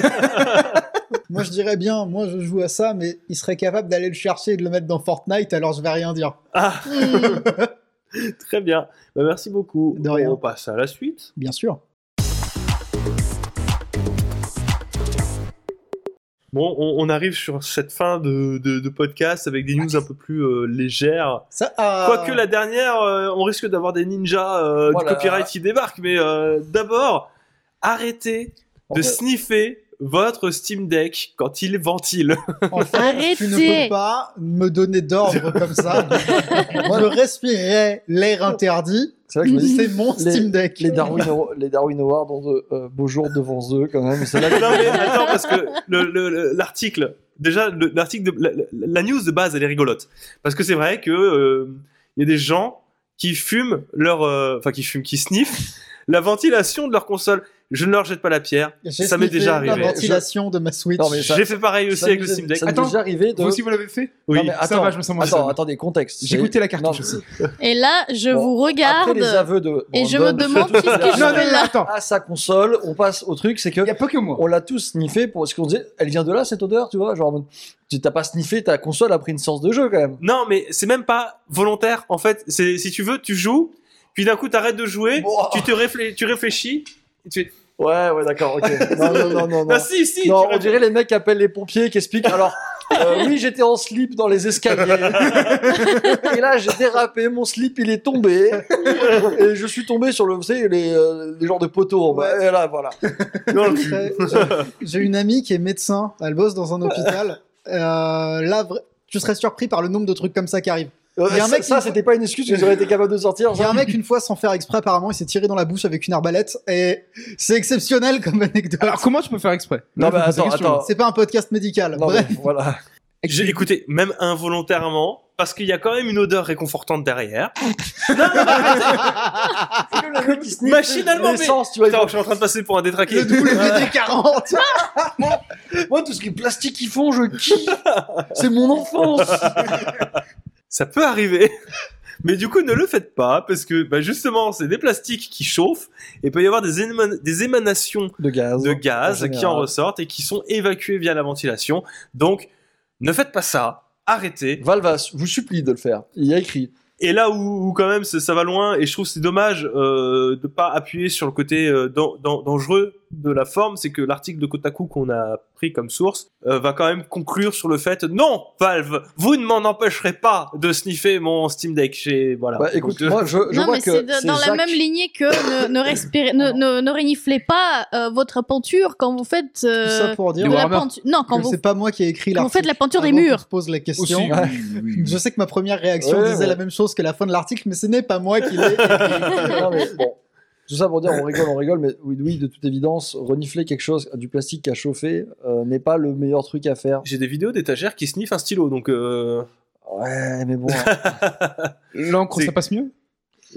Speaker 3: Moi, je dirais bien, moi, je joue à ça, mais il serait capable d'aller le chercher et de le mettre dans Fortnite, alors je vais rien dire.
Speaker 1: Ah,
Speaker 4: hmm,
Speaker 1: très bien. Bah, merci beaucoup.
Speaker 3: De rien.
Speaker 1: On passe à la suite.
Speaker 3: Bien sûr.
Speaker 1: Bon, on, on arrive sur cette fin de, de- de podcast avec des news un peu plus euh, légères.
Speaker 3: Ça, ah,
Speaker 1: Quoique la dernière, euh, on risque d'avoir des ninjas euh,
Speaker 5: Voilà.
Speaker 1: du copyright qui débarquent. Mais euh, d'abord, arrêtez de sniffer votre Steam Deck quand il ventile.
Speaker 3: en fait, tu ne
Speaker 4: Arrêtez.
Speaker 3: peux pas me donner d'ordre comme ça. Moi, je respirerais l'air interdit.
Speaker 5: C'est vrai que je me dis,
Speaker 3: C'est mon
Speaker 5: Les-
Speaker 3: Steam Deck.
Speaker 5: les Darwin, Awa- les Darwin Awards ont de euh, beaux jours devant eux quand même. C'est là que-
Speaker 1: non mais attends parce que le- le- le- l'article déjà le- l'article de- la, la- la news de base elle est rigolote parce que c'est vrai que euh, il y a des gens qui fument leur euh, enfin qui fument qui sniffent la ventilation de leur console je ne leur jette pas la pierre
Speaker 3: J'ai
Speaker 1: ça m'est
Speaker 3: sniffé
Speaker 1: déjà
Speaker 3: La
Speaker 1: arrivé.
Speaker 3: ventilation de ma Switch.
Speaker 5: Non, mais ça-
Speaker 1: j'ai fait pareil aussi
Speaker 5: ça
Speaker 1: avec le
Speaker 5: nous est-
Speaker 1: Steam Deck
Speaker 5: Ça nous est
Speaker 1: Attends,
Speaker 5: déjà arrivé de.
Speaker 2: Vous aussi, vous l'avez fait
Speaker 1: oui
Speaker 5: Non, mais
Speaker 2: Ça
Speaker 5: attends,
Speaker 2: va, je me sens moins
Speaker 5: attends,
Speaker 2: seul.
Speaker 5: attendez, contexte.
Speaker 2: J'ai
Speaker 5: C'est-
Speaker 2: goûté la cartouche
Speaker 5: Non,
Speaker 2: aussi.
Speaker 4: Et là, je
Speaker 5: Bon,
Speaker 4: vous regarde.
Speaker 5: Après les aveux de.
Speaker 4: Et je me
Speaker 5: Brandon,
Speaker 4: demande qu'est-ce que je
Speaker 2: Non, non,
Speaker 4: fais
Speaker 2: non,
Speaker 4: là.
Speaker 2: attends.
Speaker 5: À sa console, on passe au truc, c'est que.
Speaker 2: Il n'y a pas que moi.
Speaker 5: On l'a tous sniffé pour ce qu'on disait. Elle vient de là cette odeur, tu vois. Genre, en mode, tu- t'as pas sniffé ta console après une séance de jeu quand même.
Speaker 1: Ah, non mais c'est même pas volontaire en fait c'est si tu veux tu joues puis d'un coup t'arrêtes de jouer
Speaker 5: Wow.
Speaker 1: tu te réflé- tu réfléchis et tu fais-
Speaker 5: Ouais, ouais, d'accord, ok. Non, non, non, non. non.
Speaker 1: ah si si
Speaker 5: Non,
Speaker 1: tu
Speaker 5: on
Speaker 1: réfléchis.
Speaker 5: dirait les mecs qui appellent les pompiers, qui expliquent. Alors, euh, oui, j'étais en slip dans les escaliers. et là, j'ai dérapé, mon slip, il est tombé. et je suis tombé sur le, vous savez, les, euh, les genres de poteaux.
Speaker 3: Ouais.
Speaker 5: Et là, voilà.
Speaker 1: Non, le-
Speaker 3: Très- j'ai- J'ai une amie qui est médecin, elle bosse dans un hôpital. Euh, là, vra- tu serais surpris par le nombre de trucs comme ça qui arrivent.
Speaker 5: Euh,
Speaker 3: Il y a un
Speaker 5: ça,
Speaker 3: mec qui-
Speaker 5: ça, c'était pas une excuse que j'aurais été capable de sortir.
Speaker 3: Il y a
Speaker 5: genre.
Speaker 3: un mec, une fois, sans faire exprès, apparemment, il s'est tiré dans la bouche avec une arbalète. Et c'est exceptionnel comme anecdote.
Speaker 2: Alors, comment tu peux faire exprès Là,
Speaker 5: Non,
Speaker 2: je
Speaker 5: mais
Speaker 2: me pose la
Speaker 5: attends,
Speaker 2: question.
Speaker 5: attends.
Speaker 3: C'est pas un podcast médical.
Speaker 5: Non,
Speaker 3: Bref.
Speaker 5: mais voilà.
Speaker 1: J'ai écouté, même involontairement, parce qu'il y a quand même une odeur réconfortante derrière.
Speaker 5: Le mec, il sniffe
Speaker 1: Machinalement, mais-
Speaker 5: l'essence, tu vois. il
Speaker 1: Attends, je suis en train de passer pour un détraqué.
Speaker 3: Le WD-40
Speaker 5: fait, Moi, tout ce qui est plastique qu'ils font, je kiffe. C'est mon enfance.
Speaker 1: Ça peut arriver. Mais du coup, ne le faites pas, parce que bah, justement, c'est des plastiques qui chauffent, et il peut y avoir des, éman- des émanations
Speaker 5: De gaz.
Speaker 1: de gaz
Speaker 5: général.
Speaker 1: qui en ressortent et qui sont évacuées via la ventilation. Donc, ne faites pas ça. Arrêtez.
Speaker 5: Valve a- vous supplie de le faire. Il y a écrit.
Speaker 1: Et là où, où quand même ça, ça va loin, et je trouve que c'est dommage euh, de pas appuyer sur le côté euh, dan- dan- dangereux de la forme, c'est que l'article de Kotaku qu'on a pris comme source euh, va quand même conclure sur le fait non Valve, vous ne m'en empêcherez pas de sniffer mon Steam Deck chez voilà.
Speaker 3: Ah,
Speaker 5: Bah, écoute,
Speaker 1: Donc, euh,
Speaker 5: moi, je, je
Speaker 4: non,
Speaker 5: vois
Speaker 4: mais c'est
Speaker 5: que
Speaker 4: de- dans la
Speaker 5: Zach-
Speaker 4: même lignée que ne, ne, respirez- ne, ne, ne reniflez pas euh, votre peinture quand vous faites euh,
Speaker 3: Tout ça pour
Speaker 4: de
Speaker 3: dire
Speaker 4: la
Speaker 2: Warhammer.
Speaker 4: peinture. Non, quand
Speaker 3: que
Speaker 4: vous,
Speaker 3: c'est pas moi qui ai écrit
Speaker 4: quand vous faites
Speaker 3: l'article.
Speaker 4: la peinture des
Speaker 3: Avant qu'on
Speaker 4: murs.
Speaker 3: se pose la
Speaker 2: Aussi,
Speaker 3: question.
Speaker 2: oui, oui.
Speaker 3: Je sais que ma première réaction
Speaker 5: Ouais,
Speaker 3: disait
Speaker 5: ouais. Ah,
Speaker 3: la même chose que la fin de l'article, mais ce n'est pas moi qui l'ai.
Speaker 5: Non, mais bon. Tout ça pour dire, on rigole, on rigole, mais oui, oui, de toute évidence, renifler quelque chose, du plastique qui a chauffé, euh, n'est pas le meilleur truc à faire.
Speaker 1: j'ai des vidéos d'étagères qui sniffent un stylo, donc euh,
Speaker 5: Ouais, mais bon.
Speaker 2: L'encre,
Speaker 1: C'est-
Speaker 2: ça passe mieux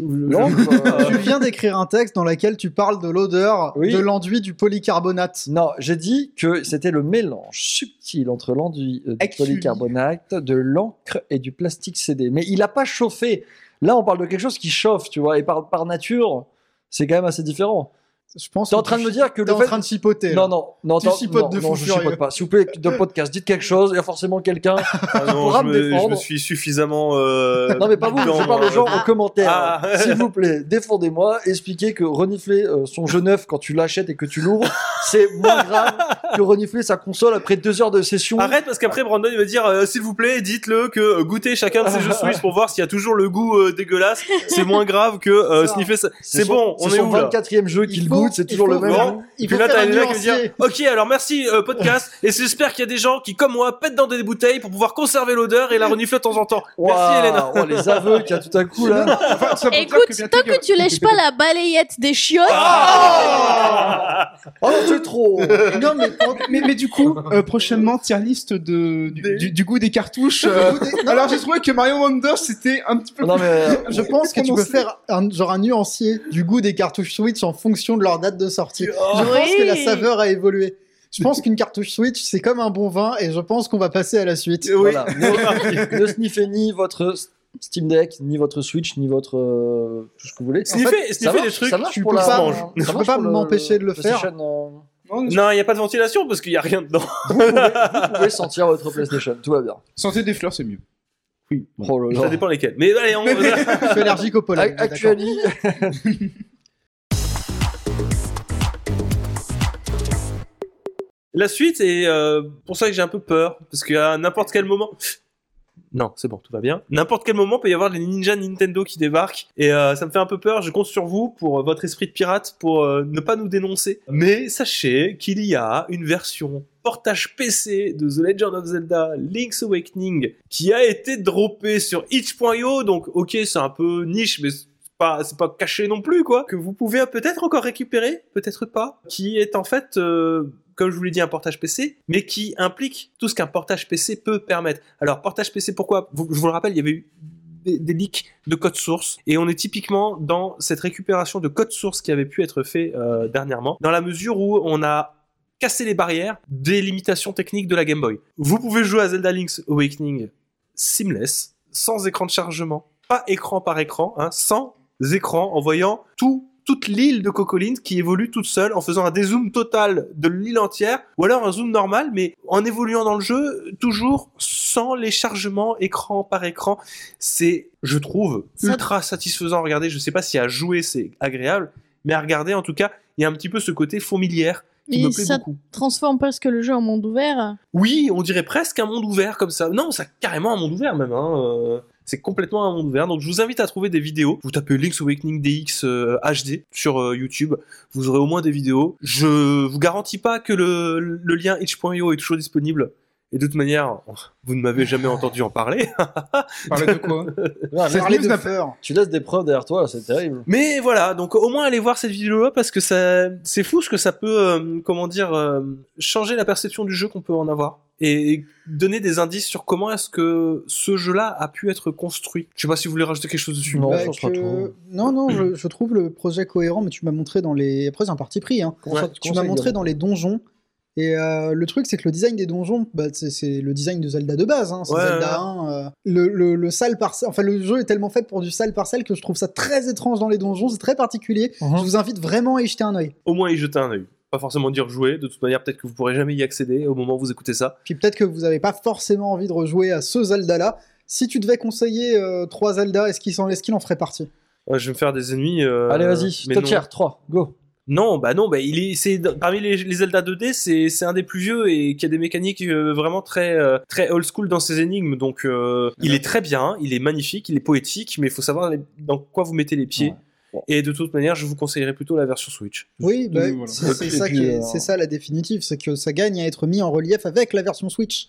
Speaker 5: Non,
Speaker 3: tu
Speaker 5: euh,
Speaker 3: viens d'écrire un texte dans lequel tu parles de l'odeur
Speaker 5: Oui.
Speaker 3: de l'enduit du polycarbonate.
Speaker 5: non, j'ai dit que c'était le mélange subtil entre l'enduit euh, du
Speaker 3: Actually.
Speaker 5: polycarbonate, de l'encre et du plastique CD. Mais il n'a pas chauffé. Là, on parle de quelque chose qui chauffe, tu vois, et par, par nature, c'est quand même assez différent.
Speaker 3: Je pense.
Speaker 5: T'es en
Speaker 3: que
Speaker 5: train de
Speaker 3: tu-
Speaker 5: me dire que
Speaker 3: T'es
Speaker 5: le
Speaker 3: en
Speaker 5: fait
Speaker 3: train de chipoter. là.
Speaker 5: Non, non, non,
Speaker 3: Tu
Speaker 5: attends,
Speaker 3: chipotes
Speaker 5: non,
Speaker 3: de fou
Speaker 5: non, je
Speaker 3: furieux.
Speaker 5: chipote pas. S'il vous plaît, de podcast, dites quelque chose. Il y a forcément quelqu'un.
Speaker 1: ah non,
Speaker 5: Pourra
Speaker 1: je,
Speaker 5: me
Speaker 1: me, je
Speaker 5: défendre.
Speaker 1: me suis suffisamment. euh,
Speaker 5: Non, mais pas vous,
Speaker 1: dedans,
Speaker 5: je parle
Speaker 1: euh,
Speaker 5: aux gens en
Speaker 4: Ah.
Speaker 5: commentaire. Hein.
Speaker 1: Ah.
Speaker 5: S'il vous plaît, défendez-moi, expliquez que renifler euh, son jeu neuf quand tu l'achètes et que tu l'ouvres, c'est moins grave que renifler sa console après deux heures de session.
Speaker 1: Arrête parce qu'après Brandon il va dire euh, s'il vous plaît dites-le que euh, goûtez chacun de ces jeux Switch pour voir s'il y a toujours le goût euh, dégueulasse c'est moins grave que euh,
Speaker 3: Ça.
Speaker 1: sniffer ça. C'est bon
Speaker 5: son-
Speaker 1: on
Speaker 5: c'est
Speaker 1: est
Speaker 5: son
Speaker 1: où là
Speaker 5: 24e jeu
Speaker 3: Il
Speaker 5: qu'il
Speaker 3: faut
Speaker 5: Hollywood, c'est toujours le même.
Speaker 3: Non,
Speaker 1: Et
Speaker 3: il
Speaker 1: puis
Speaker 3: faut
Speaker 1: là,
Speaker 3: faire
Speaker 1: t'as
Speaker 3: un
Speaker 1: les mecs qui vont
Speaker 3: nuancier.
Speaker 1: dire Ok, alors merci, euh, podcast. et j'espère qu'il y a des gens qui, comme moi, pètent dans des bouteilles pour pouvoir conserver l'odeur et la renifler de temps en temps. Merci,
Speaker 5: Waouh,
Speaker 1: Elena.
Speaker 5: oh, les aveux qu'il y a tout à coup là.
Speaker 2: Enfin, ça veut dire
Speaker 4: Écoute,
Speaker 2: que bien
Speaker 4: tant
Speaker 2: sûr
Speaker 4: que tu lèches pas la balayette des chiottes,
Speaker 5: Oh, c'est trop.
Speaker 3: Non, mais en-
Speaker 2: mais, mais du coup, euh, prochainement, tier list de, du,
Speaker 3: Des-
Speaker 2: du- du goût des cartouches. euh, alors j'ai trouvé que Mario Wonder c'était un petit peu.
Speaker 5: Non mais euh,
Speaker 3: je pense que tu peux
Speaker 2: Prononcé.
Speaker 3: faire un, genre un nuancier du goût des cartouches Switch en fonction de leur date de sortie.
Speaker 1: Oh.
Speaker 3: je pense
Speaker 4: Oui.
Speaker 3: que la saveur a évolué. Je pense qu'une cartouche Switch, c'est comme un bon vin et je pense qu'on va passer à la suite.
Speaker 5: Voilà. Ne, ne sniffez ni votre Steam Deck, ni votre Switch, ni votre euh, tout ce que vous voulez.
Speaker 1: Sniffer- sniffer
Speaker 5: ça marche-
Speaker 1: des trucs,
Speaker 5: ça marche
Speaker 3: tu
Speaker 5: pour
Speaker 3: peux
Speaker 5: la-
Speaker 3: pas-
Speaker 5: ça
Speaker 3: je peux
Speaker 5: marche
Speaker 3: pas
Speaker 5: pour le-
Speaker 3: m'empêcher de le faire.
Speaker 5: PlayStation, euh,
Speaker 1: Non, il n'y a pas de ventilation parce qu'il n'y a rien dedans.
Speaker 5: vous pouvez sentir votre PlayStation, tout va bien.
Speaker 2: Santé des fleurs, c'est mieux.
Speaker 5: Oui. Oh là
Speaker 1: Ça
Speaker 5: là.
Speaker 1: dépend lesquels. Mais allez, on.
Speaker 3: Je suis allergique au pollen.
Speaker 5: Ac- Actuali.
Speaker 1: La suite est euh, pour ça que j'ai un peu peur parce qu'à n'importe quel moment. Non, c'est bon, tout va bien. N'importe quel moment peut y avoir des ninjas Nintendo qui débarquent et euh, ça me fait un peu peur. Je compte sur vous pour euh, votre esprit de pirate pour euh, ne pas nous dénoncer. Mais sachez qu'il y a une version portage PC de The Legend of Zelda Link's Awakening qui a été droppée sur itch.io. Donc ok, c'est un peu niche, mais pas, c'est pas caché non plus, quoi, que vous pouvez peut-être encore récupérer, peut-être pas, qui est en fait, euh, comme je vous l'ai dit, un portage PC, mais qui implique tout ce qu'un portage PC peut permettre. Alors, portage PC, pourquoi Vous- Je vous le rappelle, il y avait eu des, des leaks de code source, et on est typiquement dans cette récupération de code source qui avait pu être fait euh, dernièrement, dans la mesure où on a cassé les barrières des limitations techniques de la Game Boy. Vous pouvez jouer à Zelda Link's Awakening seamless, sans écran de chargement, pas écran par écran, hein, sans écrans, en voyant tout, toute l'île de Cocoline qui évolue toute seule, en faisant un dézoom total de l'île entière, ou alors un zoom normal, mais en évoluant dans le jeu, toujours sans les chargements écran par écran. C'est, je trouve,
Speaker 4: Ça-
Speaker 1: ultra satisfaisant. Regardez, je sais pas si à jouer c'est agréable, mais à regarder, en tout cas, il y a un petit peu ce côté fourmilière qui
Speaker 4: mais
Speaker 1: me plaît
Speaker 4: ça
Speaker 1: beaucoup.
Speaker 4: transforme presque le jeu en monde ouvert.
Speaker 1: Oui, on dirait presque un monde ouvert comme ça. Non, c'est carrément un monde ouvert même. Hein. euh, C'est complètement un monde ouvert. Donc je vous invite à trouver des vidéos. Vous tapez Link's Awakening DX euh, HD sur euh, YouTube. Vous aurez au moins des vidéos. Je vous garantis pas que le, le lien itch.io est toujours disponible. Et de toute manière, vous ne m'avez jamais entendu en parler.
Speaker 2: Parler de quoi
Speaker 5: Non, mais
Speaker 2: C'est-
Speaker 3: Parler
Speaker 2: Cette news
Speaker 3: de
Speaker 2: n'a-
Speaker 3: peur.
Speaker 5: tu laisses des preuves derrière toi, là, c'est terrible.
Speaker 1: Mais voilà, donc au moins allez voir cette vidéo-là parce que ça, c'est fou ce que ça peut, euh, comment dire, euh, changer la perception du jeu qu'on peut en avoir et donner des indices sur comment est-ce que ce jeu-là a pu être construit. Je sais pas si vous voulez rajouter quelque chose dessus.
Speaker 5: Non,
Speaker 3: Bah,
Speaker 5: je pense pas
Speaker 3: que-
Speaker 5: trop.
Speaker 3: Non, non, je, je trouve le projet cohérent, mais tu m'as montré dans les. Après, c'est un parti pris. Hein.
Speaker 5: Comment
Speaker 1: Ouais,
Speaker 5: ça-
Speaker 3: Tu
Speaker 5: comment
Speaker 3: m'as
Speaker 5: ça,
Speaker 3: montré
Speaker 5: il y a-
Speaker 3: dans les donjons. Et euh, le truc, c'est que le design des donjons, bah, c'est- c'est le design de Zelda de base. Hein. C'est
Speaker 1: Ouais, ouais.
Speaker 3: Zelda 1. euh, le, le, le sale parcelle. Enfin, le jeu est tellement fait pour du sale parcelle que je trouve ça très étrange dans les donjons. C'est très particulier.
Speaker 5: Mhm.
Speaker 3: Je vous invite vraiment à y jeter un œil.
Speaker 1: Au moins y jeter un œil. Pas forcément dire jouer. De toute manière, peut-être que vous pourrez jamais y accéder au moment où vous écoutez ça.
Speaker 3: Puis peut-être que vous n'avez pas forcément envie de rejouer à ce Zelda-là. Si tu devais conseiller euh, trois Zelda, est-ce qu'il en, est en ferait partie
Speaker 1: Euh, je vais me faire des ennemis. euh,
Speaker 5: Allez, vas-y,
Speaker 1: mais
Speaker 5: top
Speaker 1: non.
Speaker 5: tier 3, go.
Speaker 1: Non, bah non, bah il est, c'est parmi les, les Zelda 2D, c'est c'est un des plus vieux et qui a des mécaniques euh, vraiment très euh, très old school dans ses énigmes. Donc euh, il est très bien, il est magnifique, il est poétique, mais il faut savoir les- dans quoi vous mettez les pieds.
Speaker 5: Ouais. Bon.
Speaker 1: Et de toute manière, je vous conseillerais plutôt la version Switch.
Speaker 3: Oui, bah,
Speaker 2: oui, voilà.
Speaker 3: c'est c'est
Speaker 5: Et
Speaker 3: ça,
Speaker 5: puis,
Speaker 3: qui est-
Speaker 5: euh,
Speaker 3: c'est ça la définitive, c'est que ça gagne à être mis en relief avec la version Switch.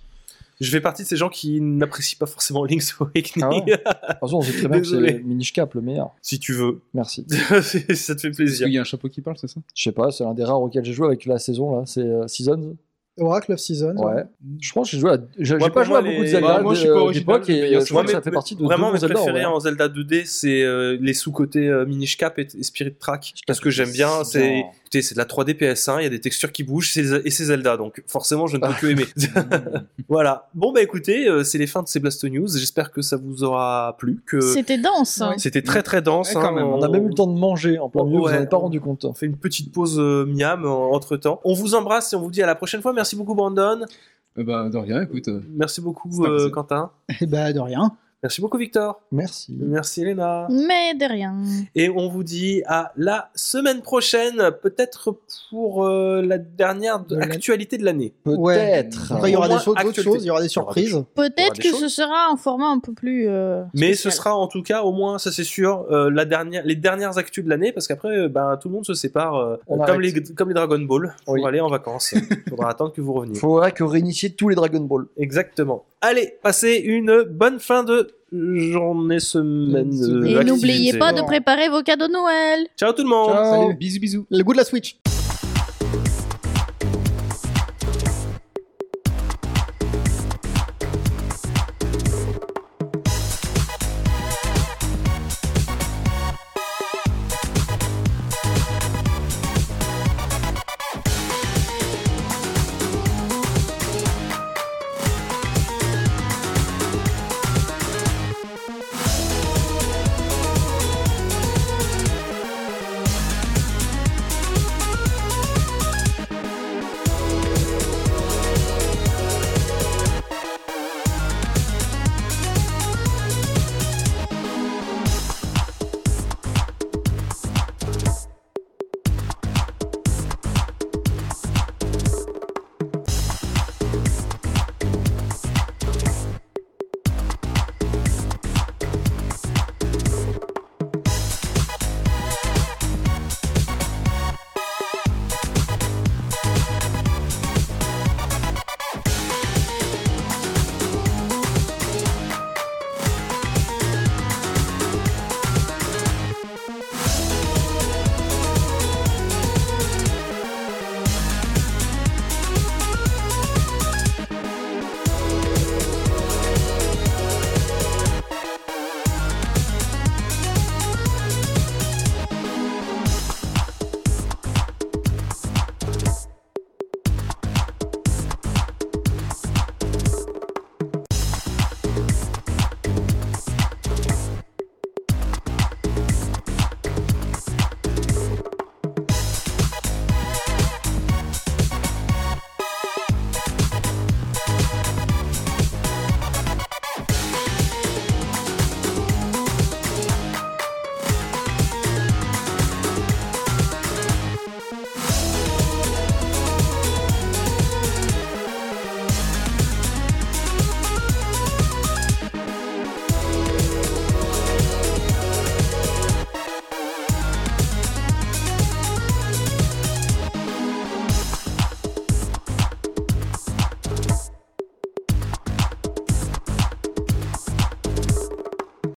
Speaker 1: Je fais partie de ces gens qui n'apprécient pas forcément Link's Awakening.
Speaker 5: Ah ouais De toute façon, on sait très bien que
Speaker 1: Désolé.
Speaker 5: c'est Minish Cap le meilleur.
Speaker 1: si tu veux,
Speaker 5: Merci.
Speaker 1: ça te fait plaisir.
Speaker 2: Il y a un chapeau qui parle, c'est ça
Speaker 5: Je sais pas, c'est l'un des rares auxquels j'ai joué avec la saison, là, c'est euh, Seasons.
Speaker 3: Oracle of Seasons. hein.
Speaker 5: Ouais. Je pense que j'ai joué à. J'ai
Speaker 1: Moi,
Speaker 5: j'ai
Speaker 1: pour
Speaker 5: pas joué à
Speaker 1: moi,
Speaker 5: beaucoup de
Speaker 1: les-
Speaker 5: Zelda
Speaker 2: Ouais, moi, je suis
Speaker 5: d'é-
Speaker 2: pas
Speaker 5: euh,
Speaker 2: original,
Speaker 5: d'époque et
Speaker 2: mais
Speaker 5: euh,
Speaker 2: c'est
Speaker 5: je
Speaker 2: vrai
Speaker 5: crois
Speaker 1: Moi,
Speaker 5: que ça
Speaker 1: mes-
Speaker 5: fait partie de.
Speaker 1: vraiment
Speaker 5: de
Speaker 1: mes
Speaker 5: Zelda, en vrai.
Speaker 1: préférés en Zelda 2D, c'est euh, les sous-côtés euh, Minish Cap et, et Spirit Track. Parce que j'aime bien, c'est
Speaker 5: bien.
Speaker 1: écoutez, c'est de la 3D PS1, il y a des textures qui bougent c'est- et c'est Zelda, donc forcément je ne peux que aimer.
Speaker 2: Euh,
Speaker 1: voilà. Bon bah écoutez, euh, c'est les fins de ces Blast News. J'espère que ça vous aura plu, que
Speaker 4: C'était dense. hein.
Speaker 1: c'était très très dense. hein.
Speaker 2: Ouais, quand même.
Speaker 5: On a même eu le temps de manger en plein milieu, vous en
Speaker 1: Oh, Ouais.
Speaker 5: avez pas rendu compte.
Speaker 1: On fait une petite pause euh, miam entre temps. On vous embrasse et on vous dit à la prochaine fois. Merci beaucoup Brandon.
Speaker 2: Euh, Bah de rien, écoute. euh,
Speaker 1: Merci beaucoup
Speaker 2: C'est un
Speaker 1: euh,
Speaker 2: plaisir.
Speaker 1: Quentin.
Speaker 3: Et bah de rien.
Speaker 1: Merci beaucoup, Victor.
Speaker 5: Merci.
Speaker 1: Merci, Elena.
Speaker 4: Mais de rien.
Speaker 1: Et on vous dit à la semaine prochaine, peut-être pour euh, la dernière de-
Speaker 3: De la-
Speaker 1: actualité de l'année.
Speaker 5: Peut-être.
Speaker 3: Après, il y aura
Speaker 1: Au moins,
Speaker 3: des choses, d'autres
Speaker 1: actualité.
Speaker 3: choses, il y aura des
Speaker 1: Il y aura
Speaker 3: surprises.
Speaker 1: aura
Speaker 4: Peut-être
Speaker 1: des
Speaker 4: que
Speaker 1: choses.
Speaker 4: ce sera un format un peu plus. euh,
Speaker 1: Mais ce
Speaker 4: spécial.
Speaker 1: sera en tout cas, au moins, ça c'est sûr, euh, la dernière, les dernières actus de l'année, parce qu'après, euh, ben, tout le monde se sépare, euh,
Speaker 5: On
Speaker 1: comme, les,
Speaker 5: arrête.
Speaker 1: comme les Dragon Ball, pour
Speaker 5: Oui.
Speaker 1: aller en vacances. Il faudra attendre que vous reveniez.
Speaker 5: Faudra que réinitie tous les Dragon Ball.
Speaker 1: Exactement. Allez, passez une bonne fin de journée, semaine.
Speaker 3: Et
Speaker 1: euh,
Speaker 4: Et n'oubliez
Speaker 1: activité.
Speaker 4: pas de préparer vos cadeaux de Noël.
Speaker 1: Ciao tout le monde
Speaker 3: Ciao.
Speaker 2: Salut, bisous, bisous.
Speaker 3: Le goût de la Switch.